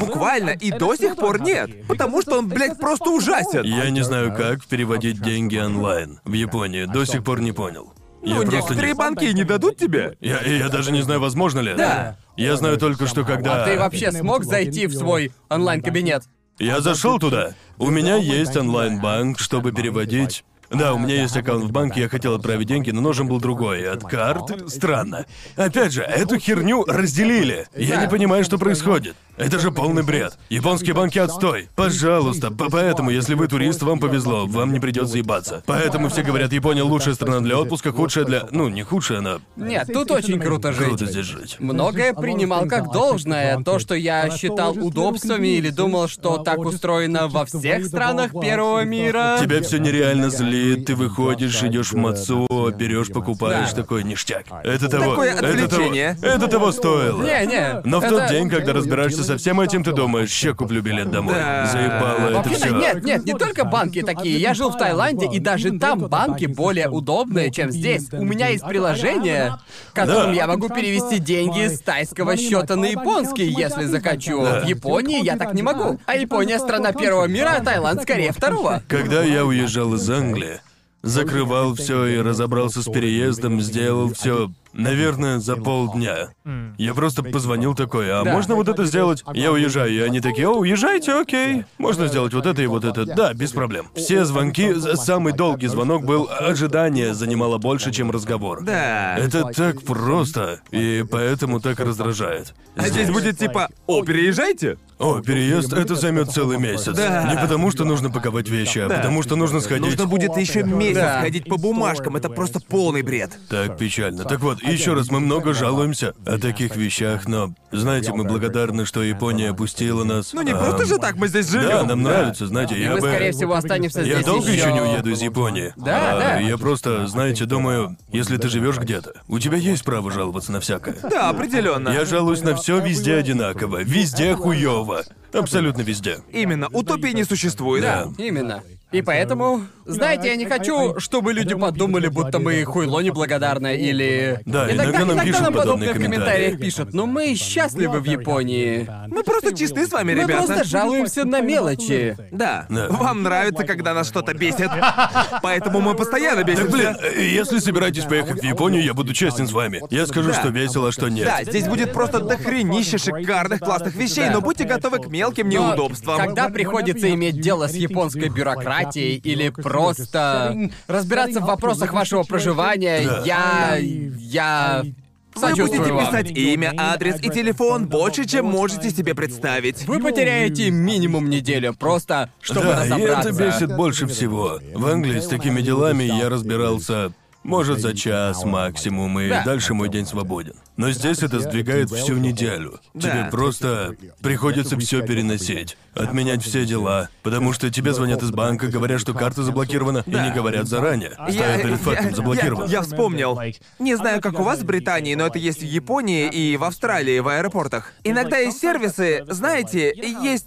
S2: буквально, и до сих пор нет. Потому что он, блядь, просто ужасен.
S1: Я не знаю, как переводить деньги онлайн в Японии. До сих пор не понял. Я
S2: Ну,
S1: просто
S2: некоторые
S1: не...
S2: банки и не дадут тебе.
S1: Я, я даже не знаю, возможно ли это.
S3: Да.
S1: Я знаю только, что когда...
S3: А ты вообще смог зайти в свой онлайн-кабинет?
S1: Я зашел туда. У меня есть онлайн-банк, чтобы переводить. Да, у меня есть аккаунт в банке, я хотел отправить деньги, но нужен был другой. От карт странно. Опять же, эту херню разделили. Я не понимаю, что происходит. Это же полный бред. Японские банки отстой. Пожалуйста, п- поэтому, если вы турист, вам повезло, вам не придется ебаться. Поэтому все говорят, Япония лучшая страна для отпуска, худшая для... Ну, не худшая, но
S3: Нет, тут очень круто жить.
S1: круто здесь жить.
S3: Многое принимал как должное. То, что я считал удобствами или думал, что так устроено во всех странах первого мира.
S1: Тебя все нереально злит, ты выходишь, идешь в Мацуо, берешь, покупаешь
S3: Да.
S1: такой ништяк. Это того.
S2: Такое
S1: это того,
S2: отвлечение.
S1: это того стоило.
S3: Не-не.
S1: Но в тот
S3: это-
S1: день, когда разбираешься со всем этим, ты думаешь, ща куплю билет домой.
S2: Да.
S1: Заебало это
S3: Вообще-то
S1: все.
S3: нет, нет, не только банки такие. Я жил в Таиланде, и даже там банки более удобные, чем здесь. У меня есть приложение,
S1: Да.
S3: которым я могу перевести деньги с тайского счета на японский, если захочу.
S5: Да.
S3: В Японии я так не могу. А Япония страна первого мира, а Таиланд скорее второго.
S1: Когда я уезжал из Англии, закрывал все и разобрался с переездом, сделал все, наверное, за полдня. Я просто позвонил такой, а
S3: Да.
S1: можно вот это сделать? Я уезжаю, и они такие, о, уезжайте, окей. Можно сделать вот это и вот это. Да, без проблем. Все звонки, з- самый долгий звонок был, ожидание занимало больше, чем разговор.
S2: Да.
S1: Это так просто, и поэтому так раздражает.
S2: А здесь будет типа, о, переезжайте.
S1: О, переезд это займет целый месяц.
S2: Да.
S1: Не потому, что нужно паковать вещи, а потому что нужно сходить.
S2: Нужно будет еще месяц
S3: Да.
S2: ходить по бумажкам, это просто полный бред.
S1: Так печально. Так вот, еще раз, мы много жалуемся о таких вещах, но знаете, мы благодарны, что Япония опустила нас.
S2: Ну не
S1: А,
S2: просто же так мы здесь живем.
S1: Да, нам нравится, знаете, я
S3: Мы,
S1: бы.
S3: скорее всего, останемся
S1: Я
S3: здесь
S1: долго еще не
S3: ещё.
S1: уеду из Японии.
S3: Да,
S1: А,
S3: да.
S1: Я просто, знаете, думаю, если ты живешь где-то, у тебя есть право жаловаться на всякое.
S2: Да, определенно.
S1: Я жалуюсь на все везде одинаково, везде хуёво. Абсолютно везде.
S2: Именно, утопии не существует.
S3: Да, именно. И поэтому, знаете, я не хочу, чтобы люди подумали, будто мы хуйло неблагодарны или...
S1: Да,
S3: иногда,
S1: иногда нам пишут
S3: нам подобное
S1: подобные
S3: в комментариях
S1: комментарии.
S3: пишут, но «Ну, мы счастливы в Японии.
S2: Мы просто честны с вами,
S3: Мы
S2: ребята. ну,
S3: просто жалуемся на мелочи.
S2: Да.
S1: Да.
S2: Вам нравится, когда нас что-то бесит. Поэтому мы постоянно
S1: Так,
S2: бесимся.
S1: блин, э, если собираетесь поехать в Японию, я буду честен с вами. Я скажу,
S2: Да.
S1: что весело, а что нет.
S2: Да, здесь будет просто дохренище шикарных классных вещей, но будьте готовы к мелким
S3: Но
S2: неудобствам.
S3: Когда приходится иметь дело с японской бюрократией или просто разбираться в вопросах вашего проживания, я... я...
S2: Вы
S3: Сочувствую
S2: будете
S3: вам.
S2: писать имя, адрес и телефон больше, чем можете себе представить.
S3: Вы потеряете минимум неделю просто, чтобы
S1: да, и
S3: разобраться.
S1: это бесит больше всего. В Англии с такими делами я разбирался, может, за час максимум, и
S3: Да.
S1: дальше мой день свободен. Но здесь это сдвигает всю неделю.
S2: Да.
S1: Тебе просто приходится все переносить, отменять все дела, потому что тебе звонят из банка, говорят, что карта заблокирована, и не говорят заранее. Ставят перед фактом заблокирован.
S2: я вспомнил. Не знаю, как у вас в Британии, но это есть в Японии и в Австралии в аэропортах. Иногда есть сервисы, знаете, есть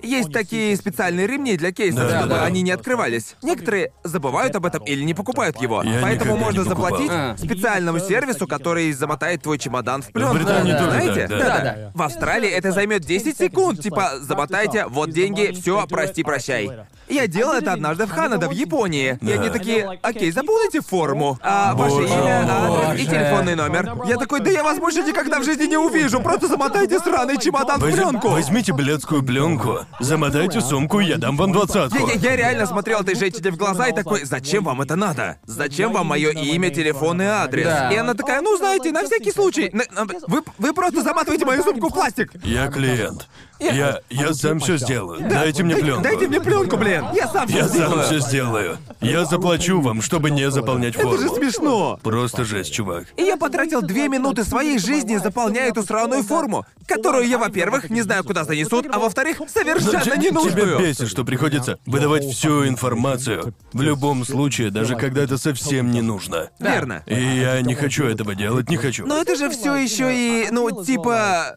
S2: есть такие специальные ремни для кейсов,
S1: Да,
S2: чтобы
S1: да.
S2: они не открывались. Некоторые забывают об этом или не покупают его.
S1: Я
S2: Поэтому
S1: никогда
S2: можно
S1: не покупал.
S2: заплатить
S3: А.
S2: специальному сервису, который замотает твой чемодан в пленку.
S1: В Британии
S3: тоже так,
S2: Знаете?
S1: да.
S3: Да-да.
S2: В Австралии это займет 10 секунд, типа замотайте, вот деньги, все, прости, прощай. Я делал это однажды в Ханада, в Японии. И
S1: Да.
S2: они такие, окей,
S1: типа,
S2: заполните форму. А ваше
S1: Боже
S2: имя, адрес и
S3: мой.
S2: телефонный номер. Я такой, да я вас больше никогда в жизни не увижу, просто замотайте сраный чемодан в
S1: Возь-
S2: пленку.
S1: Возьмите блядскую пленку, замотайте сумку, я дам вам двадцатку.
S2: Я, я- я реально смотрел этой женщине в глаза и такой, зачем вам это надо? Зачем вам мое имя, телефон и адрес?
S3: Да.
S2: И она такая, ну знаете, на всякий случай. на- на- Вы, вы просто заматываете мою сумку в пластик.
S1: Я клиент. Я, я сам все сделаю. Дайте мне пленку.
S2: Дайте мне пленку, блин. Я сам всё
S1: Я сам
S2: сделаю.
S1: все сделаю. Я заплачу вам, чтобы не заполнять форму.
S2: Это же смешно.
S1: Просто жесть, чувак.
S2: И я потратил две минуты своей жизни, заполняя эту сраную форму, которую я, во-первых, не знаю, куда занесут, а во-вторых, совершенно
S1: Значит, Тебя
S2: ненужную.
S1: бесит, что приходится выдавать всю информацию. В любом случае, даже когда это совсем не нужно.
S2: Верно.
S1: И я не хочу этого делать, не хочу.
S2: Но это же все еще и, ну, типа...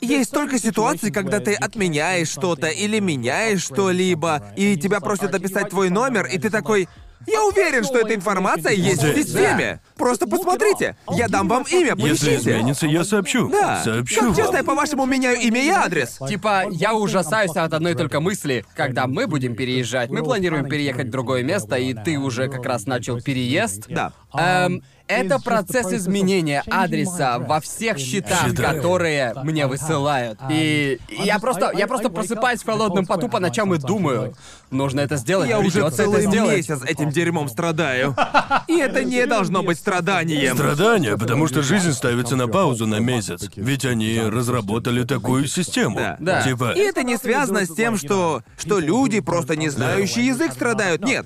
S2: Есть столько ситуаций, когда ты отменяешь что-то или меняешь что-либо, и тебя просят написать твой номер, и ты такой... Я уверен, что эта информация есть в
S1: Здесь.
S2: системе. Просто посмотрите. Я дам вам имя,
S1: Если
S2: поищите.
S1: изменится, я сообщу.
S2: Да.
S1: Сообщу.
S2: Как честно, я
S1: вам.
S2: по-вашему меняю имя и адрес.
S3: Типа, я ужасаюсь от одной только мысли, когда мы будем переезжать. Мы планируем переехать в другое место, и ты уже как раз начал переезд.
S2: Да.
S3: Эм, это процесс изменения адреса во всех счетах,
S1: Считаю.
S3: которые мне высылают. И я просто, я просто просыпаюсь в холодном поту по ночам и думаю, нужно это сделать,
S2: Я уже
S3: придётся
S2: целый
S3: это сделать.
S2: месяц этим дерьмом страдаю. И это не должно быть страданием.
S1: Страдания, потому что жизнь ставится на паузу на месяц. Ведь они разработали такую систему.
S2: Да.
S3: Да.
S1: Типа,
S2: И это не связано с тем, что, что люди, просто не знающие язык, страдают. Нет.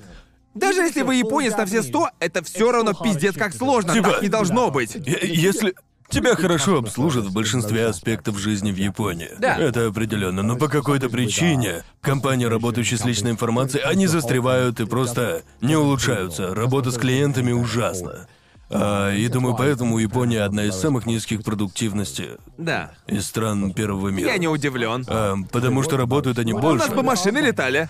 S2: Даже если вы японец на все 100, это все равно пиздец как сложно.
S1: Типа-
S2: Так не должно быть.
S1: Е- Если тебя хорошо обслужат в большинстве аспектов жизни в Японии.
S3: Да.
S1: Это определенно. Но по какой-то причине компании, работающие с личной информацией, они застревают и просто не улучшаются. Работа с клиентами ужасна. А, и думаю, поэтому Япония одна из самых низких продуктивностей
S2: Да.
S1: из стран первого мира.
S2: Я не удивлен.
S1: А, потому что работают они
S2: У нас
S1: больше.
S2: бы машины летали.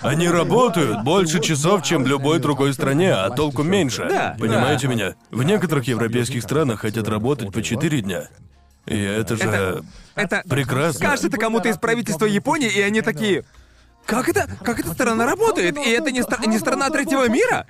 S1: Они работают больше часов, чем в любой другой стране, а толку меньше.
S2: Да.
S1: Понимаете меня? В некоторых европейских странах хотят работать по 4 дня. И это же
S2: Это- Это...
S1: прекрасно.
S2: Скажешь это кому-то из правительства Японии, и они такие... Как это? Как эта страна работает? И это не, стра- не страна третьего мира?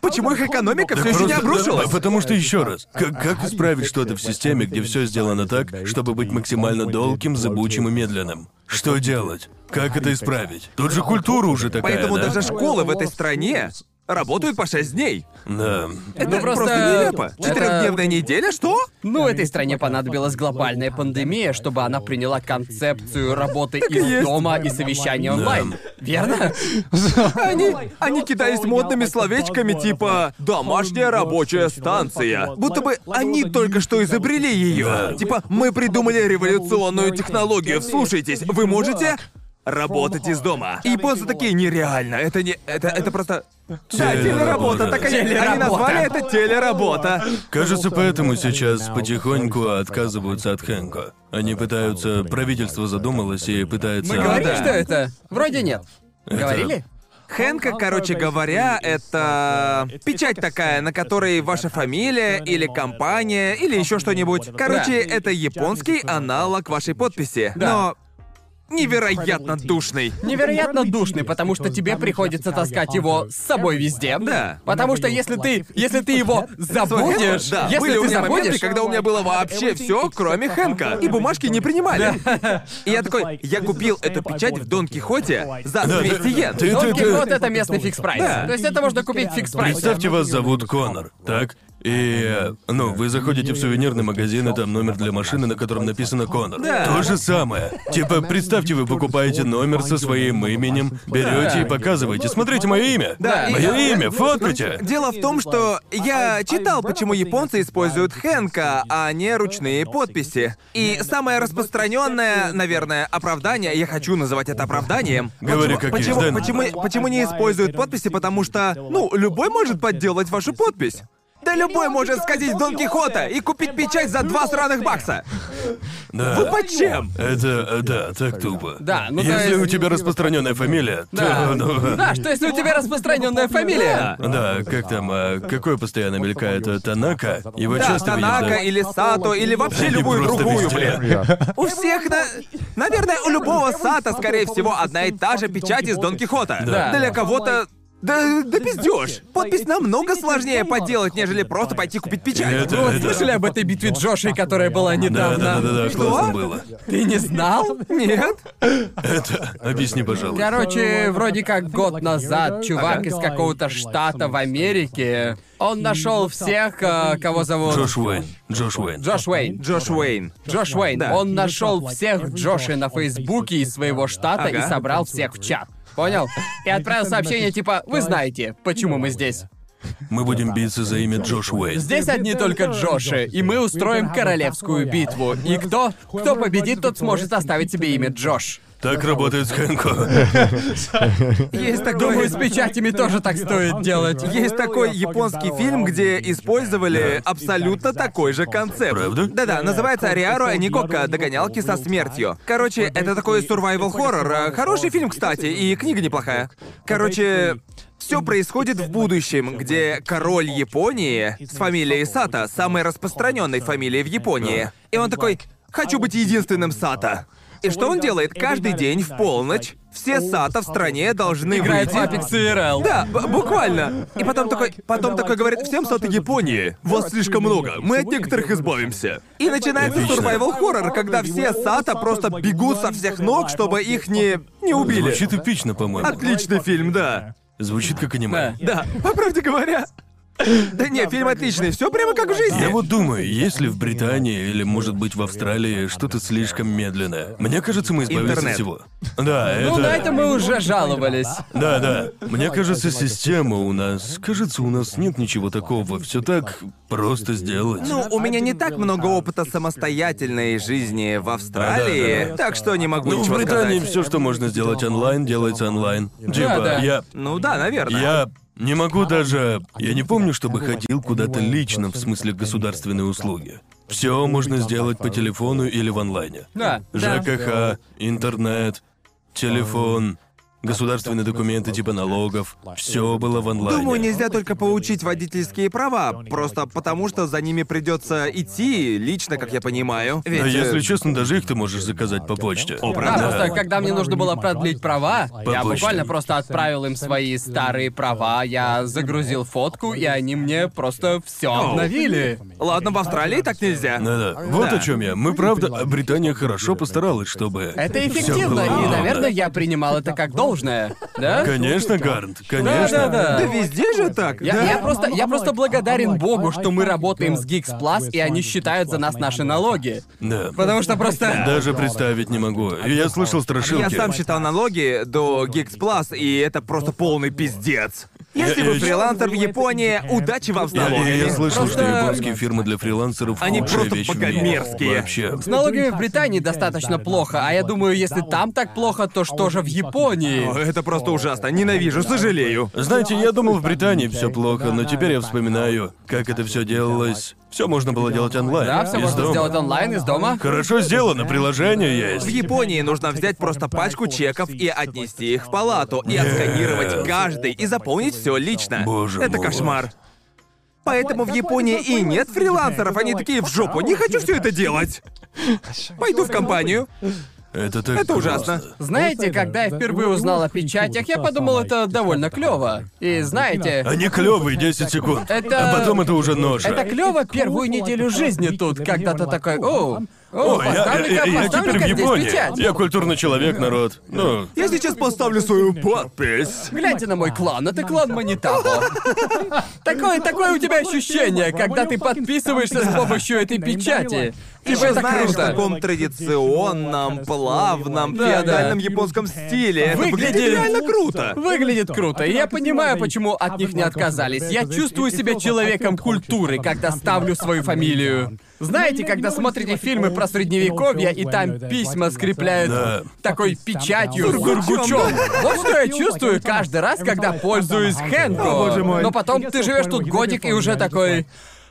S2: Почему их экономика
S1: Так
S2: все еще не
S1: просто-
S2: обрушилась?
S1: да, Потому что еще раз, как, как исправить что-то в системе, где все сделано так, чтобы быть максимально долгим, зыбучим и медленным? Что делать? Как это исправить? Тут же культура уже такая.
S2: Поэтому
S1: да?
S2: даже школы в этой стране работают по 6 дней.
S1: Да.
S2: Это
S3: просто-
S2: просто нелепо.
S3: это-
S2: Четырехдневная неделя, что?
S3: Ну, этой стране понадобилась глобальная пандемия, чтобы она приняла концепцию работы из
S2: есть.
S3: дома и совещания онлайн. Верно?
S2: Они, они кидались модными словечками типа «домашняя рабочая станция». Будто бы они только что изобрели ее. Типа «мы придумали революционную технологию, вслушайтесь, вы можете...» Работать из дома. И японцы такие нереально. Это не. Это, это просто. Да,
S1: Телеработа.
S2: телеработа. Так они, они
S3: Телеработа.
S2: назвали это телеработа.
S1: Кажется, поэтому сейчас потихоньку отказываются от Хэнко. Они пытаются... Правительство задумалось и пытается...
S3: Мы говорили,
S2: да.
S3: что это? Вроде нет.
S1: Это-
S3: Говорили?
S2: Хэнка, короче говоря, это печать такая, на которой ваша фамилия или компания или еще что-нибудь. Короче,
S5: Да.
S2: это японский аналог вашей подписи,
S3: Да.
S2: но невероятно душный.
S3: Невероятно душный, потому что тебе приходится таскать его с собой везде.
S2: Да.
S3: Потому что если ты, если ты его забудешь,
S2: да,
S3: если
S2: были у
S3: ты
S2: меня моменты,
S3: забудешь,
S2: когда у меня было вообще все, кроме Хэнка, и бумажки не принимали. И я такой, я купил эту печать в Дон Кихоте за 200 йен.
S1: Ты-
S3: Дон
S1: ты-
S3: Кихот это местный фикс прайс.
S2: Да.
S3: То есть это можно купить фикс прайс.
S1: Представьте, вас зовут Конор, так? И, ну, вы заходите в сувенирный магазин, и там номер для машины, на котором написано Конор.
S2: Да.
S1: То же самое. Типа, представьте, вы покупаете номер со своим именем, берете и показываете. Смотрите, мое имя.
S2: Да.
S1: Мое
S2: И-
S1: имя, фоткайте.
S2: Дело в том, что я читал, почему японцы используют хэнка, а не ручные подписи. И самое распространенное, наверное, оправдание, я хочу называть это оправданием.
S1: Говори,
S2: почему,
S1: как есть,
S2: почему,
S1: Дэн.
S2: почему, почему не используют подписи? Потому что, ну, любой может подделать вашу подпись. Да любой может сходить в Дон Кихота и купить печать за два сраных бакса.
S1: Да.
S2: Вы почем?
S1: Это, э, да, так тупо.
S3: Да, ну, то
S1: Если
S3: есть-
S1: у тебя распространенная фамилия,
S3: Да.
S1: то, ну,
S3: Да, А, что если у тебя распространенная фамилия?
S1: Да, как там, а, какое постоянно мелькает э, Танака? Его
S2: Да,
S1: часто видят,
S2: Танака
S1: да?
S2: или Сато, или вообще
S1: Они
S2: любую
S1: просто
S2: другую,
S1: везде.
S2: блин. У всех, на- [laughs] наверное, у любого сата, скорее всего, одна и та же печать из Дон Кихота.
S1: Да.
S2: Для кого-то... Да, да пиздёж. Подпись намного сложнее поделать, нежели просто пойти купить печать.
S1: Это-
S3: Вы вот
S1: это-
S3: слышали об этой битве Джоши, которая была
S1: Да,
S3: недавно?
S1: да, да, да, да,
S2: Что?
S1: классно было.
S3: Ты не знал?
S2: Нет?
S1: Это, объясни, пожалуйста.
S3: Короче, вроде как год назад чувак из какого-то штата в Америке, он нашел всех, э, кого зовут...
S1: Джош Уэйн, Джош Уэйн.
S3: Джош Уэйн.
S2: Джош Уэйн.
S3: Джош Уэйн.
S2: Да.
S3: Он нашел всех Джоши на Фейсбуке из своего штата и
S2: Ага.
S3: собрал всех в чат. Понял? И отправил сообщение типа «Вы знаете, почему мы здесь».
S1: Мы будем биться за имя Джош Уэйн.
S3: Здесь одни только Джоши, и мы устроим королевскую битву. И кто? Кто победит, тот сможет оставить себе имя Джош.
S1: Так работает с Хэнко.
S2: Есть такой...
S3: Думаю, с печатями тоже так стоит делать.
S2: Есть такой японский фильм, где использовали абсолютно такой же концепт.
S1: Правда?
S2: Да-да, называется Ариару Аникокка «Догонялки со смертью». Короче, это такой survival хоррор. Хороший фильм, кстати, и книга неплохая. Короче, все происходит в будущем, где король Японии с фамилией Сата, самой распространенной фамилией в Японии. И он такой «Хочу быть единственным Сата». И что он делает? Каждый день в полночь все Сата в стране должны
S3: Играет в
S2: выйти-
S3: Apex IRL.
S2: да, б- буквально. И потом такой, потом такой говорит, всем саты Японии, вас слишком много, мы от некоторых избавимся. И начинается
S1: Эпично.
S2: survival хоррор, когда все сата просто бегут со всех ног, чтобы их не не убили.
S1: Звучит эпично, по-моему.
S2: Отличный фильм, да.
S1: Звучит как аниме.
S2: Да, [laughs] по правде говоря. Да не, фильм отличный, все прямо как в
S1: Я
S2: жизни.
S1: вот думаю, есть ли в Британии или, может быть, в Австралии что-то слишком медленное. Мне кажется, мы избавились
S2: Интернет.
S1: от всего. Да, это...
S3: Ну, на это мы уже жаловались.
S1: Да, да. Мне кажется, система у нас... Кажется, у нас нет ничего такого. Все так просто сделать.
S2: Ну, у меня не так много опыта самостоятельной жизни в
S1: Да, да,
S2: Австралии,
S1: да.
S2: так что не могу
S1: Ну, в
S2: ничего
S1: Британии
S2: сказать.
S1: все, что можно сделать онлайн, делается онлайн. Типа,
S3: да.
S1: я.
S2: Ну да, наверное.
S1: Я не могу даже. Я не помню, чтобы ходил куда-то лично, в смысле государственные услуги. Все можно сделать по телефону или в онлайне.
S3: Да, да.
S1: ЖКХ, интернет, телефон, государственные документы типа налогов. Все было в онлайне.
S2: Думаю, нельзя только получить водительские права, просто потому что за ними придется идти лично, как я понимаю. Ведь,
S1: Да, А
S2: э,
S1: если честно, даже их ты можешь заказать по почте.
S2: О,
S3: Да,
S2: правда?
S3: просто когда мне нужно было продлить права,
S1: почте.
S3: я буквально просто отправил им свои старые права, я загрузил фотку, и они мне просто все обновили.
S2: Ладно, в Австралии так нельзя.
S1: Да-да. Вот
S2: Да.
S1: о чем я. Мы правда, а Британия хорошо постаралась, чтобы.
S3: Это
S1: всё
S3: эффективно,
S1: было
S3: и,
S1: удобно.
S3: наверное, я принимал это как должное. Да?
S1: Конечно, Гарнт, конечно.
S3: Да-да-да.
S2: Да везде же так.
S3: Я,
S2: да?
S3: я просто, я просто благодарен Богу, что мы работаем с Geeks Plus, и они считают за нас наши налоги.
S1: Да.
S3: Потому что просто...
S1: Даже представить не могу. Я слышал страшилки.
S2: Я сам считал налоги до Geeks Plus, и это просто полный пиздец. Если
S1: я-
S2: вы
S1: я-
S2: фрилансер в Японии, удачи вам с
S1: Я, я- я
S2: налогами.
S1: слышал,
S3: Просто-
S1: что японские фирмы для фрилансеров
S2: Они
S1: лучшая
S2: просто
S1: вещь в
S2: пока
S1: мире.
S2: мерзкие.
S1: Вообще.
S3: С налогами в Британии достаточно плохо, а я думаю, если там так плохо, то что же в Японии?
S2: О, Это просто ужасно. Ненавижу, сожалею.
S1: Знаете, я думал, в Британии все плохо, но теперь я вспоминаю, как это все делалось. Все можно было делать онлайн.
S3: Да, все
S1: из
S3: можно
S1: дома.
S3: сделать онлайн из дома.
S1: Хорошо сделано, приложение
S2: В
S1: есть.
S2: Японии нужно взять просто пачку чеков и отнести их в палату, и
S1: Нет.
S2: отсканировать каждый, и заполнить все лично.
S1: Боже
S2: Это
S1: мой.
S2: кошмар. Поэтому в Японии и нет фрилансеров, они такие в жопу, не хочу все это делать. Пойду в компанию.
S1: Это так
S2: Это ужасно.
S1: классно.
S3: Знаете, когда я впервые
S1: Ну,
S3: узнал о печатях, я подумал, это довольно клево. И знаете,
S1: Они клевые 10 секунд.
S3: Это-
S1: А потом это уже нож.
S3: это клево первую неделю жизни тут, когда ты такой, о, О,
S1: Ой, я, я- я-
S3: поставлю-ка,
S1: я
S3: поставлю-ка
S1: теперь в
S3: здесь
S1: Японии.
S3: печать.
S1: Я культурный человек, народ. Ну,
S2: Я сейчас поставлю свою подпись.
S3: Гляньте на мой клан, это клан Манитабо. Такое, такое у тебя ощущение, когда ты подписываешься с помощью этой печати. Типа
S2: Ты
S3: это
S2: знаешь, в
S3: круто.
S2: таком традиционном, плавном,
S3: Да, да.
S2: феодальном японском стиле. Это выглядит
S3: Выглядит-
S2: реально круто.
S3: Выглядит круто, и я понимаю, почему от них не отказались. Я чувствую себя человеком культуры, когда ставлю свою фамилию. Знаете, когда смотрите фильмы про средневековье, и там письма скрепляют
S1: Да.
S3: такой печатью с
S2: Сургучом,
S3: сургучом.
S5: да.
S3: Вот что я чувствую каждый раз, когда пользуюсь хэнко.
S5: О,
S2: боже мой.
S3: Но потом ты живешь тут годик и уже такой...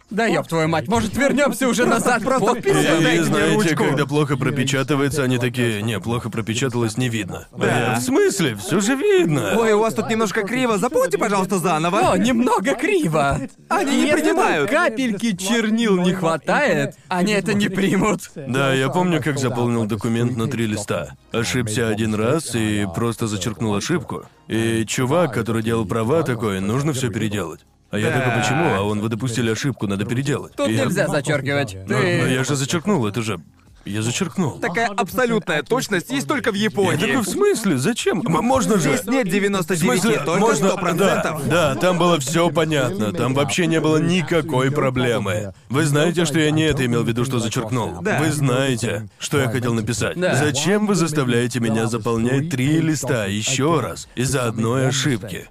S3: Да ёб твою мать, может вернемся уже назад подпись?
S1: И,
S2: Дайте мне
S1: знаете,
S2: ручку.
S1: когда плохо пропечатывается, они такие, не, плохо пропечаталось, не видно. Э, в смысле? Все же видно.
S2: Ой, у вас тут немножко криво. Заполните, пожалуйста, заново.
S3: О, немного криво.
S2: Они не
S3: Если там
S2: принимают.
S3: Капельки чернил не хватает, они это не примут.
S1: Да, я помню, как заполнил документ на три листа. Ошибся один раз и просто зачеркнул ошибку. И чувак, который делал права, такой, нужно все переделать. А я такой, почему? А он, вы допустили ошибку, надо переделать.
S3: Тут
S1: И я-
S3: нельзя зачеркивать.
S1: Но,
S5: Ну,
S1: но
S3: Ты...
S1: я же зачеркнул, это же... Я зачеркнул.
S2: Такая абсолютная точность есть только в
S1: Я
S2: Японии.
S1: такой, в смысле? Зачем? М- Можно же...
S2: Здесь нет
S1: В смысле,
S2: 99, только
S1: можно...
S2: 100%.
S1: Да, да, там было все понятно. Там вообще не было никакой проблемы. Вы знаете, что я не это имел в виду, что зачеркнул.
S5: Да.
S1: Вы знаете, что я хотел написать.
S3: Да.
S1: Зачем вы заставляете меня заполнять три листа еще раз из-за одной ошибки?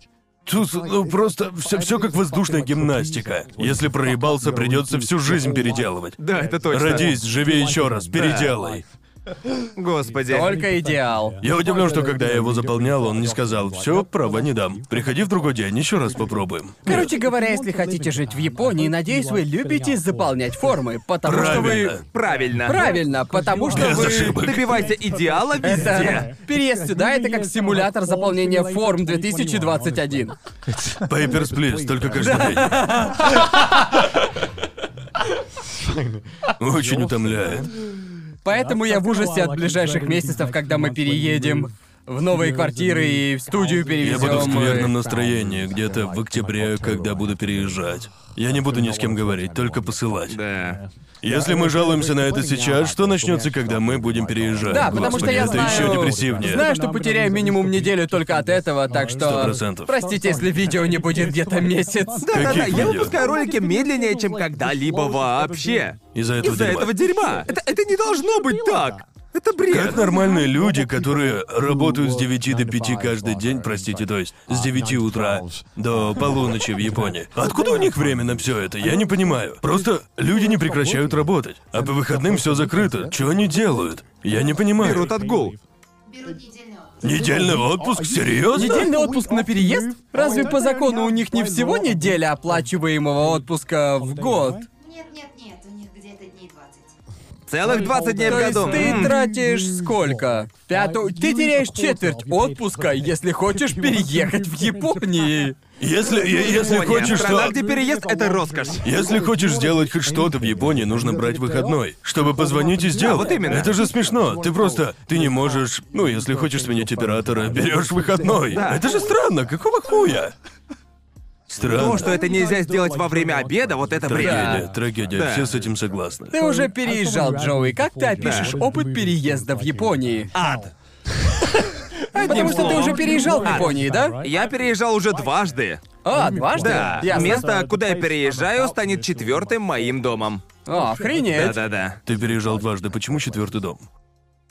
S1: Тут, ну, просто все, все как воздушная гимнастика. Если проебался, придется всю жизнь переделывать.
S2: Да, это точно.
S1: Родись, живи еще раз, переделай.
S2: Господи.
S3: Только идеал.
S1: Я удивлен, что когда я его заполнял, он не сказал, все, права не дам. Приходи в другой день, еще раз попробуем.
S3: Короче говоря, если хотите жить в Японии, надеюсь, вы любите заполнять формы, потому что вы...
S1: Правильно.
S2: Правильно.
S3: Правильно, потому что
S1: Без
S3: вы...
S1: ошибок.
S2: Добивайся идеала везде.
S3: Это... Переезд сюда — это как симулятор заполнения форм 2021.
S1: Papers, please, только каждый день. Очень утомляет.
S3: Поэтому я в ужасе от ближайших месяцев, когда мы переедем в новые квартиры и в студию
S1: Я буду в
S3: перевезем. э,
S1: скверном настроении где-то в октябре, когда буду переезжать. Я не буду ни с кем говорить, только посылать.
S2: Да.
S1: Если мы жалуемся на это сейчас, что начнется, когда мы будем переезжать?
S3: Да, потому что
S1: Господи,
S3: я
S1: это
S3: знаю...
S1: еще депрессивнее.
S3: Знаю, что потеряю минимум неделю только от этого, так
S1: Сто
S3: что...
S1: процентов.
S3: Простите, если видео не будет где-то месяц.
S2: Да-да-да,
S1: Каких
S2: я
S1: видео?
S2: выпускаю ролики медленнее, чем когда-либо вообще.
S1: Из-за этого
S2: Из-за
S1: дерьма.
S2: этого дерьма. Это, это не должно быть так. Это бред.
S1: Как нормальные люди, которые работают с 9 до 5 каждый день, простите, то есть с 9 утра до полуночи в Японии. Откуда у них время на все это? Я не понимаю. Просто люди не прекращают работать, а по выходным все закрыто. Что они делают? Я не понимаю.
S2: Берут отгул.
S6: берут недельный отпуск.
S1: Недельный отпуск? Серьезно?
S3: Недельный отпуск на переезд? Разве по закону у них не всего неделя оплачиваемого отпуска в год?
S6: Нет, нет, нет, у них где-то дней 20.
S2: Целых 20 дней в
S3: То есть
S2: году.
S3: ты
S2: М.
S3: тратишь сколько? Пятую... Ты теряешь четверть отпуска, если хочешь переехать в Японии.
S1: Если, е- если
S2: Япония.
S1: хочешь,
S2: Страна,
S1: что...
S2: где переезд, это роскошь.
S1: Если хочешь сделать хоть что-то в Японии, нужно брать выходной, чтобы позвонить и сделать.
S2: вот именно.
S1: Это же смешно. Ты просто, ты не можешь, ну, если хочешь сменить оператора, берешь выходной.
S2: Да.
S1: Это же странно, какого хуя? Странно.
S2: То, что это нельзя сделать во время обеда, вот это бред.
S1: Трагедия, трагедия,
S2: Да.
S1: все с этим согласны.
S3: Ты уже переезжал, Джоуи. Как ты опишешь опыт переезда в Японии?
S2: Ад.
S3: Потому что ты
S2: словом.
S3: уже переезжал в Японии, да?
S2: Я переезжал уже дважды.
S3: А, дважды?
S2: Да,
S3: Ясно.
S2: место, куда я переезжаю, станет четвертым моим домом.
S3: О, охренеть.
S2: Да-да-да.
S1: Ты переезжал дважды, почему четвертый дом?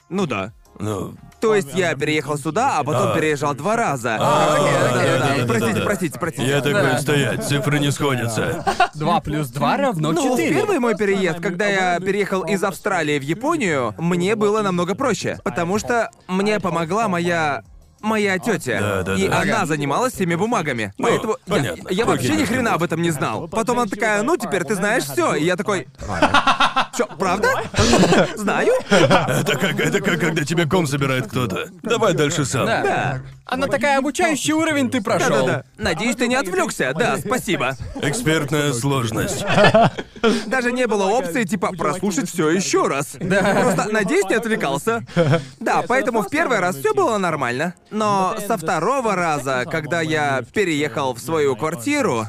S2: Ну да.
S1: Ну,
S2: То есть я переехал сюда, а потом
S1: А.
S2: переезжал два раза.
S1: окей,
S2: Да,
S1: окей,
S2: да, да.
S1: окей,
S2: Простите,
S1: да-да-да.
S2: простите, простите.
S1: я такой,
S3: Да.
S1: стоять, цифры не сходятся.
S3: Два плюс два равно
S2: Ну, в
S3: четыре.
S2: первый мой переезд, когда я переехал из Австралии в Японию, мне было намного проще, потому что мне помогла моя моя тетя.
S1: Да, да,
S2: и
S1: да.
S2: она занималась всеми бумагами.
S1: Ну,
S2: Поэтому я-
S1: понятно.
S2: я, вообще
S1: Окей.
S2: ни хрена об этом не знал. Потом она такая, ну теперь ты знаешь все. И я такой. Все, правда? Знаю?
S1: Это как, это как, когда тебе ком собирает кто-то. Давай дальше сам.
S3: Да. Она такая обучающий уровень ты прошел.
S2: Да-да-да. Надеюсь, ты не отвлекся. Да, спасибо.
S1: Экспертная сложность.
S2: Даже не было опции, типа, прослушать все еще раз. Просто, надеюсь, не отвлекался. Да, поэтому в первый раз все было нормально. Но со второго раза, когда я переехал в свою квартиру,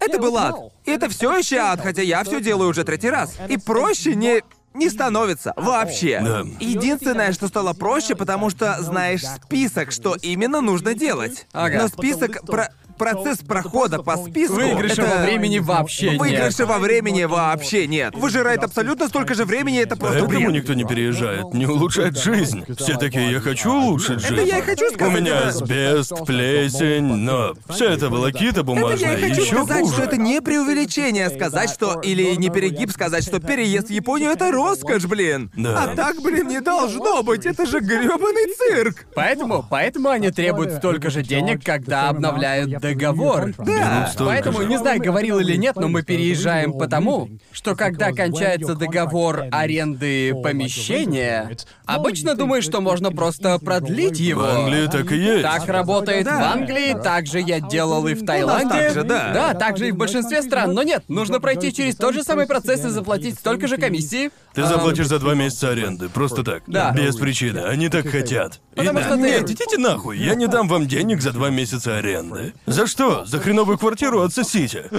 S2: это был ад. И это все еще ад, хотя я все делаю уже третий раз. И проще не Не становится. Вообще.
S1: Да.
S2: Единственное, что стало проще, потому что знаешь список, что именно нужно делать.
S3: Ага.
S2: Но список... про- Процесс прохода по списку...
S3: Выигрыша
S2: это-
S3: во времени вообще нет.
S2: Выигрыша во времени вообще нет. Выжирает абсолютно столько же времени, это просто
S1: Поэтому
S2: бред.
S1: никто не переезжает, не улучшает жизнь. Все такие, я хочу улучшить
S2: Это
S1: жизнь.
S2: я и хочу
S1: У
S2: сказать,
S1: меня
S2: это-
S1: асбест, плесень, но вся эта волокита
S2: Это
S1: бумажная
S2: я и хочу
S1: еще
S2: сказать,
S1: хуже.
S2: что это не преувеличение сказать, что... Или не перегиб сказать, что переезд в Японию — это роскошь, блин.
S1: Да.
S2: А так, блин, не должно быть. Это же грёбаный цирк.
S3: Поэтому, поэтому они требуют столько же денег, когда обновляют договор.
S2: Да.
S1: Столько
S3: Поэтому,
S1: же.
S3: не знаю, говорил или нет, но мы переезжаем потому, что когда кончается договор аренды помещения, обычно думаешь, что можно просто продлить
S1: В
S3: его.
S1: Англии так и есть.
S3: Так работает
S2: Да.
S3: в Англии, так же я делал и в
S2: У нас
S3: Таиланде.
S2: так же, да.
S3: Да, так же и в большинстве стран, но нет, нужно пройти через тот же самый процесс и заплатить столько же комиссии.
S1: Ты
S3: А,
S1: заплатишь за два месяца аренды, просто так.
S3: Да.
S1: Без причины, они так хотят. И
S3: Потому
S1: да.
S3: что ты-
S1: Нет, идите нахуй, я не дам вам денег за два месяца аренды. За что? За хреновую квартиру отсосите.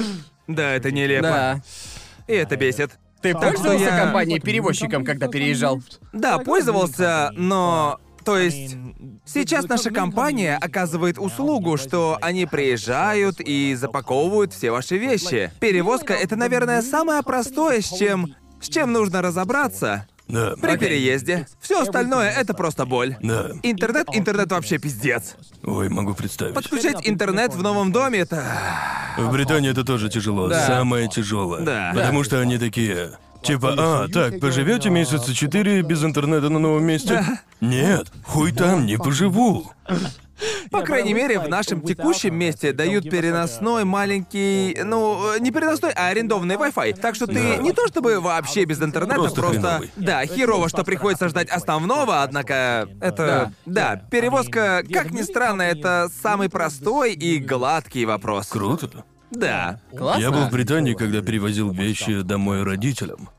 S2: Да, это нелепо.
S3: Да.
S2: И это бесит.
S3: Ты
S2: Так что
S3: пользовался
S2: я-
S3: компанией-перевозчиком, когда переезжал?
S2: Да, пользовался, но... То есть, сейчас наша компания оказывает услугу, что они приезжают и запаковывают все ваши вещи. Перевозка — это, наверное, самое простое, с чем... С чем нужно разобраться
S1: Да.
S2: при переезде. Все остальное — это просто боль.
S1: Да.
S2: Интернет, интернет вообще пиздец.
S1: Ой, могу представить.
S2: Подключать интернет в новом доме — это...
S1: В Британии это тоже тяжело.
S3: Да.
S1: Самое тяжелое.
S2: Да.
S1: Потому что они такие. Типа, а, так, поживете месяца четыре без интернета на новом месте? Нет, хуй там, не поживу.
S2: По крайней мере, в нашем текущем месте дают переносной маленький, ну, э, не переносной, а арендованный Wi-Fi. Так что ты
S1: Да.
S2: не то чтобы вообще без интернета,
S1: Просто
S2: просто,
S1: хреновый.
S2: да, херово, что приходится ждать основного, однако это да, А перевозка, как ни странно, это самый простой и гладкий вопрос.
S1: Круто.
S2: Да.
S3: Классно.
S1: Я был в Британии, когда перевозил вещи домой родителям.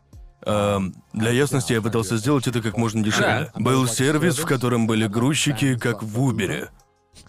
S1: Эм, для ясности я пытался сделать это как можно дешевле. Был сервис, в котором были грузчики, как в Убере.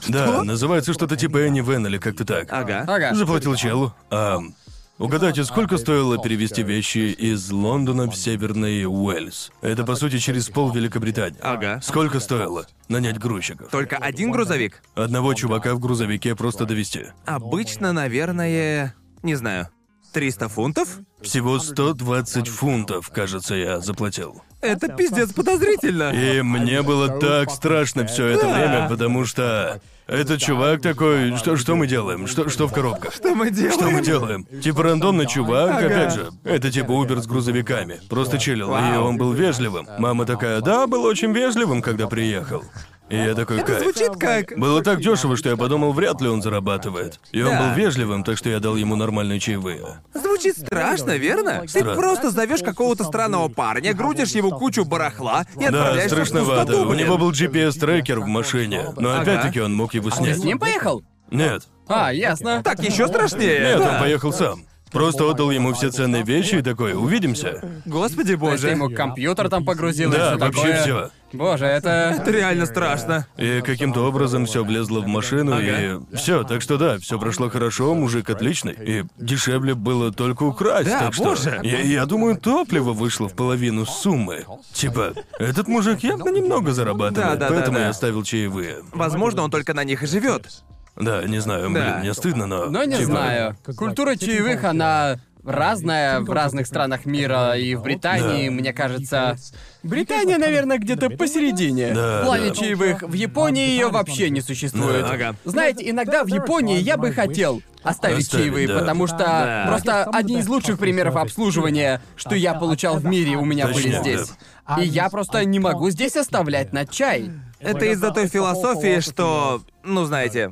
S1: Да, называется что-то типа Энни Вен или как-то так.
S2: Ага.
S3: Ага.
S1: Заплатил челу. Эм, угадайте, сколько стоило перевезти вещи из Лондона в Северный Уэльс? Это, по сути, через пол Великобритании.
S2: Ага.
S1: Сколько стоило нанять грузчиков?
S2: Только один грузовик.
S1: Одного чувака в грузовике просто довести.
S2: Обычно, наверное, не знаю, 300 фунтов?
S1: Всего 120 фунтов, кажется, я заплатил.
S2: Это пиздец подозрительно.
S1: И мне было так страшно все это время, потому что этот чувак такой, что что мы делаем, что что в коробках,
S2: Что мы делаем?
S1: что мы делаем, типа рандомный чувак,
S2: Ага.
S1: опять же, это типа Убер с грузовиками, просто чилил, и
S2: Вау.
S1: он был вежливым. Мама такая, да, был очень вежливым, когда приехал. И я такой,
S2: Это
S1: кайф.
S2: звучит как...
S1: Было так дешево, что я подумал, вряд ли он зарабатывает. И он
S2: Да.
S1: был вежливым, так что я дал ему нормальные чаевые.
S2: Звучит страшно, верно?
S1: Страшно.
S2: Ты просто зовешь какого-то странного парня, грудишь ему кучу барахла и
S1: Да,
S2: отправляешься в
S1: страшновато.
S2: пустоту,
S1: У
S2: блин.
S1: него был GPS-трекер в машине, но
S2: Ага.
S1: опять-таки он мог его
S3: А ты
S1: снять.
S3: с ним поехал?
S1: Нет.
S3: А, ясно.
S2: Так еще страшнее.
S1: Нет,
S2: да.
S1: он поехал сам. Просто отдал ему все ценные вещи и такой, увидимся.
S2: Господи
S3: Боже,
S2: боже.
S3: А ему компьютер там погрузил и
S1: Да,
S3: всё
S1: вообще
S3: такое.
S1: все.
S3: Боже,
S2: Это
S3: это...
S2: реально страшно.
S1: И каким-то образом все влезло в машину,
S2: Ага.
S1: и все, так что да, все прошло хорошо, мужик отличный. И дешевле было только украсть,
S2: Да,
S1: так что.
S2: боже.
S1: Я, я думаю, топливо вышло в половину суммы. Типа, этот мужик явно немного зарабатывает,
S2: Да, да, да,
S1: поэтому
S2: да.
S1: я оставил чаевые.
S2: Возможно, он только на них и живет.
S1: Да, не знаю,
S2: Да.
S1: блин, мне стыдно, но.
S3: Ну, не
S1: типа,
S3: знаю. Культура чаевых, она разная в разных странах мира и в Британии,
S1: Да.
S3: мне кажется. Британия, наверное, где-то посередине.
S1: Да,
S3: в плане
S1: да.
S3: чаевых. В Японии ее вообще не существует.
S1: Да.
S2: Ага.
S3: Знаете, иногда в Японии я бы хотел оставить
S1: Оставить,
S3: чаевые,
S1: да.
S3: потому что
S2: Да.
S3: просто одни из лучших примеров обслуживания, что я получал в мире, у меня были
S1: Точнее,
S3: здесь. И я просто не могу здесь оставлять на чай.
S2: Это из-за той философии, что, ну знаете,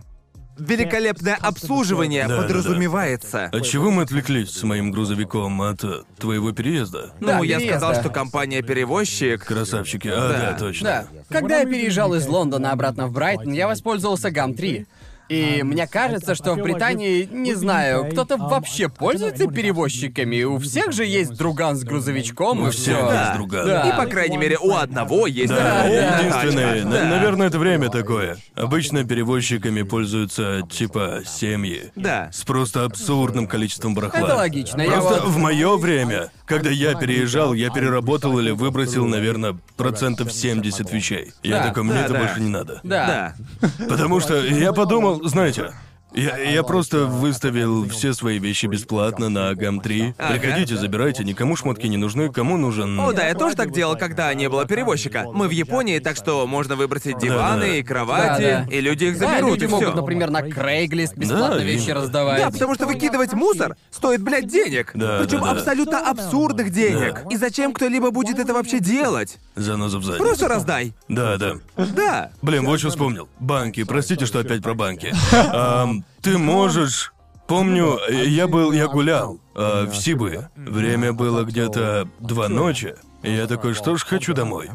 S2: великолепное обслуживание
S1: Да, да, да.
S2: подразумевается.
S1: От А чего мы отвлеклись с моим грузовиком от э, твоего переезда?
S3: Да,
S2: Ну, я
S3: переезда.
S2: сказал, что компания-перевозчик.
S1: Красавчики. А, да,
S2: Да.
S1: точно.
S3: Да. Когда я переезжал из Лондона обратно в Брайтон, я воспользовался Гам-3. И мне кажется, что в Британии, не знаю, кто-то вообще пользуется перевозчиками. У всех же есть друган с грузовичком и все.
S1: всех есть друган.
S2: И, по крайней мере, у одного есть...
S1: Да, он
S2: своя
S1: единственный.
S2: тачка.
S1: На- Наверное, это время такое. Обычно перевозчиками пользуются типа семьи.
S2: Да.
S1: С просто абсурдным количеством барахла.
S3: Это логично, я
S1: Просто
S3: вот-
S1: в мое время, когда я переезжал, я переработал или выбросил, наверное, процентов 70 вещей. Я
S3: Да,
S1: такой, мне
S2: да,
S1: это
S2: да.
S1: больше не надо.
S3: Да.
S2: Да.
S1: Потому что я подумал, знаете, я, я просто выставил все свои вещи бесплатно на Гам-3.
S2: Ага.
S1: Приходите, забирайте, никому шмотки не нужны, кому нужен...
S2: О, да, я тоже так делал, когда не было перевозчика. Мы в Японии, так что можно выбросить диваны
S1: Да-да.
S2: и кровати,
S3: Да-да.
S2: и люди их
S3: Да,
S2: заберут,
S3: люди
S2: и всё.
S3: могут, например, на Крейглист бесплатно
S1: Да,
S3: вещи
S1: именно.
S3: раздавать.
S2: Да, потому что выкидывать мусор стоит, блядь, денег.
S1: Да,
S2: Причем
S1: да, да.
S2: абсолютно абсурдных денег. И зачем кто-либо будет это вообще делать?
S1: Заноза в задницу.
S2: Просто раздай.
S1: Да, да.
S2: Да.
S1: Блин, вот что вспомнил. Банки, простите, что опять про банки. Ам, ты можешь... Помню, я был, я гулял а, в Сибы. Время было где-то два ночи. И я такой, что ж, хочу домой.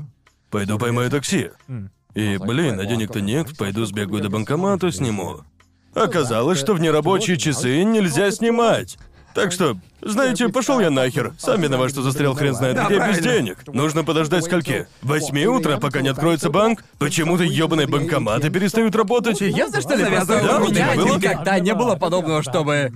S1: Пойду поймаю такси. И, блин, а денег-то нет, пойду сбегаю до банкомата, сниму. Оказалось, что в нерабочие часы нельзя снимать. Так что, знаете, пошел я нахер. Сам виноват, что застрял хрен знает
S2: Да,
S1: где без
S2: правильно.
S1: денег. Нужно подождать скольки? Восьми утра, пока не откроется банк? Почему-то ебаные банкоматы перестают работать.
S3: Серьезно, что ли?
S2: Завязывай
S3: Просто
S1: руки,
S3: у меня
S1: было?
S3: никогда не было подобного, чтобы...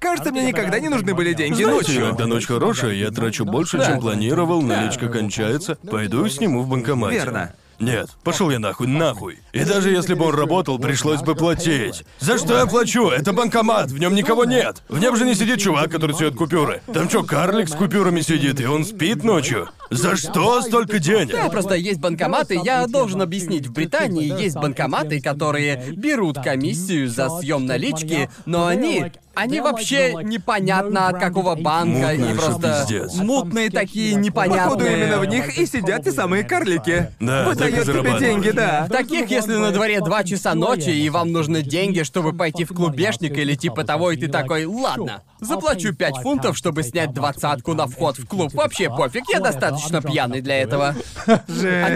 S2: Кажется, мне никогда не нужны были деньги
S1: Знаете,
S2: ночью.
S1: когда ночь хорошая, я трачу больше,
S3: Да.
S1: чем планировал, наличка кончается, пойду и сниму в банкомате.
S2: Верно.
S1: Нет, пошел я нахуй, нахуй. И даже если бы он работал, пришлось бы платить. За что я плачу? Это банкомат, в нем никого нет. В нем же не сидит чувак, который сует купюры. Там что, карлик с купюрами сидит, и он спит ночью? За что столько денег?
S3: Да, просто есть банкоматы, я должен объяснить, в Британии есть банкоматы, которые берут комиссию за съем налички, но они... Они вообще непонятно от какого банка
S1: Мутные
S3: и
S1: же
S3: просто
S1: пиздец.
S3: мутные такие непонятные.
S2: Походу, именно в них и сидят те самые карлики.
S1: Да,
S2: Вот
S1: так и
S2: дает тебе
S1: зарабатывают.
S2: деньги, да.
S3: А Таких, если на дворе 2 часа ночи, и вам нужны деньги, чтобы пойти в клубешник или типа того, и ты такой, ладно, заплачу 5 фунтов, чтобы снять двадцатку на вход в клуб. Вообще пофиг, я достаточно пьяный для этого. А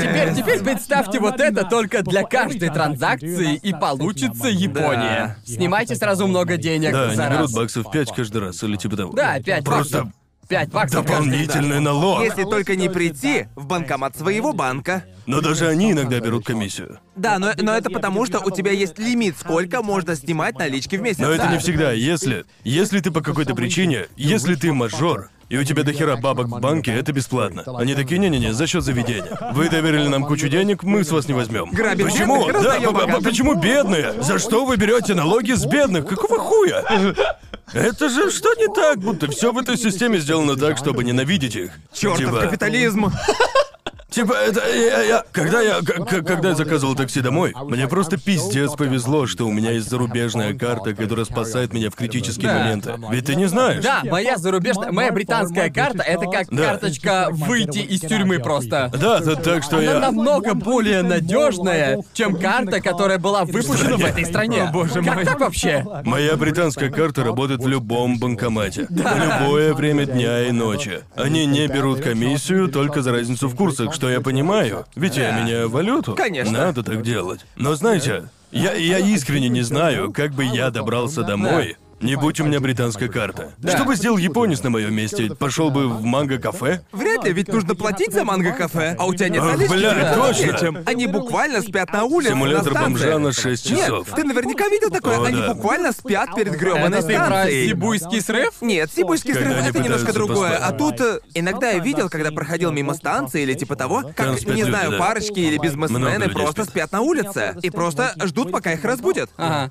S3: теперь, теперь представьте вот это только для каждой транзакции, и получится Япония.
S5: Да.
S3: Снимайте сразу много денег
S1: Да, они
S3: за раз.
S1: берут баксов 5 каждый раз, или типа того.
S3: Да, 5
S1: Просто
S3: баксов. 5 баксов. каждый, да.
S1: дополнительный налог.
S2: Если только не прийти в банкомат своего банка.
S1: Но даже они иногда берут комиссию.
S2: Да, но, но это потому, что у тебя есть лимит, сколько можно снимать налички в месяц.
S1: Но это
S2: Да. а
S1: не всегда. Если, если ты по какой-то причине, если ты мажор, и у тебя дохера бабок в банке, это бесплатно. Они такие, не-не-не, за счет заведения. Вы доверили нам кучу денег, мы с вас не возьмем.
S2: Грабим
S1: почему?
S2: бедных,
S1: Да,
S2: раздаём
S1: п- п-
S2: богатым.
S1: почему бедные? За что вы берете налоги с бедных? Какого хуя? Это же что не так, будто все в этой системе сделано так, чтобы ненавидеть их.
S2: Чёртов
S1: Типа-
S2: капитализм.
S1: [laughs] Типа, это я, я- когда я к- к- когда я заказывал такси домой, мне просто пиздец повезло, что у меня есть зарубежная карта, которая спасает меня в критические
S3: Да.
S1: моменты. Ведь ты не знаешь.
S3: Да, моя зарубежная, моя британская карта, это как
S1: Да.
S3: карточка выйти из тюрьмы просто.
S1: Да, да, так что
S3: Она
S1: я.
S3: намного более надежная, чем карта, которая была выпущена в этой стране.
S5: О, боже
S3: Как так вообще?
S1: Моя британская карта работает в любом банкомате. В любое время дня и ночи. Они не берут комиссию только за разницу в курсах, что я понимаю. Ведь я меняю валюту.
S2: Конечно.
S1: Надо так делать. Но знаете, я, я искренне не знаю, как бы я добрался домой. Не будь у меня британская карта. Что бы сделал японец на моем месте? Пошел бы в манго-кафе?
S2: Вряд ли, ведь нужно платить за манго-кафе, а у тебя нет
S1: А,
S2: налички.
S1: бля,
S2: тебе платить
S1: точно.
S2: нечем. Они буквально спят на улице,
S1: Симулятор
S2: А, на станции.
S1: бомжа на 6 часов.
S2: Нет, ты наверняка видел такое?
S1: О,
S2: Они
S1: да.
S2: буквально спят перед грёбаной
S3: Это ты про
S2: станцией.
S3: сибуйский срыв?
S2: Нет, сибуйский
S1: Когда
S2: срыв
S1: они
S2: это немножко
S1: пытаются
S2: другое. А
S1: поспать.
S2: тут э, иногда я видел, когда проходил мимо станции или типа того,
S1: Там
S2: как,
S1: спят
S2: не
S1: люди,
S2: знаю,
S1: да.
S2: парочки или
S1: Много
S2: бизнесмены
S1: людей
S2: просто
S1: спит.
S2: спят на улице и просто ждут, пока их разбудят.
S3: Ага.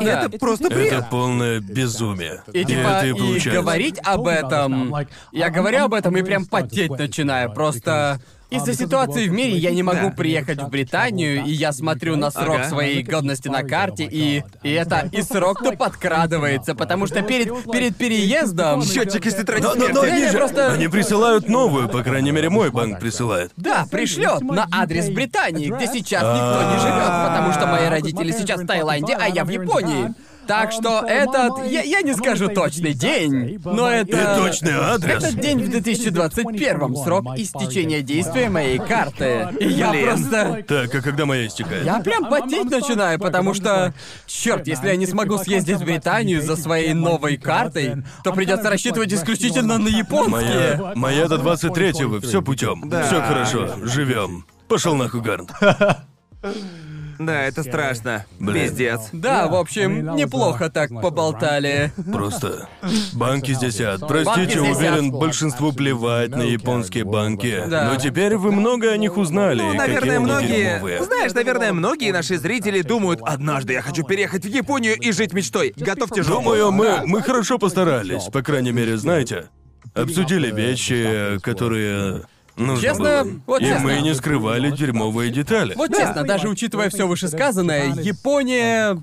S2: И
S3: Да.
S2: это просто
S1: Это
S2: бред.
S1: полное безумие.
S3: И типа,
S1: это и
S3: и
S1: получается.
S3: [laughs] говорить об этом... Я говорю об этом и прям потеть начинаю, просто... Из-за ситуации в мире я не могу
S5: Да.
S3: приехать в Британию, и я смотрю на срок
S2: Ага.
S3: своей годности на карте, и... И это... И срок-то подкрадывается, потому что перед... Перед переездом...
S2: Счетчики с тетради
S1: Но, но- но
S2: смерти.
S1: Ну, они
S3: Я
S1: же-
S3: просто-
S1: они присылают новую, по крайней мере, мой банк присылает.
S3: Да, пришлет на адрес
S2: А,
S3: Британии, где сейчас никто не живет, потому что мои родители сейчас в Таиланде, а я в Японии. Так что этот... Я, я не скажу точный день, но это...
S1: И точный адрес.
S3: Этот день в 2021 срок истечения действия моей карты. И я
S2: Блин.
S3: просто...
S1: Так, а когда моя истекает?
S3: Я прям потеть начинаю, потому что... Черт, если я не смогу съездить в Британию за своей новой картой, то придется рассчитывать исключительно на японские.
S1: Моя, моя до 23-го, все путем. Все хорошо, живем. Пошел нахуй, Гарн.
S2: Да, это страшно.
S1: Блин.
S2: Пиздец.
S3: Да, в общем, неплохо так поболтали.
S1: Просто банки здесь ад. Простите,
S3: здесь ад.
S1: уверен, большинству плевать на японские банки.
S3: Да.
S1: Но теперь вы много о них узнали.
S2: Ну,
S1: и какие
S2: наверное,
S1: они
S2: многие...
S1: дерьмовые.
S2: Знаешь, наверное, многие наши зрители думают, однажды я хочу переехать в Японию и жить мечтой. Готовьте жопу.
S1: Думаю, мы, мы хорошо постарались, по крайней мере, знаете. Обсудили вещи, которые э, нужно
S3: Честно,
S1: было.
S3: вот
S1: И
S3: честно.
S1: мы не скрывали дерьмовые детали.
S3: Вот честно, даже учитывая все вышесказанное, Япония.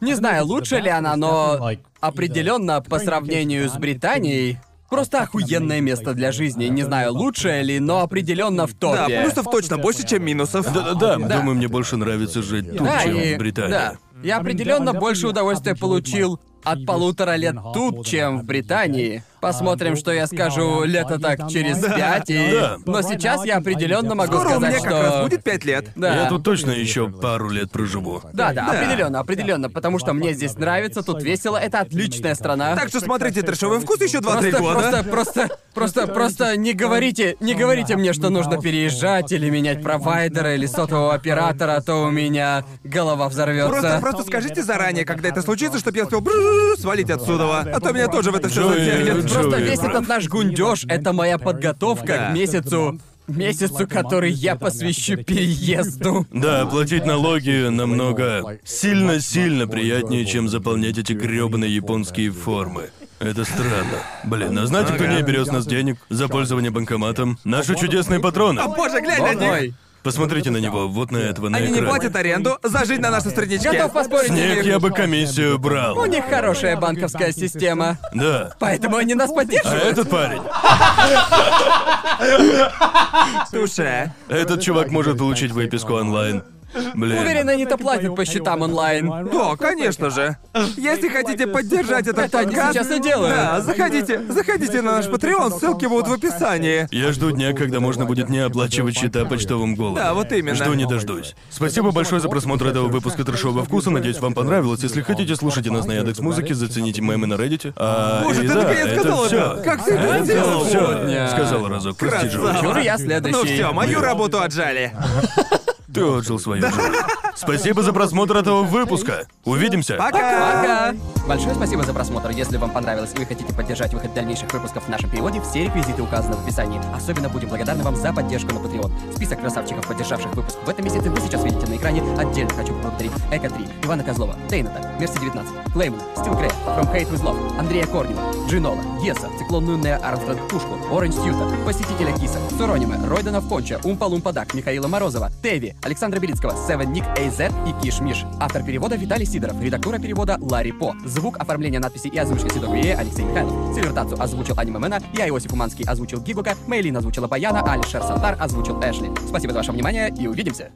S3: Не знаю, лучше ли она, но определенно по сравнению с Британией. Просто охуенное место для жизни. Не знаю, лучшее ли, но определенно в
S2: Да,
S3: топе.
S2: плюсов точно больше, чем минусов.
S1: Да-да-да,
S3: Да.
S1: думаю, мне больше нравится жить тут,
S3: Да,
S1: чем
S3: и-
S1: в Британии.
S3: Да. Я определенно больше удовольствия получил от полутора лет тут, чем в Британии. Посмотрим, что я скажу лето так через пять. и-
S1: Да.
S3: Но сейчас я определенно могу
S2: Скоро у
S3: сказать,
S2: меня
S3: что.
S2: как раз будет пять лет.
S3: Да.
S1: Я тут точно еще пару лет проживу.
S3: Да, да, определенно, определенно, потому что мне здесь нравится, тут весело, это отличная страна.
S2: Так что смотрите трешовый вкус еще 2-3
S3: Просто,
S2: года.
S3: просто, просто, просто, просто не говорите, не говорите мне, что нужно переезжать или менять провайдера или сотового оператора, а то у меня голова
S2: Просто,
S3: взорвется.
S2: просто скажите заранее, когда это случится, чтобы я успел брррр свалить отсюда. А то меня тоже в это все
S1: Джои,
S2: затянет.
S1: Джои.
S3: Просто
S1: Джоуи,
S3: весь
S1: брат.
S3: этот наш гундеж — это моя подготовка
S2: Да.
S3: к месяцу, месяцу, который я посвящу переезду.
S1: Да, платить налоги намного сильно-сильно приятнее, чем заполнять эти грёбаные японские формы. Это странно. Блин, а знаете, кто не берет с нас денег за пользование банкоматом? Наши чудесные патроны.
S2: О боже, глянь на них.
S3: Ой,
S1: Посмотрите на него, вот на этого, на
S2: Они не
S1: экране.
S2: платят аренду, зажить на нашей страничке.
S3: готов поспорить,
S1: С них я
S3: у
S1: бы комиссию брал.
S3: них хорошая банковская система,
S1: Да.
S3: поэтому они нас
S1: А
S3: поддерживают.
S1: этот парень,
S2: Туше.
S1: этот чувак может получить выписку онлайн. Блин.
S3: Уверен, они-то платят по счетам онлайн.
S2: Да, конечно же. Если хотите поддержать этот
S3: Это они
S2: подкаст...
S3: сейчас и делают.
S2: Да, заходите, заходите на наш Patreon, ссылки будут в описании.
S1: Я жду дня, когда можно будет не оплачивать счета почтовым голубем.
S2: Да, вот именно.
S1: Жду не дождусь. Спасибо большое за просмотр этого выпуска трешового вкуса. Надеюсь, вам понравилось. Если хотите, слушайте нас на Яндекс Музыке, зацените мемы на Reddit. А,
S2: Боже,
S1: и
S2: ты
S1: да,
S2: наконец
S1: это
S2: сказал
S1: всё.
S2: это. Как ты это
S1: сделал
S2: сделал?
S1: все.
S3: сегодня?
S1: Сказал разок. Прости,
S2: Красава.
S1: Джоуи.
S3: Чур, я
S2: Ну
S3: следующий.
S2: все, мою работу отжали.
S1: Ты отжил свою Джоуи. Спасибо за просмотр этого выпуска. Увидимся.
S2: Пока.
S3: Пока! Большое спасибо за просмотр. Если вам понравилось и вы хотите поддержать выход дальнейших выпусков в нашем переводе, все реквизиты указаны в описании. Особенно будем благодарны вам за поддержку на Patreon. Список красавчиков, поддержавших выпуск в этом месяце, вы сейчас видите на экране. Отдельно хочу поблагодарить Эко-3, Ивана Козлова, Тейната, Мерси-19, Клеймана, Стил Грея, From Hate With Love, Андрея Корнева, Джинола, Еса, Циклонную Нео Армстронг Пушку, Оранж Тьюта, Посетителя Киса, Суронима, Ройдана Конча, Умпа Лумпа Дак, Михаила Морозова, Теви, Александра Белицкого, Севен Ник Эйзет и Киш Миш. Автор перевода Виталий Сидоров, редактура перевода Ларри По. Звук оформления надписи и озвучка Седок Гирея Алексей Михайлов. Сильвертацу озвучил Аниме Мэна, я Иосиф Уманский озвучил Гигука, Мейлин озвучила Баяна, Алишер Сатар озвучил Эшли. Спасибо за ваше внимание и увидимся!